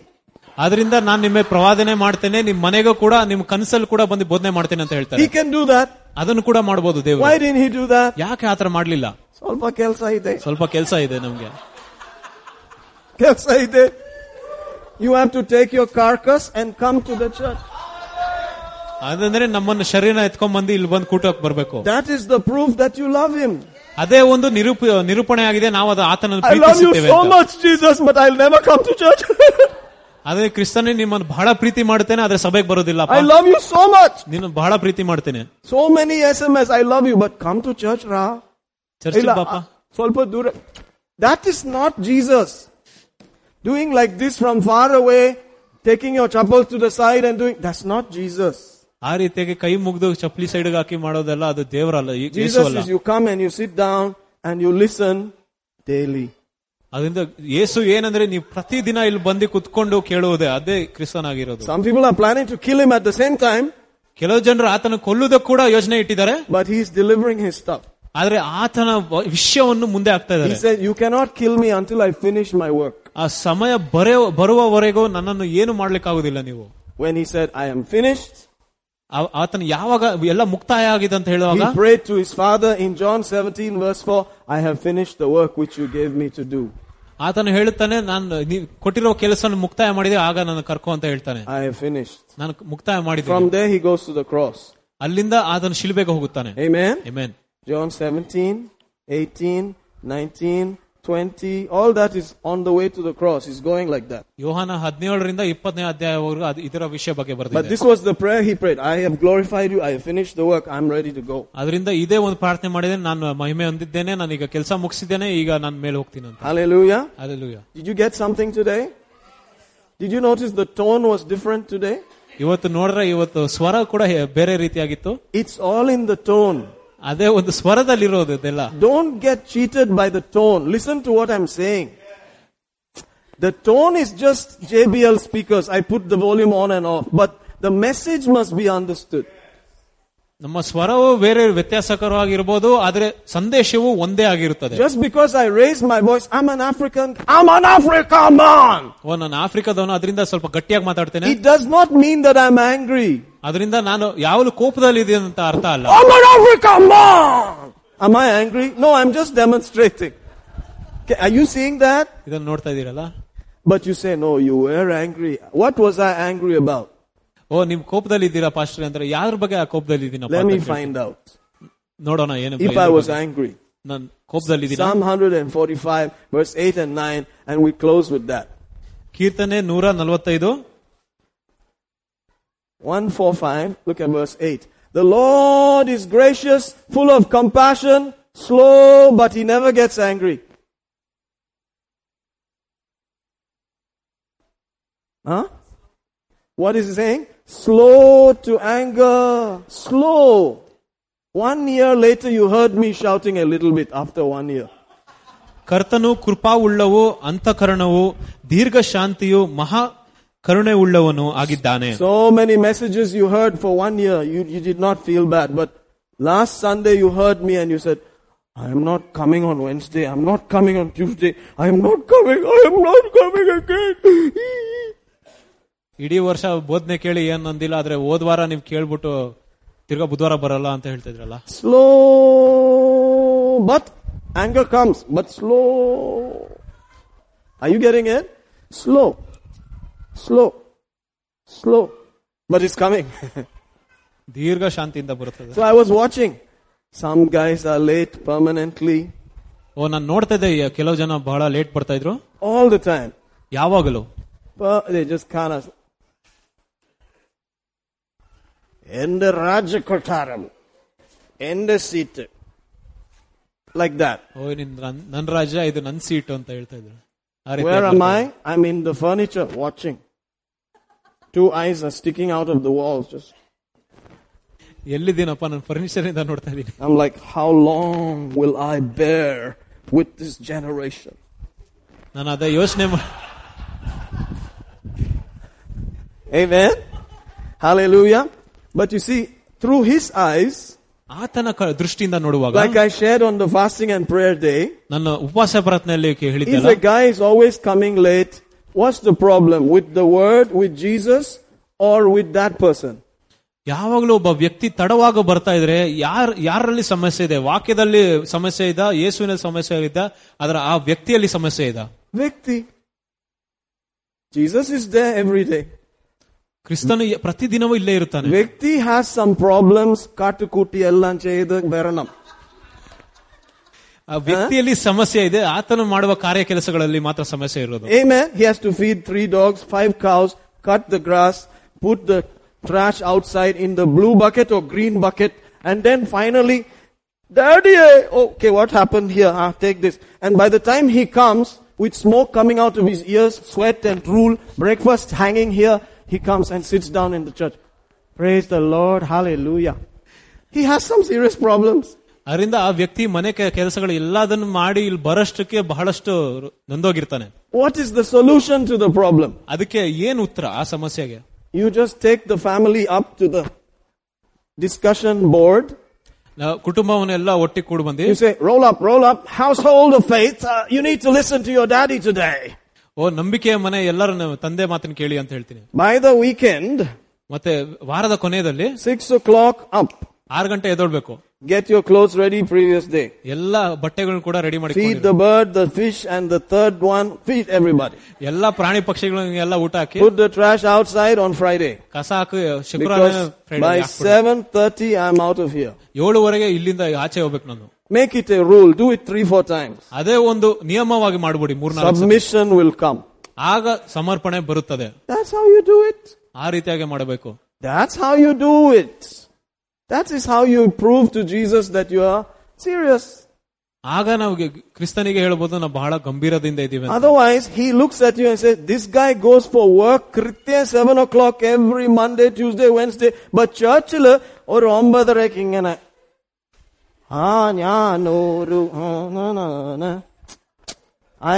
ಆದ್ರಿಂದ ನಾನ್ ನಿಮಗೆ ಪ್ರವಾದನೆ ಮಾಡ್ತೇನೆ ನಿಮ್ ಮನೆಗೂ ಕೂಡ ನಿಮ್ ಕನಸಲ್ಲಿ ಕೂಡ ಬಂದು ಬೋಧನೆ ಮಾಡ್ತೇನೆ ಅಂತ ಹೇಳ್ತಾರೆ
He can do that.
ಅದನ್ನು ಕೂಡ ಮಾಡಬಹುದು ದೇವ್ರು
Why didn't he do that?
ಯಾಕೆ ಆತರ ಮಾಡ್ಲಿಲ್ಲ
ಸ್ವಲ್ಪ ಕೆಲಸ ಇದೆ
ಸ್ವಲ್ಪ ಕೆಲಸ ಇದೆ ನಮ್ಗೆ
ಕೆಲಸ ಇದೆ You have to take your carcass and come to the church.
ಅದಂದ್ರೆ ನಮ್ಮನ್ನ ಶರೀರ ಎತ್ಕೊಂಡ್ ಬಂದು ಇಲ್ಲಿ ಬಂದು ಕೂಟಕ್ ಬರ್ಬೇಕು
That is the proof that you love him.
ಅದೇ ಒಂದು ನಿರೂಪ ನಿರೂಪಣೆ ಆಗಿದೆ ನಾವು ಅದು ಆತನನ್ನು
I love you
ಪ್ರೀತಿಸುತ್ತೇವೆ
so
ಅಂತ.
much, Jesus, but I'll never come to church.
ಅದೇ ಕ್ರಿಸ್ತನೇ ನಿಮ್ಮನ್ನು ಬಹಳ ಪ್ರೀತಿ ಮಾಡ್ತೇನೆ ಆದ್ರೆ ಸಭೆಗೆ ಬರೋದಿಲ್ಲ
I love you so much.
ನಿನ್ನ ಬಹಳ ಪ್ರೀತಿ ಮಾಡ್ತೇನೆ
So many SMS. I love you, but come to church, Ra.
Church
ಇಲ್ಲ,
ಪಾಪ
ಸ್ವಲ್ಪ ದೂರ. That is not Jesus. Doing like this from far away, taking your chapel to the side and doing. That's not Jesus.
ಆ ರೀತಿಯಾಗಿ ಕೈ ಮುಗ್ದು ಚಪ್ಪಲಿ side ಹಾಕಿ ಮಾಡೋದೆಲ್ಲ ಅದು ದೇವರಲ್ಲ ಈ- ಯೇಸು
Jesus
ಅಲ್ಲ
is you come and you sit down and you listen daily.
ಅದರಿಂದ ಯೇಸು ಏನಂದ್ರೆ ನೀವು ಪ್ರತಿದಿನ ಇಲ್ಲಿ ಬಂದು ಕುತ್ಕೊಂಡು ಕೇಳುವುದೇ ಅದೇ ಕ್ರಿಸ್ತನಾಗಿರೋದು
Some people are planning to kill him at the same time,
ಕೆಲವು ಜನರು ಆತನ ಕೊಲ್ಲುವುದಕ್ಕೆ ಕೂಡ ಯೋಚನೆ ಇಟ್ಟಿದ್ದಾರೆ
but he's delivering his stuff.
ಆದ್ರೆ ಆತನ ವ- ವಿಷಯವನ್ನು ಮುಂದೆ ಆಗ್ತಾ
He
ಇದ್ದಾರೆ
said, You cannot kill me until I finish my work.
ಆ ಸಮಯ ಬರೆ ಬರುವವರೆಗೂ ನನ್ನನ್ನು ಏನು ಮಾಡ್ಲಿಕ್ಕಾಗುದಿಲ್ಲ ನೀವು
When he said, I am finished,
ಆ- ಆತನ ಯಾವಾಗ ಎಲ್ಲ ಮುಕ್ತಾಯ ಆಗಿದೆ ಅಂತ ಹೇಳುವಾಗ
He prayed to his father in John 17 verse 4, I have finished the work which you gave me to do.
ಆತನು ಹೇಳುತ್ತಾನೆ ನಾನು ನೀವು ಕೊಟ್ಟಿರೋ ಕೆಲಸ ಮುಕ್ತಾಯ ಮಾಡಿದೆ ಆಗ ನನ್ನ ಕರ್ಕೋ ಅಂತ ಹೇಳ್ತಾನೆ
I have finished.
ನಾನು ಮುಕ್ತಾಯ ಮಾಡಿದ್ದೀನಿ
From there he goes to the cross.
ಅಲ್ಲಿಂದ ಆತನು ಶಿಲ್ಬೆಗೆ ಹೋಗುತ್ತಾನೆ
Amen.
Amen.
John 17, 18, 19, 20, all that is on the way to the cross. He's going like that.
ಯೋಹಾನ ಹದಿನೇಳರಿಂದ ಇಪ್ಪತ್ತನೇ ಅಧ್ಯಾಯವರೆಗೂ ಅದು ಇದರ ವಿಷಯ ಬಗ್ಗೆ
But
ಬರೆದಿದೆ
this was the prayer he prayed. I have glorified you. I have finished the work. I'm ready to go.
ಅದರಿಂದ ಇದೇ ಒಂದು ಪ್ರಾರ್ಥನೆ ಮಾಡಿದೆ ನಾನು ಮಹಿಮೆ ಹೊಂದಿದ್ದೇನೆ ನಾನೀಗ ಕೆಲಸ ಮುಗಿಸಿದ್ದೇನೆ ಈಗ ನಾನು ಮೇಲೆ ಹೋಗ್ತೀನಿ ಅಂತ
Hallelujah.
Alleluia
Did you get something today? Did you notice the tone was different today?
ಇವತ್ತು ನೋಡ್ರೆ ಇವತ್ತು ಸ್ವರ ಕೂಡ ಹೇ- ಬೇರೆ ರೀತಿಯಾಗಿತ್ತು
It's all in the tone.
ಅದೇ ಒಂದು ಸ್ವರದಲ್ಲಿರೋದು ಇದೆಲ್ಲ
Don't get cheated by the tone. Listen to what I'm saying. The tone is just JBL speakers. I put the volume on and off. But the message must be understood.
ನಮ್ಮ ಸ್ವರವು ಬೇರೆ ವ್ಯತ್ಯಾಸಕರವಾಗಿರ್ಬೋದು ಆದ್ರೆ ಸಂದೇಶವು ಒಂದೇ ಆಗಿರುತ್ತದೆ
Just because I raise my voice, I'm an African. I'm an African man.
ಓ ನಾನು ಆಫ್ರಿಕಾದವನು ಅದರಿಂದ ಸ್ವಲ್ಪ ಗಟ್ಟಿಯಾಗಿ ಮಾತಾಡ್ತೇನೆ
It does not mean that I'm angry.
ಅದರಿಂದ ನಾನು ಯಾವಲು ಕೋಪದಲ್ಲಿ ಅಂತ ಅರ್ಥ ಅಲ್ಲ
I'm an African man. Am I angry? No, I'm just demonstrating. Okay, are you seeing that?
ಇದನ್ನ ನೋಡ್ತಾ ಇದೀರಲ್ಲ
But you say, no, you were angry. What was I angry about?
ಓ ನಿಮ್ ಕೋಪದಲ್ಲಿ ಇದ್ದೀರಾ ಪಾಸ್ಟರ್ ಅಂತಾರೆ ಯಾರ ಬಗ್ಗೆ ಆ ಕೋಪದಲ್ಲಿ
Let me
ಇದೀನಪ್ಪ
find out.
ನೋಡೋಣ ಏನು
If I was angry.
ನಾನು ಕೋಪದಲ್ಲಿ ಇದೀನಿ
Psalm 145, verse 8 and 9, and we close with that.
ಕೀರ್ತನೆ ನೂರ ನಲವತ್ತೈದು
145, look at verse 8. The Lord is gracious, full of compassion, slow, but he never gets angry. Huh? What is he saying? Slow to anger, slow. One year later, you heard me shouting a little bit after one year.
ಕರ್ತನು ಕೃಪಾವುಳ್ಳವು ಅಂತಃಕರಣವು ದೀರ್ಘ ಶಾಂತಿಯು ಮಹಾ ಕರುಣೆ ಉಳ್ಳವನು ಆಗಿದ್ದಾನೆ
So many messages you heard for one year, you, you did not feel bad. But last Sunday you heard me and you said, I am not coming on Wednesday, I'm not coming on Tuesday, I am not coming, I am not coming again.
ಇಡೀ ವರ್ಷ ಬೋಧನೆ ಕೇಳಿ ಏನ್ ಅಂದಿಲ್ಲ ಆದ್ರೆ ಹೋದ್ವಾರ ನೀವ್ ಕೇಳ್ಬಿಟ್ಟು ತಿರ್ಗಾ ಬುಧವಾರ ಬರಲ್ಲ ಅಂತ ಹೇಳ್ತಿದ್ರಲ್ಲ
slow, but anger comes, but slow. Are you getting it? Slow, slow, slow, but it's coming.
ದೀರ್ಘ ಶಾಂತಿಯಿಂದ ಬರುತ್ತದೆ
so I was watching. Some guys are late permanently.
ಓ ನಾನು ನೋಡ್ತಾ ಇದ್ದೆ ಈ ಕೆಲವು ಜನ ಬಹಳ ಲೇಟ್ ಬರ್ತಾ ಇದ್ರು
all the time.
ಯಾವಾಗಲೂ
But they just kind of. എന്റെ രാജകൊട്ടാരം എന്റെ സീറ്റ് ലൈക്ക് ദാറ്റ്
ಓ ನಿನ್ ನನ್- ನನ್ ರಾಜ್ಯ ಇದು ನನ್ ಸೀಟು ಅಂತ ಹೇಳ್ತಾ ಇದ್ರು ಆ ರೀತಿ
വേർ am
ಆಗ್ಬಿಡ್ತು.
i i'm in the furniture watching two eyes are sticking out of the walls just
ಎಲ್ಲಿದ್ದೀನಪ್ಪ ನಾನು ಫರ್ನಿಚರ್ ಇಂದ ನೋಡ್ತಾ ಇದ್ದೀನಿ
i'm like how long will i bear with this generation
ನಾನು ಅದೇ ಯೋಚನೆ ಮಾಡಿ
amen hallelujah but you see through his eyes
ಆತನ ಕ- ದೃಷ್ಟಿಯಿಂದ ನೋಡುವಾಗ
like i shared on the fasting and prayer day
ನನ್ನ ಉಪವಾಸ ಪ್ರಾರ್ಥನೆಯಲ್ಲಿ ಕೆ-
If
ಹೇಳಿದ್ದೆಲ್ಲ
a guy is always coming late, what's the problem? With the word, with Jesus, or with that person?
ಯಾವಾಗಲೂ ಒಬ್ಬ ವ್ಯಕ್ತಿ ತಡವಾಗ ಬರ್ತಾ ಇದ್ರೆ ಯಾರ್ ಯಾರಲ್ಲಿ ಸಮಸ್ಯೆ ಇದೆ ವಾಕ್ಯದಲ್ಲಿ ಸಮಸ್ಯೆ ಇದ್ದ ಯೇಸುವಿನಲ್ಲಿ ಸಮಸ್ಯೆ ಇದ್ದ ಆದ್ರೆ ಆ ವ್ಯಕ್ತಿಯಲ್ಲಿ ಸಮಸ್ಯೆ ಇದ್ದ
Vikti. Jesus is there every day.
ಕ್ರಿಸ್ತನು ಯ- ಪ್ರತಿದಿನವೂ ಇಲ್ಲೇ ಇರ್ತಾನೆ
Vikti has some problems. Katukuti ellan cheyda veranam.
ಆ ವ್ಯಕ್ತಿಯಲ್ಲಿ ಸಮಸ್ಯೆ ಇದೆ ಆತನು ಮಾಡುವ ಕಾರ್ಯ ಕೆಲಸಗಳಲ್ಲಿ ಮಾತ್ರ ಸಮಸ್ಯೆ ಇರೋದು
Amen. He has to feed three dogs, five cows, cut the grass, put the trash outside in the blue bucket or green bucket, and then finally, Daddy, eh, okay, what happened here? Ah, take this. And by the time he comes, with smoke coming out of his ears, sweat and drool, breakfast hanging here, he comes and sits down in the church. Praise the Lord, hallelujah. He has some serious problems.
ಅದರಿಂದ ಆ ವ್ಯಕ್ತಿ ಮನೆ K- ಕೆಲಸಗಳು ಎಲ್ಲದನ್ನು ಮಾಡಿ ಇಲ್ಲಿ ಬರೋಷ್ಟಕ್ಕೆ ಬಹಳಷ್ಟು ರು- ನೊಂದೋಗಿರ್ತಾನೆ
What is the solution to the problem?
ಅದಕ್ಕೆ ಏನ್ ಉತ್ತರ ಆ ಸಮಸ್ಯೆಗೆ
You just take the family up to the discussion board.
ನಾವು ಕುಟುಂಬವನ್ನೆಲ್ಲ ಒಟ್ಟಿಗೆ ಕೂಡಿ ಬಂದು
You say, roll up, roll up, household of faith. Uh, you need to listen to your daddy today.
ಓ ನಂಬಿಕೆಯ ಮನೆ ಎಲ್ಲರನ್ನ ತಂದೆ ಮಾತನ್ನ ಕೇಳಿ ಅಂತ ಹೇಳ್ತೀನಿ
By the weekend,
ಮತ್ತೆ ವಾರದ ಕೊನೆಯಲ್ಲಿ
six o'clock up.
ಆರು ಗಂಟೆ ಎದೊಳ್ಬೇಕು
Get your clothes ready previous day.
ಎಲ್ಲಾ ಬಟ್ಟೆಗಳನ್ನ ಕೂಡ ರೆಡಿ ಮಾಡಿ
Feed the bird, the fish, and the third one. Feed everybody.
ಎಲ್ಲಾ ಪ್ರಾಣಿ ಪಕ್ಷಿಗಳನ್ನೆಲ್ಲ ಊಟ ಹಾಕಿ
Put the trash outside on Friday.
ಕಸ ಹಾಕಿ ಶುಕ್ರವಾರ
Because by
Friday ಹಾಕ್ಬಿಡು.
7.30, I'm out of here.
ಏಳುವರೆಗೆ ಇಲ್ಲಿಂದ ಆಚೆ ಹೋಗ್ಬೇಕು ನಾನು
Make it a rule. Do it three, four times.
ಅದೇ ಒಂದು ನಿಯಮವಾಗಿ ಮಾಡ್ಬಿಡಿ ಮೂರ್ನಾಲ್ಕು ಸಲ.
Submission will come.
ಆಗ ಸಮರ್ಪಣೆ ಬರುತ್ತದೆ
That's how you do it.
ಆ ರೀತಿಯಾಗಿ ಮಾಡಬೇಕು
That's how you do it. That is how you prove to Jesus that you are serious.
ಆಗ ನಾವು ಗೆ- ಕ್ರಿಸ್ತನಿಗೆ ಹೇಳ್ಬೋದು ನಾವು ಬಹಳ ಗಂಭೀರದಿಂದ ಇದ್ದೀವಿ ಅಂತ.
Otherwise, he looks at you and says, This guy goes for work, Kritya, 7 o'clock every Monday, Tuesday, Wednesday, but church, or ഒമ്പതരക്ക് ഇങ്ങനെ ആ ഞാനൊരു ആ, ന, ന, ന.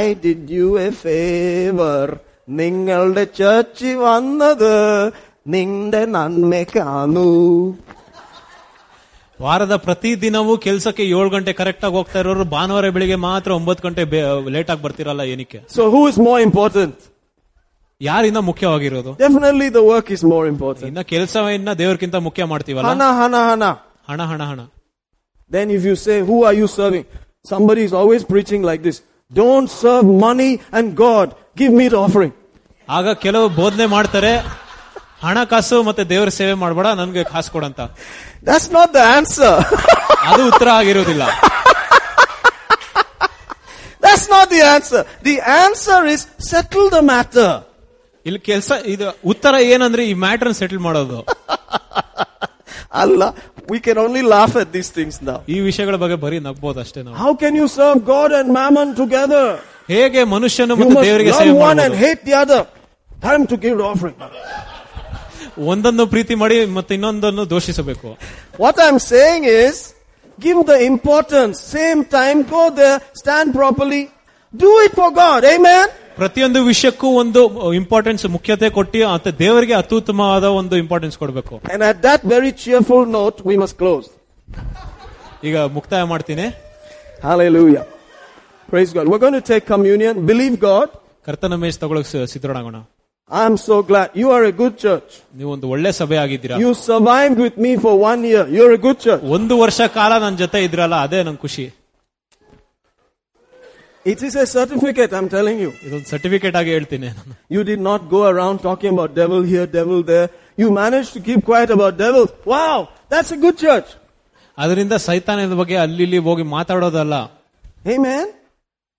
I did you a favor. നിങ്ങളുടെ ചർച്ച് വന്നത് നിന്റെ നന്മയ്ക്കാന്നു
ವಾರದ ಪ್ರತಿ ದಿನವೂ ಕೆಲಸಕ್ಕೆ ಏಳು ಗಂಟೆ ಕರೆಕ್ಟ್ ಆಗಿ ಹೋಗ್ತಾ ಇರೋರು ಭಾನುವಾರ ಬೆಳಿಗ್ಗೆ ಮಾತ್ರ ಒಂಬತ್ತು ಗಂಟೆ ಲೇಟ್ ಆಗಿ ಬರ್ತಿರಲ್ಲ ಏನಕ್ಕೆ
So who is more important?
ಯಾರಿಂದ ಮುಖ್ಯವಾಗಿರೋದು
Definitely the work is more important.
ಇನ್ನ ಕೆಲಸವನ್ನ ದೇವ್ರಕ್ಕಿಂತ ಮುಖ್ಯ ಮಾಡ್ತೀವಲ್ಲ
Hana, hana, hana.
ಹಣ ಹಣ ಹಣ
Then if you say, who are you serving? Somebody is always preaching like this. Don't serve money and God. Give me the offering.
ಆಗ ಕೆಲವು ಬೋಧನೆ ಮಾಡ್ತಾರೆ ಹಣಕಾಸು ಮತ್ತೆ ದೇವರ ಸೇವೆ ಮಾಡಬೇಡ ನನ್ಗೆ ಕಾಸು ಕೊಡಂತ
That's not the answer.
ಅದು ಉತ್ತರ ಆಗಿರೋದಿಲ್ಲ
That's not the answer. The answer is settle the matter.
ಇಲ್ಲಿ ಕೆಲಸ ಇದು ಉತ್ತರ ಏನಂದ್ರೆ ಈ ಮ್ಯಾಟರ್ ಸೆಟಲ್ ಮಾಡೋದು
Allah, we can only laugh at these things now.
ಈ ವಿಷಯಗಳ ಬಗ್ಗೆ ಬರೀ ನಗ್ಬೋದು ಅಷ್ಟೇ ನಾವು
How can you serve God and mammon together?
ಹೇಗೆ ಮನುಷ್ಯನು
You
ಮತ್ತೆ
must
ದೇವರಿಗೆ
love
ಸೇವೆ
one and
ಮಾಡಬಹುದು
hate the other. Time to give the offering.
ಒಂದನ್ನು ಪ್ರೀತಿ ಮಾಡಿ ಮತ್ತೆ ಇನ್ನೊಂದನ್ನು ದೋಷಿಸಬೇಕು
What I'm saying is, give the importance. Same time, go there, stand properly. Do it for God. Amen.
ಪ್ರತಿಯೊಂದು ವಿಷಯಕ್ಕೂ ಒಂದು ಇಂಪಾರ್ಟೆನ್ಸ್ ಮುಖ್ಯತೆ ಕೊಟ್ಟು ಮತ್ತೆ ದೇವರಿಗೆ ಅತ್ಯುತ್ತಮವಾದ ಒಂದು ಇಂಪಾರ್ಟೆನ್ಸ್ ಕೊಡಬೇಕು
And at that very cheerful note, we must close.
ಈಗ ಮುಕ್ತಾಯ ಮಾಡ್ತೀನಿ
Hallelujah. Praise God. We're going to take communion. Believe God.
ಕರ್ತನ ಮೇಜ್ ತಗೊಳಕ್ ಸಿ- ಸಿದ್ಧರಾಗೋಣ
I'm so glad. You are a good church.
ನೀವು ಒಂದು ಒಳ್ಳೆ ಸಭೆ ಆಗಿದ್ದೀರಾ
You survived with me for one year. You're a good church.
ಒಂದು ವರ್ಷ ಕಾಲ ನನ್ನ ಜೊತೆ ಇದ್ರಲ್ಲ ಅದೇ ನನ್ ಖುಷಿ
It is a certificate, I'm telling you.
ಇದೊಂದು ಸರ್ಟಿಫಿಕೇಟ್ ಆಗಿ ಹೇಳ್ತೀನಿ ನಾನು
You did not go around talking about devil here, devil there. You managed to keep quiet about devils. Wow, that's a good church.
ಅದರಿಂದ ಸೈತಾನದ ಬಗ್ಗೆ ಅಲ್ಲಿ ಇಲ್ಲಿ ಹೋಗಿ ಮಾತಾಡೋದಲ್ಲ
Amen.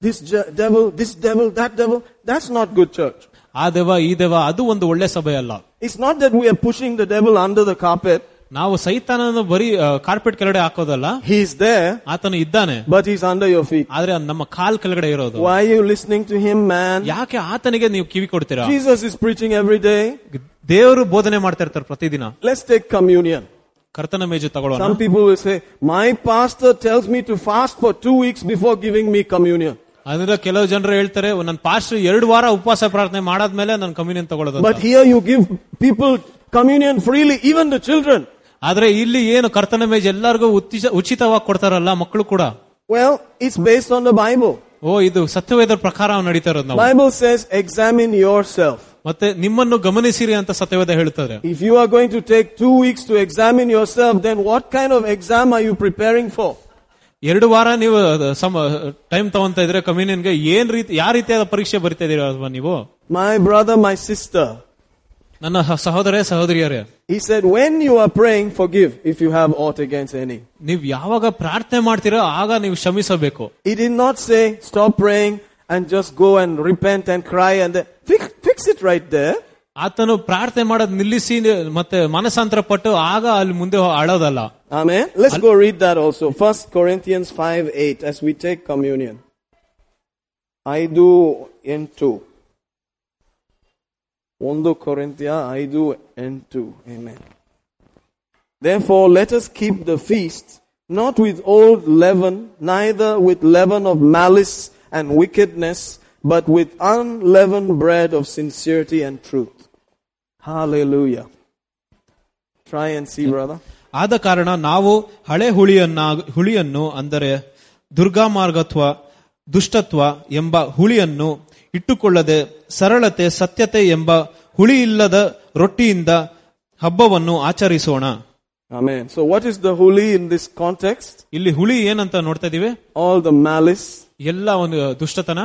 This je- devil, this devil, that devil, that's not good church.
ಆ ದೇವ ಈ ದೇವ ಅದು ಒಂದು ಒಳ್ಳೆ ಸಭೆ ಅಲ್ಲ
It's not that we are pushing the devil under the carpet.
ನಾವು ಸೈತಾನನ ಬರೀ ಕಾರ್ಪೆಟ್ ಕೆಳಗಡೆ ಹಾಕೋದಲ್ಲ
He's there,
ಆತನು ಇದ್ದಾನೆ
but he's under your feet.
ಆದ್ರೆ ಅವ್ನು ನಮ್ಮ ಕಾಲ್ ಕೆಳಗಡೆ ಇರೋದು
Why are you listening to him, man?
ಯಾಕೆ ಆತನಿಗೆ ನೀವು ಕಿವಿ ಕೊಡ್ತೀರಾ
Jesus is preaching every day.
ದೇವರು ಬೋಧನೆ ಮಾಡ್ತಾ ಇರ್ತಾರೆ ಪ್ರತಿದಿನ
Let's take communion.
ಕರ್ತನ ಮೇಜು ತಗೊಳ್ಳೋಣ
Some people will say, my pastor tells me to fast for two weeks before giving me communion.
ಅಂದ್ರೆ ಕೆಲವು ಜನರು ಹೇಳ್ತಾರೆ ನನ್ನ ಪಾಸ್ಟರ್ ಎರಡು ವಾರ ಉಪವಾಸ ಪ್ರಾರ್ಥನೆ ಮಾಡಾದ್ಮೇಲೆ ನಾನು ಕಮ್ಯುನಿಯನ್ ತಗೊಳ್ಳೋದು
But here you give people communion freely, even the children.
ಆದ್ರೆ ಇಲ್ಲಿ ಏನು ಕರ್ತನ ಮೇಜ್ ಎಲ್ಲರಿಗೂ ಉತ್ತಿ- ಉಚಿತವಾಗಿ ಕೊಡ್ತಾರಲ್ಲ ಮಕ್ಕಳು ಕೂಡ
Well, it's based on the Bible.
ಓ ಇದು ಸತ್ಯವೇದ ಪ್ರಕಾರ ಅವ್ನು ನಡೀತಾ ಇರೋದು ನಾವು
Bible says, examine yourself.
ಮತ್ತೆ ನಿಮ್ಮನ್ನು ಗಮನಿಸಿರಿ ಅಂತ ಸತ್ಯವೇದ ಹೇಳ್ತಾರೆ
If you are going to take two weeks to examine yourself, then what kind of exam are you preparing for?
ಎರಡು ವಾರ ನೀವು ಟೈಮ್ ತಗೊಂತ ಇದ್ರೆ ಕಮ್ಯುನಿಯನ್ಗೆ ಏನ್ ರೀತಿ ಯಾವ ರೀತಿಯಾದ ಪರೀಕ್ಷೆ ಬರಿತಾ ಇದೀರ ಅಲ್ವಾ ನೀವು
My brother, my sister,
ನನ್ನ ಹ- ಸಹೋದರ ಸಹೋದರಿಯರೇ
he said, when you are praying, forgive if you have aught against any.
ನೀವ್ ಯಾವಾಗ ಪ್ರಾರ್ಥನೆ ಮಾಡ್ತೀರೋ ಆಗ ನೀವು ಶ್ರಮಿಸಬೇಕು
He did not say, stop praying and just go and repent and cry and then fix, fix it right there.
ಆತನು ಪ್ರಾರ್ಥನೆ ಮಾಡೋದ್ ನಿಲ್ಲಿಸಿ ನಿ- ಮತ್ತೆ ಮನಸಾಂತರ ಪಟ್ಟು ಆಗ ಅಲ್ಲಿ ಮುಂದೆ ಹೋ- ಅಳೋದಲ್ಲ
Amen. Let's go read that also. First Corinthians 5 8 as we take communion. ಐದು ಎಂಟು ಒಂದು ಕೊರಿಂತಿಯ ಐದು ಎಂಟು Amen. Therefore, let us keep the feast, not with old leaven, neither with leaven of malice and wickedness, but with unleavened bread of sincerity and truth. Hallelujah. Try and see, brother.
ಆದ ಕಾರಣ ನಾವು ಹಳೆ ಹುಳಿಯನ್ನ ಹುಳಿಯನ್ನು ಅಂದರೆ ದುರ್ಗಾ ಮಾರ್ಗತ್ವ ದುಷ್ಟತ್ವ ಎಂಬ ಹುಳಿಯನ್ನು ಇಟ್ಟುಕೊಳ್ಳದೆ ಸರಳತೆ ಸತ್ಯತೆ ಎಂಬ ಹುಳಿ ಇಲ್ಲದ ರೊಟ್ಟಿಯಿಂದ ಹಬ್ಬವನ್ನು ಆಚರಿಸೋಣ
Amen. So, what is the huli in this context?
ಇಲ್ಲಿ ಹುಳಿ ಏನಂತ ನೋಡ್ತಾ ಇದೀವಿ
All the malice.
ಎಲ್ಲ ಒಂದು ದುಷ್ಟತನ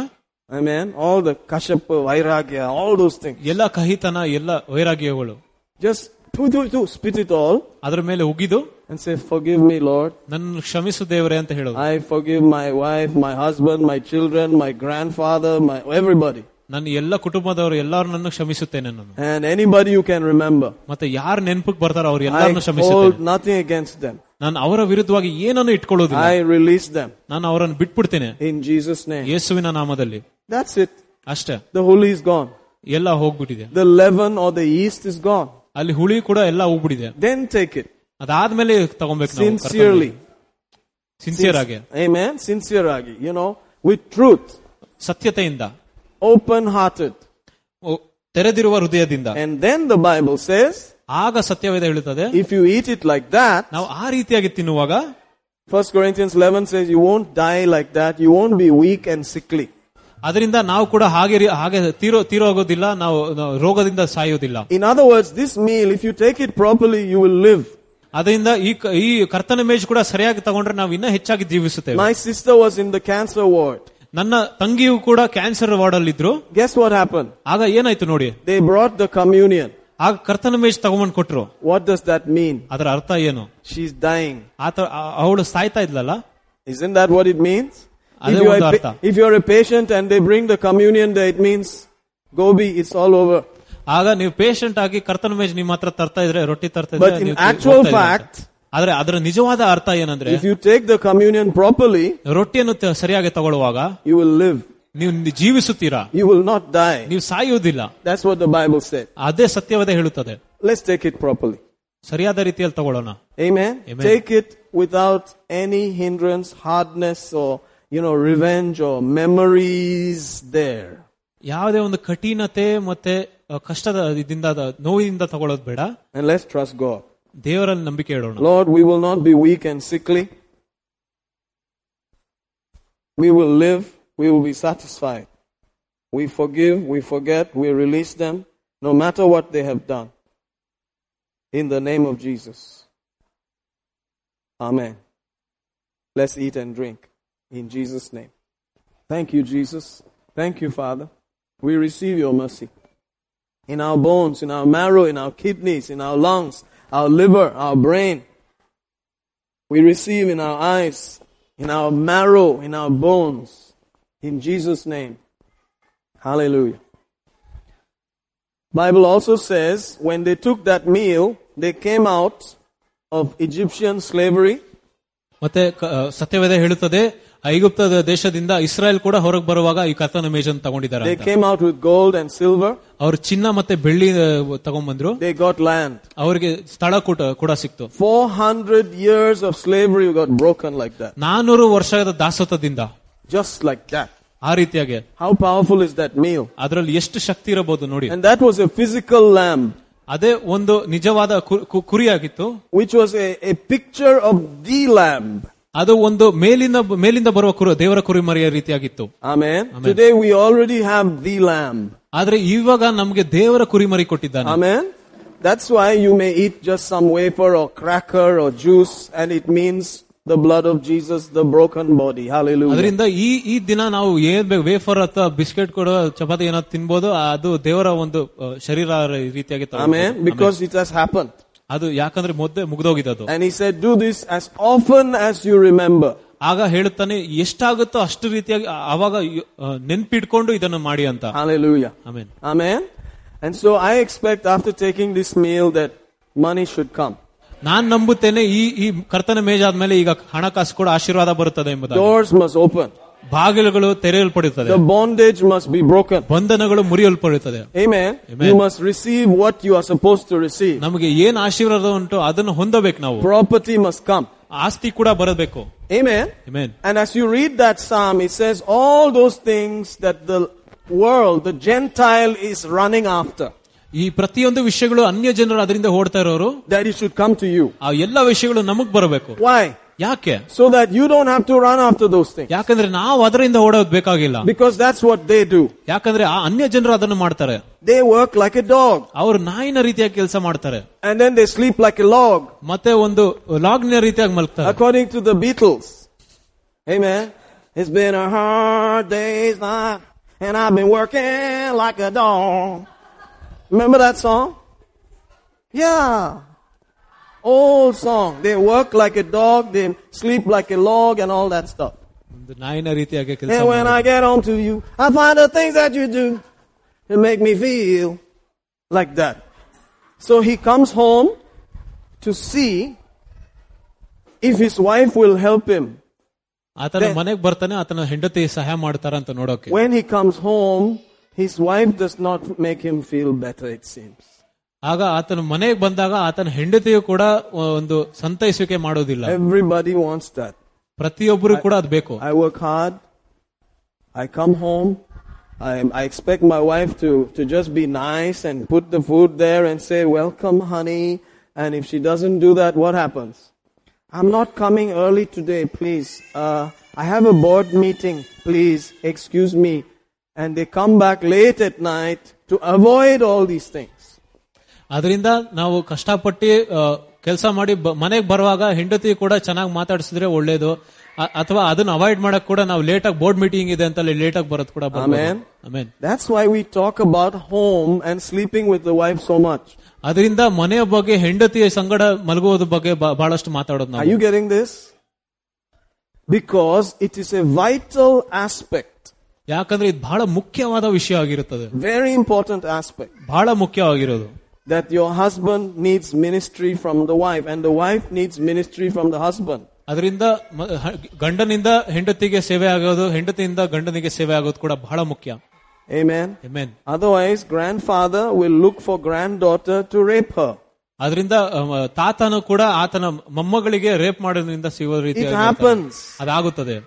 Amen. All the kashapa, vairagya, all those things.
ಎಲ್ಲ ಕಹಿತನ ಎಲ್ಲ ವೈರಾಗ್ಯಗಳು
Just do, do, do, spit it all
ಅದರ ಮೇಲೆ ಉಗಿದು
and say, Forgive me, Lord.
ನನ್ನ ಕ್ಷಮಿಸು ದೇವರೇ ಅಂತ ಹೇಳೋದು
I forgive my wife, my husband, my children, my grandfather, my everybody.
ನನ್ನ ಎಲ್ಲ ಕುಟುಂಬದವರು ಎಲ್ಲರನ್ನೂ ಕ್ಷಮಿಸುತ್ತೇನೆ ನಾನು
And anybody you can remember.
ಮತ್ತೆ ಯಾರು ನೆನಪಿಗೆ ಬರ್ತಾರೋ ಅವ್ರು
I
ಎಲ್ಲರನ್ನು ಕ್ಷಮಿಸುತ್ತೇನೆ
hold nothing against them.
ನಾನು ಅವರ ವಿರುದ್ಧವಾಗಿ ಏನನ್ನು ಇಟ್ಕೊಳ್ಳೋದಿಲ್ಲ
I release them
ನಾನು ಅವರನ್ನು ಬಿಟ್ಬಿಡ್ತೇನೆ
in Jesus' name.
ಯೇಸುವಿನ ನಾಮದಲ್ಲಿ
That's it.
ಅಷ್ಟೇ
The huli is gone.
ಎಲ್ಲ ಹೋಗ್ಬಿಟ್ಟಿದೆ
The leaven or the yeast is gone.
ಅಲ್ಲಿ ಹುಳಿ ಕೂಡ ಎಲ್ಲ ಹೋಗ್ಬಿಟ್ಟಿದೆ
Then take it
ಅದಾದ್ಮೇಲೆ ತಗೊಬೇಕು
sincerely.
ಸಿನ್ಸಿಯರ್ ಆಗಿ
Amen. Sincere agi. You know, with truth,
ಸತ್ಯತೆಯಿಂದ
open hearted.
ಓ- ತೆರೆದಿರುವ ಹೃದಯದಿಂದ
And then the Bible says,
ಆಗ ಸತ್ಯವೇದ ಹೇಳುತ್ತದೆ
if you eat it like that,
ನಾವು ಆ ರೀತಿಯಾಗಿ ತಿನ್ನುವಾಗ
1 Corinthians 11 says, you won't die like that. You won't be weak and sickly.
ಅದರಿಂದ ನಾವು ಕೂಡ ಹಾಗೆ ರಿ- ಹಾಗೆ ತೀರೋ ತೀರೋಗೋದಿಲ್ಲ ನಾವು ನಾವು ರೋಗದಿಂದ ಸಾಯೋದಿಲ್ಲ
In other words, this meal, if you take it properly, you will live.
ಅದರಿಂದ ಈ ಕ- ಈ ಕರ್ತನ ಮೇಜ್ ಕೂಡ ಸರಿಯಾಗಿ ತಗೊಂಡ್ರೆ ನಾವು ಇನ್ನೂ ಹೆಚ್ಚಾಗಿ ಜೀವಿಸುತ್ತೇವೆ
My sister was in the cancer ward.
ನನ್ನ ತಂಗಿಯು ಕೂಡ ಕ್ಯಾನ್ಸರ್ ವಾರ್ಡ್ ಅಲ್ಲಿ ಇದ್ರು
Guess what happened?
ಆಗ ಏನಾಯ್ತು ನೋಡಿ
They brought the communion.
ಆಗ ಕರ್ತನ ಮೇಜ್ ತಗೊಂಡ್ ಕೊಟ್ರು
What does that mean?
ಅದರ ಅರ್ಥ ಏನು
She's dying.
ಆತ ಆ- ಅವಳು ಸಾಯ್ತಾ ಇದ್ಲಲ್ಲ
Isn't that what it means?
ಅದೇ
If you, are
ಒಂದು
a
ಅರ್ಥ.
pa- if you are a patient and they bring the communion there, it means Gobi, it's all over.
ಆಗ ನೀವು ಪೇಷಂಟ್ ಆಗಿ ಕರ್ತನ ಮೇಜ್ ನಿಮ್ಮ ಹತ್ರ ತರ್ತಾ ಇದ್ರೆ ರೊಟ್ಟಿ ತರ್ತಾ
But in
ನೀವು
actual
ಹೋಗ್ತಾ ಇದ್ದೀರ ಅಂತ.
fact,
ಆದ್ರೆ ಅದರ ನಿಜವಾದ ಅರ್ಥ ಏನಂದ್ರೆ
If you take the communion properly,
ರೊಟ್ಟಿಯನ್ನು ತ- ಸರಿಯಾಗಿ ತಗೊಳ್ಳುವಾಗ
you will live.
ನೀವು ನಿ- ಜೀವಿಸುತ್ತೀರಾ
You will not die.
ನೀವು ಸಾಯುವುದಿಲ್ಲ
That's what the Bible said.
ಅದೇ ಸತ್ಯವದೇ ಹೇಳುತ್ತದೆ
Let's take it properly.
ಸರಿಯಾದ ರೀತಿಯಲ್ಲಿ ತಗೊಳ್ಳೋಣ
Amen?
Amen.
Take it without any hindrance, hardness, or, you know, revenge or memories there.
ಯಾವುದೇ ಒಂದು ಕಠಿಣತೆ ಮತ್ತೆ ಅ, ಕಷ್ಟದ ಇದರಿಂದ ಅದ- ನೋವಿನಿಂದ ತಗೊಳ್ಳೋದು ಬೇಡ
And let's trust God.
ದೇವರಲ್ಲಿ ನಂಬಿಕೆ ಇಡೋಣ
Lord, we will not be weak and sickly. We will live. We will be satisfied. We forgive. We forget. We release them, no matter what they have done. In the name of Jesus. Amen. Let's eat and drink. In Jesus' name. Thank you, Jesus. Thank you, Father. We receive your mercy in our bones, in our marrow, in our kidneys, in our lungs, our liver, our brain. We receive in our eyes, in our marrow, in our bones, in Jesus' name. Hallelujah. Bible also says when they took that meal, they came out of Egyptian slavery
ಮತ್ತೆ ಕ- ಅ, ಸತ್ಯವದೇ ಹೇಳುತ್ತದೆ ಐಗುಪ್ತದ ದೇಶದಿಂದ ಇಸ್ರಾಯೇಲ್ ಕೂಡ ಹೊರಗೆ ಬರುವಾಗ ಈ ಕರ್ತನ ಮೇಜನ್ನು ತಗೊಂಡಿದ್ದಾರೆ
they
ಅಂತ.
came out with gold and silver
ಅವ್ರು ಚಿನ್ನ ಮತ್ತೆ ಬೆಳ್ಳಿ ಅ, ತಗೊಂಡ್ಬಂದ್ರು
they got land
ಅವರಿಗೆ ಸ್ಥಳ ಕೂಡ ಕೂಡ ಸಿಕ್ತು
400 years of slavery got broken like that
ನಾನೂರು ವರ್ಷದ ದಾಸತ್ವದಿಂದ
just like that
ಆ ರೀತಿಯಾಗಿ
how powerful is that meal
ಅದರಲ್ಲಿ ಎಷ್ಟು ಶಕ್ತಿ ಇರಬಹುದು ನೋಡಿ
And that was a physical lamb,
ಅದೇ ಒಂದು ನಿಜವಾದ ಕು- ಕು- ಕುರಿಯಾಗಿತ್ತು
which was a, a picture of the lamb.
ಅದು ಒಂದು ಮೇಲಿನ ಮೇಲಿಂದ ಬರುವ ಕುರು ದೇವರ ಕುರಿಮರಿಯ ರೀತಿಯಾಗಿತ್ತು
Amen. Today we already have the lamb.
ಆದ್ರೆ ಇವಾಗ ನಮ್ಗೆ ದೇವರ ಕುರಿಮರಿ ಕೊಟ್ಟಿದ್ದಾನೆ
Amen. That's why you may eat just some wafer or cracker or juice, and it means the blood of Jesus, the broken body. Hallelujah.
ಅದರಿಂದ ಈ ಈ ದಿನ ನಾವು ಏನ್ ಬೇಕು ವೇಫರ್ ಅಥವಾ ಬಿಸ್ಕೆಟ್ ಕೊಡೋ ಚಪಾತಿ ಏನಾದ್ರು ತಿನ್ಬೋದು ಆ, ಅದು ದೇವರ ಒಂದು ಆ, ಶರೀರ ರೀತಿಯಾಗಿ ತಗೊಳ್ಬೋದು.
Amen. Because it has happened.
ಅದು ಯಾಕಂದ್ರೆ ಮೊದ್ಲೇ ಮುಗ್ದೋಗಿದ್ದು
And he said, Do this as often as you remember.
ಆಗ ಹೇಳುತ್ತಾನೆ ಎಷ್ಟಾಗುತ್ತೋ ಅಷ್ಟು ರೀತಿಯಾಗಿ ಆ- ಆವಾಗ ಯು- ಆ, ನೆನ್ಪಿಟ್ಕೊಂಡು ಇದನ್ನು ಮಾಡಿ ಅಂತ
Hallelujah.
ಆಮೇಲೆ
Amen. And so I expect after taking this meal that money should come.
ನಾನ್ ನಂಬುತ್ತೇನೆ ಈ ಈ ಕರ್ತನ ಮೇಜಾದ್ಮೇಲೆ ಈಗ ಹಣಕಾಸು ಕೂಡ ಆಶೀರ್ವಾದ ಬರುತ್ತದೆ ಎಂಬುದಾಗಿ
Doors must open.
ಬಾಗಿಲುಗಳು ತೆರೆಯಲ್ಪಡುತ್ತದೆ
The bondage must be broken.
ಬಂಧನಗಳು ಮುರಿಯಲ್ಪಡುತ್ತದೆ
Amen.
Amen.
You must receive what you are supposed to receive.
ನಮಗೆ ಏನ್ ಆಶೀರ್ವಾದ ಉಂಟು ಅದನ್ನು ಹೊಂದಬೇಕು ನಾವು
Property must come.
ಆಸ್ತಿ ಕೂಡ ಬರಬೇಕು
Amen.
Amen.
And as you read that psalm, it says all those things that the world, the Gentile is running after,
ಈ ಪ್ರತಿಯೊಂದು ವಿಷಯಗಳು ಅನ್ಯ ಜನರು ಅದರಿಂದ ಓಡ್ತಾ ಇರೋರು
that it should come to you.
ಆ ಎಲ್ಲ ವಿಷಯಗಳು ನಮಗ್ ಬರಬೇಕು
Why?
ಯಾಕೆ
So that you don't have to run after those things.
ಯಾಕಂದ್ರೆ ನಾವು ಅದರಿಂದ ಓಡೋದ್ ಬೇಕಾಗಿಲ್ಲ
Because that's what they do.
ಯಾಕಂದ್ರೆ ಆ ಅನ್ಯ ಜನರು ಅದನ್ನು ಮಾಡ್ತಾರೆ
They work like a dog.
ಅವರು ನಾಯಿನ ರೀತಿಯಾಗಿ ಕೆಲಸ ಮಾಡ್ತಾರೆ
And then they sleep like a log,
ಮತ್ತೆ ಒಂದು ಲಾಗ್ನ ರೀತಿಯಾಗಿ ಮಲಗ್ತಾರೆ
according to the Beatles. Amen. It's been a hard day's night, and I've been working like a dog. Remember that song? Yeah. Old song. They work like a dog, they sleep like a log, and all that stuff.
ಒಂದು ನಾಯಿನ ರೀತಿಯಾಗಿ ಕೆಲಸ
And when I get on to you, I find the things that you do to make me feel like that. So he comes home to see if his wife will help him.
ಆತನ ಮನೆಗ್ ಬರ್ತಾನೆ ಆತನ ಹೆಂಡತಿ ಸಹಾಯ ಮಾಡ್ತಾರ ಅಂತ ನೋಡೋಕೆ
When he comes home, his wife does not make him feel better, it seems.
ಆಗ ಆತನ ಮನೆಗೆ ಬಂದಾಗ ಆತನ ಹೆಂಡತಿಯು ಕೂಡ ಒಂದು ಸಂತೈಸುವಿಕೆ ಮಾಡೋದಿಲ್ಲ
Everybody wants that.
ಪ್ರತಿಯೊಬ್ಬರು ಕೂಡ ಅದ್ ಬೇಕು
I work hard. I come home. I, I expect my wife to, to just be nice and put the food there and say, Welcome, honey. And if she doesn't do that, what happens? I'm not coming early today, please. Uh, I have a board meeting, please. Excuse me. And they come back late at night to avoid all these things.
ಅದರಿಂದ ನಾವು ಕಷ್ಟಪಟ್ಟು ಆ, ಕೆಲಸ ಮಾಡಿ ಮನೆಗೆ ಬರುವಾಗ ಹೆಂಡತಿ ಕೂಡ ಚೆನ್ನಾಗಿ ಮಾತಾಡಿಸಿದ್ರೆ ಒಳ್ಳೇದು ಅ- ಅಥವಾ ಅದನ್ನ ಅವಾಯ್ಡ್ ಮಾಡಕ್ ಕೂಡ ನಾವು ಲೇಟ್ ಆಗಿ ಬೋರ್ಡ್ ಮೀಟಿಂಗ್ ಇದೆ ಅಂತ ಲೇಟ್ ಆಗಿ ಬರೋದು ಕೂಡ
Amen.
Amen
That's why we talk about home and sleeping with the wife so much.
ಅದರಿಂದ ಮನೆಯ ಬಗ್ಗೆ ಹೆಂಡತಿಯ ಸಂಗಡ ಮಲಗುವುದ ಬಗ್ಗೆ ಬ- ಬಹಳಷ್ಟು ಮಾತಾಡೋದು
Are
ನಾವು
you getting this? Because it is a vital aspect,
ಯಾಕಂದ್ರೆ ಇದು ಬಹಳ ಮುಖ್ಯವಾದ ವಿಷಯ ಆಗಿರುತ್ತದೆ
very important aspect,
ಬಹಳ ಮುಖ್ಯವಾಗಿರೋದು
that your husband needs ministry from the wife and the wife needs ministry from the husband.
ಅದರಿಂದ ಮ- ಹ- ಗಂಡನಿಂದ ಹೆಂಡತಿಗೆ ಸೇವೆ ಆಗೋದು ಹೆಂಡತಿಯಿಂದ ಗಂಡನಿಗೆ ಸೇವೆ ಆಗೋದು ಕೂಡ ಬಹಳ ಮುಖ್ಯ
Amen.
Amen.
Otherwise, grandfather will look for granddaughter to rape her.
ಅದರಿಂದ ಅಹ್, ತಾತನು ಕೂಡ ಆತನ ಮೊಮ್ಮಗಳಿಗೆ ರೇಪ್ ಮಾಡೋದ್ರಿಂದ ಸಿಗೋ ರೀತಿ
It happens.
ಅದಾಗುತ್ತದೆ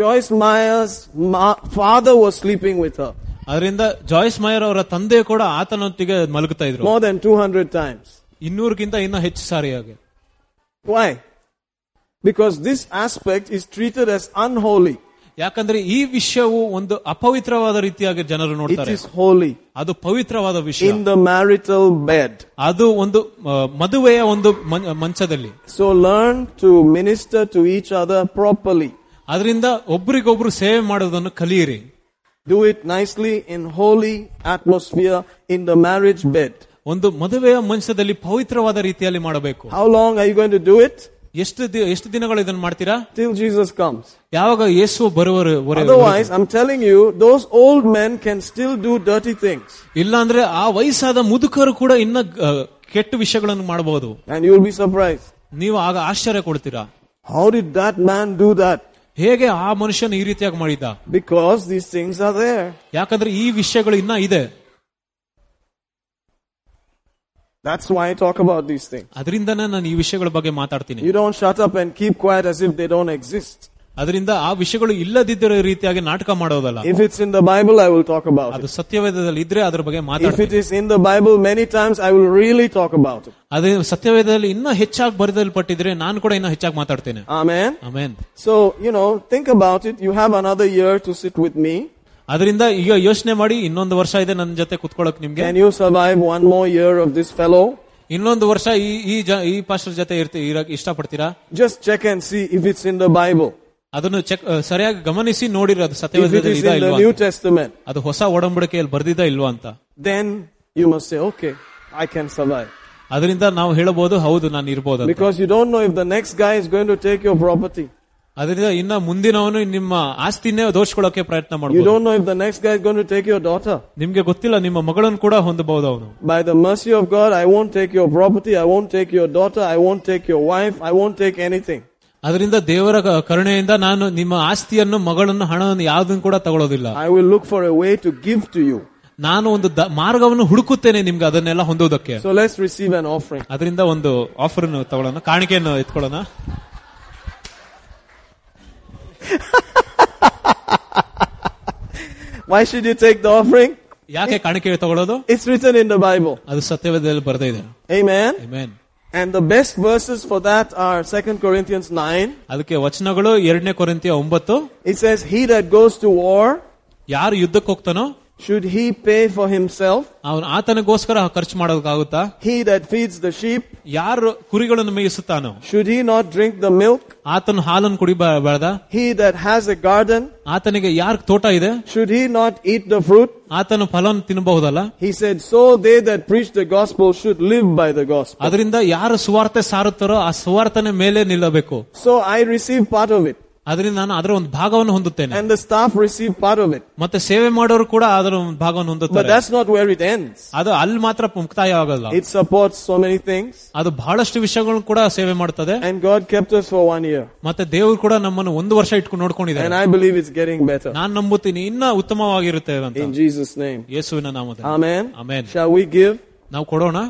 Joyce Meyer's ma- father was sleeping with her
ಅದರಿಂದ ಜಾಯ್ಸ್ ಮಾಯರ್ ಅವರ ತಂದೆ ಕೂಡ ಆತನೊತ್ತಿಗೆ ಮಲಗುತ್ತಾ ಇದ್ರು
more than 200 times.
ಇನ್ನೂರಕ್ಕಿಂತ ಇನ್ನೂ ಹೆಚ್ಚು ಸಾರಿ ಆಗಿ
Why? Because this aspect is treated as unholy.
ಯಾಕಂದ್ರೆ ಈ ವಿಷಯವು ಒಂದು ಅಪವಿತ್ರವಾದ ರೀತಿಯಾಗಿ ಜನರು
It
ನೋಡ್ತಾರೆ
is holy
ಅದು ಪವಿತ್ರವಾದ ವಿಷಯ
in the marital bed.
ಅದು ಒಂದು ಆ, ಮದುವೆಯ ಒಂದು ಮಂ- ಮಂಚದಲ್ಲಿ
So learn to minister to each other properly.
ಅದರಿಂದ ಒಬ್ರಿಗೊಬ್ರು ಸೇವೆ ಮಾಡೋದನ್ನು ಕಲಿಯಿರಿ
Do it nicely in holy atmosphere in the marriage bed.
ಒಂದು ಮದುವೆಯ ಮಂಚದಲ್ಲಿ ಪವಿತ್ರವಾದ ರೀತಿಯಲ್ಲಿ ಮಾಡಬೇಕು
How long are you going to do it?
ಎಷ್ಟು ದಿ- ಎಷ್ಟು ದಿನಗಳು ಇದನ್ನು ಮಾಡ್ತೀರಾ
Till Jesus comes.
ಯಾವಾಗ ಯೇಸು ಬರುವರು ವರೆ-
Otherwise, I'm telling you, those old men can still do dirty things.
ಇಲ್ಲಾಂದ್ರೆ ಆ ವಯಸ್ಸಾದ ಮುದುಕರು ಕೂಡ ಇನ್ನ ಆ, ಕೆಟ್ಟ ವಿಷಯಗಳನ್ನು ಮಾಡಬಹುದು
And you'll be surprised.
ನೀವು ಆಗ ಆಶ್ಚರ್ಯ ಕೊಡ್ತೀರಾ
How did that man do that?
ಹೇಗೆ ಆ ಮನುಷ್ಯನ ಈ ರೀತಿಯಾಗಿ ಮಾಡಿದ್ದ
Because these things are there.
ಯಾಕಂದ್ರೆ ಈ ವಿಷಯಗಳು ಇನ್ನ ಇದೆ
That's why I talk about these things.
ಅದರಿಂದನೇ ನಾನು ಈ ವಿಷಯಗಳ ಬಗ್ಗೆ ಮಾತಾಡ್ತೀನಿ
You don't shut up and keep quiet as if they don't exist.
ಅದರಿಂದ ಆ ವಿಷಯಗಳು ಇಲ್ಲದಿದ್ದಿರೋ ರೀತಿಯಾಗಿ ನಾಟಕ ಮಾಡೋದಲ್ಲ
If it's in the Bible, I will talk about
ಅದು
it.
ಸತ್ಯವೇದದಲ್ಲಿ ಇದ್ರೆ ಅದ್ರ ಬಗ್ಗೆ
If
ಮಾತಾಡ್ತೀನಿ
it is in the Bible many times, I will really talk about it.
ಅದೇ ಸತ್ಯವೇದದಲ್ಲಿ ಇನ್ನೂ ಹೆಚ್ಚಾಗಿ ಬರೆದಲ್ಪಟ್ಟಿದ್ರೆ ನಾನು ಕೂಡ ಇನ್ನೂ ಹೆಚ್ಚಾಗಿ ಮಾತಾಡ್ತೇನೆ
Amen.
Amen
So, you know, think about it. You have another year to sit with me.
ಅದರಿಂದ ಈಗ ಯೋಚನೆ ಮಾಡಿ ಇನ್ನೊಂದು ವರ್ಷ ಇದೆ ನನ್ನ ಜೊತೆ ಕುತ್ಕೊಳ್ಳೋಕ್ ನಿಮ್ಗೆ
Can you survive one more year of this fellow?
ಇನ್ನೊಂದು ವರ್ಷ ಈ ಈ ಜ- ಈ ಪಾಸ್ಟರ್ ಜೊತೆ ಇರ್ತಿ ಇರಕ್ ಇಷ್ಟಪಡ್ತೀರಾ
Just check and see if it's in the Bible.
ಅದನ್ನು ಚೆಕ್ ಅಹ್, ಸರಿಯಾಗಿ ಗಮನಿಸಿ ನೋಡಿರಿ ಅದು
If it
ಸತ್ಯವೇದದಲ್ಲಿ
is
ಇದಾ
in the
ಇಲ್ವಾ
New
ಅಂತ.
Testament,
ಅದು ಹೊಸ ಒಡಂಬಡಿಕೆಯಲ್ಲಿ ಬರ್ದಿದಾ ಇಲ್ವಾ ಅಂತ
then you must say, okay, I can survive.
ಅದರಿಂದ ನಾವು ಹೇಳಬಹುದು ಹೌದು ನಾನು ಇರ್ಬೋದು ಅಂತ.
Because you don't know if the next guy is going to take your property.
ಅದರಿಂದ ಇನ್ನ ಮುಂದಿನವನು ನಿಮ್ಮ ಆಸ್ತಿನೇ ದೋಷಕೊಳ್ಳೋಕೆ ಪ್ರಯತ್ನ
You
ಮಾಡಬಹುದು
don't know if the next guy is going to take your daughter.
ನಿಮ್ಗೆ ಗೊತ್ತಿಲ್ಲ ನಿಮ್ಮ ಮಗಳನ್ನು ಕೂಡ ಹೊಂದಬಹುದು ಅವನು
By the mercy of God, I won't take your property, I won't take your daughter, I won't take your wife, I won't take anything.
ಅದರಿಂದ ದೇವರ ಕ- ಕರುಣೆಯಿಂದ ನಾನು ನಿಮ್ಮ ಆಸ್ತಿಯನ್ನು ಮಗಳನ್ನು ಹಣವನ್ನು ಯಾವುದನ್ನು ಕೂಡ ತಗೊಳ್ಳೋದಿಲ್ಲ
I will look for a way to give to you.
ನಾನು ಒಂದು ದ- ಮಾರ್ಗವನ್ನು ಹುಡುಕುತ್ತೇನೆ ನಿಮ್ಗೆ ಅದನ್ನೆಲ್ಲ ಹೊಂದೋದಕ್ಕೆ
So let's receive an offering.
ಅದರಿಂದ ಒಂದು ಆಫರ್ ತಗೊಳ್ಳೋಣ ಕಾಣಿಕೆಯನ್ನು ಎತ್ಕೊಳ್ಳೋಣ
Why should you take the offering?
ಯಾಕೆ ಕಾಣಿಕೆ ತಗೊಳ್ಳೋದು
It's written in the Bible.
ಅದು ಸತ್ಯವೇದದಲ್ಲಿ ಬರ್ದೇ ಇದೆ
Amen.
Amen.
And the best verses for that are 2 Corinthians 9.
ಅದಕ್ಕೆ ವಚನಗಳು ಎರಡನೇ ಕೊರಿಂತಿಯ ಒಂಬತ್ತು
It says, He that goes to war,
ಯಾರು ಯುದ್ಧಕ್ಕೆ ಹೋಗ್ತಾನೋ
should he pay for himself?
ಅವನು ಆತನಿಗೋಸ್ಕರ ಖರ್ಚು ಮಾಡೋದಕ್ಕಾಗುತ್ತಾ
He that feeds the sheep,
ಯಾರು ಕುರಿಗಳನ್ನು ಮೇಯಿಸುತ್ತಾನೋ
should he not drink the milk?
ಆತನು ಹಾಲನ್ನು ಕುಡಿಬಾರ್ದ
He that has a garden,
ಆತನಿಗೆ ಯಾರ ತೋಟ ಇದೆ
should he not eat the fruit?
ಆತನು ಫಲವನ್ನು ತಿನ್ನಬಹುದಲ್ಲ
He said, So they that preach the gospel should live by the gospel.
ಅದರಿಂದ ಯಾರು ಸುವಾರ್ತೆ ಸಾರುತ್ತಾರೋ ಆ ಸುವಾರ್ತನೆ ಮೇಲೆ ನಿಲ್ಲಬೇಕು
So I received part of it,
ಅದರಿಂದ ನಾನು ಅದರ ಒಂದು ಭಾಗವನ್ನು ಹೊಂದುತ್ತೇನೆ
and the staff received part of it.
ಮತ್ತೆ ಸೇವೆ ಮಾಡೋರು ಕೂಡ ಅದರ ಒಂದು ಭಾಗವನ್ನು
But
ಹೊಂದುತ್ತಾರೆ
that's not where it ends.
ಅದು ಅಲ್ಲಿ ಮಾತ್ರ ಮುಕ್ತಾಯ ಆಗಲ್ಲ
It supports so many things,
ಅದು ಬಹಳಷ್ಟು ವಿಷಯಗಳನ್ನು ಕೂಡ ಸೇವೆ ಮಾಡ್ತದೆ
and God kept us for one year.
ಮತ್ತೆ ದೇವರು ಕೂಡ ನಮ್ಮನ್ನು ಒಂದು ವರ್ಷ ಇಟ್ಕೊಂಡು
And
ನೋಡ್ಕೊಂಡಿದ್ದಾರೆ
I believe it's getting better.
ನಾನ್ ನಂಬುತ್ತೀನಿ ಇನ್ನ ಉತ್ತಮವಾಗಿರುತ್ತೇವೆ ಅಂತ
In Jesus' name.
ಯೇಸುವಿನ ನಾಮದಲ್ಲಿ
Amen.
Amen
Shall we give?
ನಾವು ಕೊಡೋಣ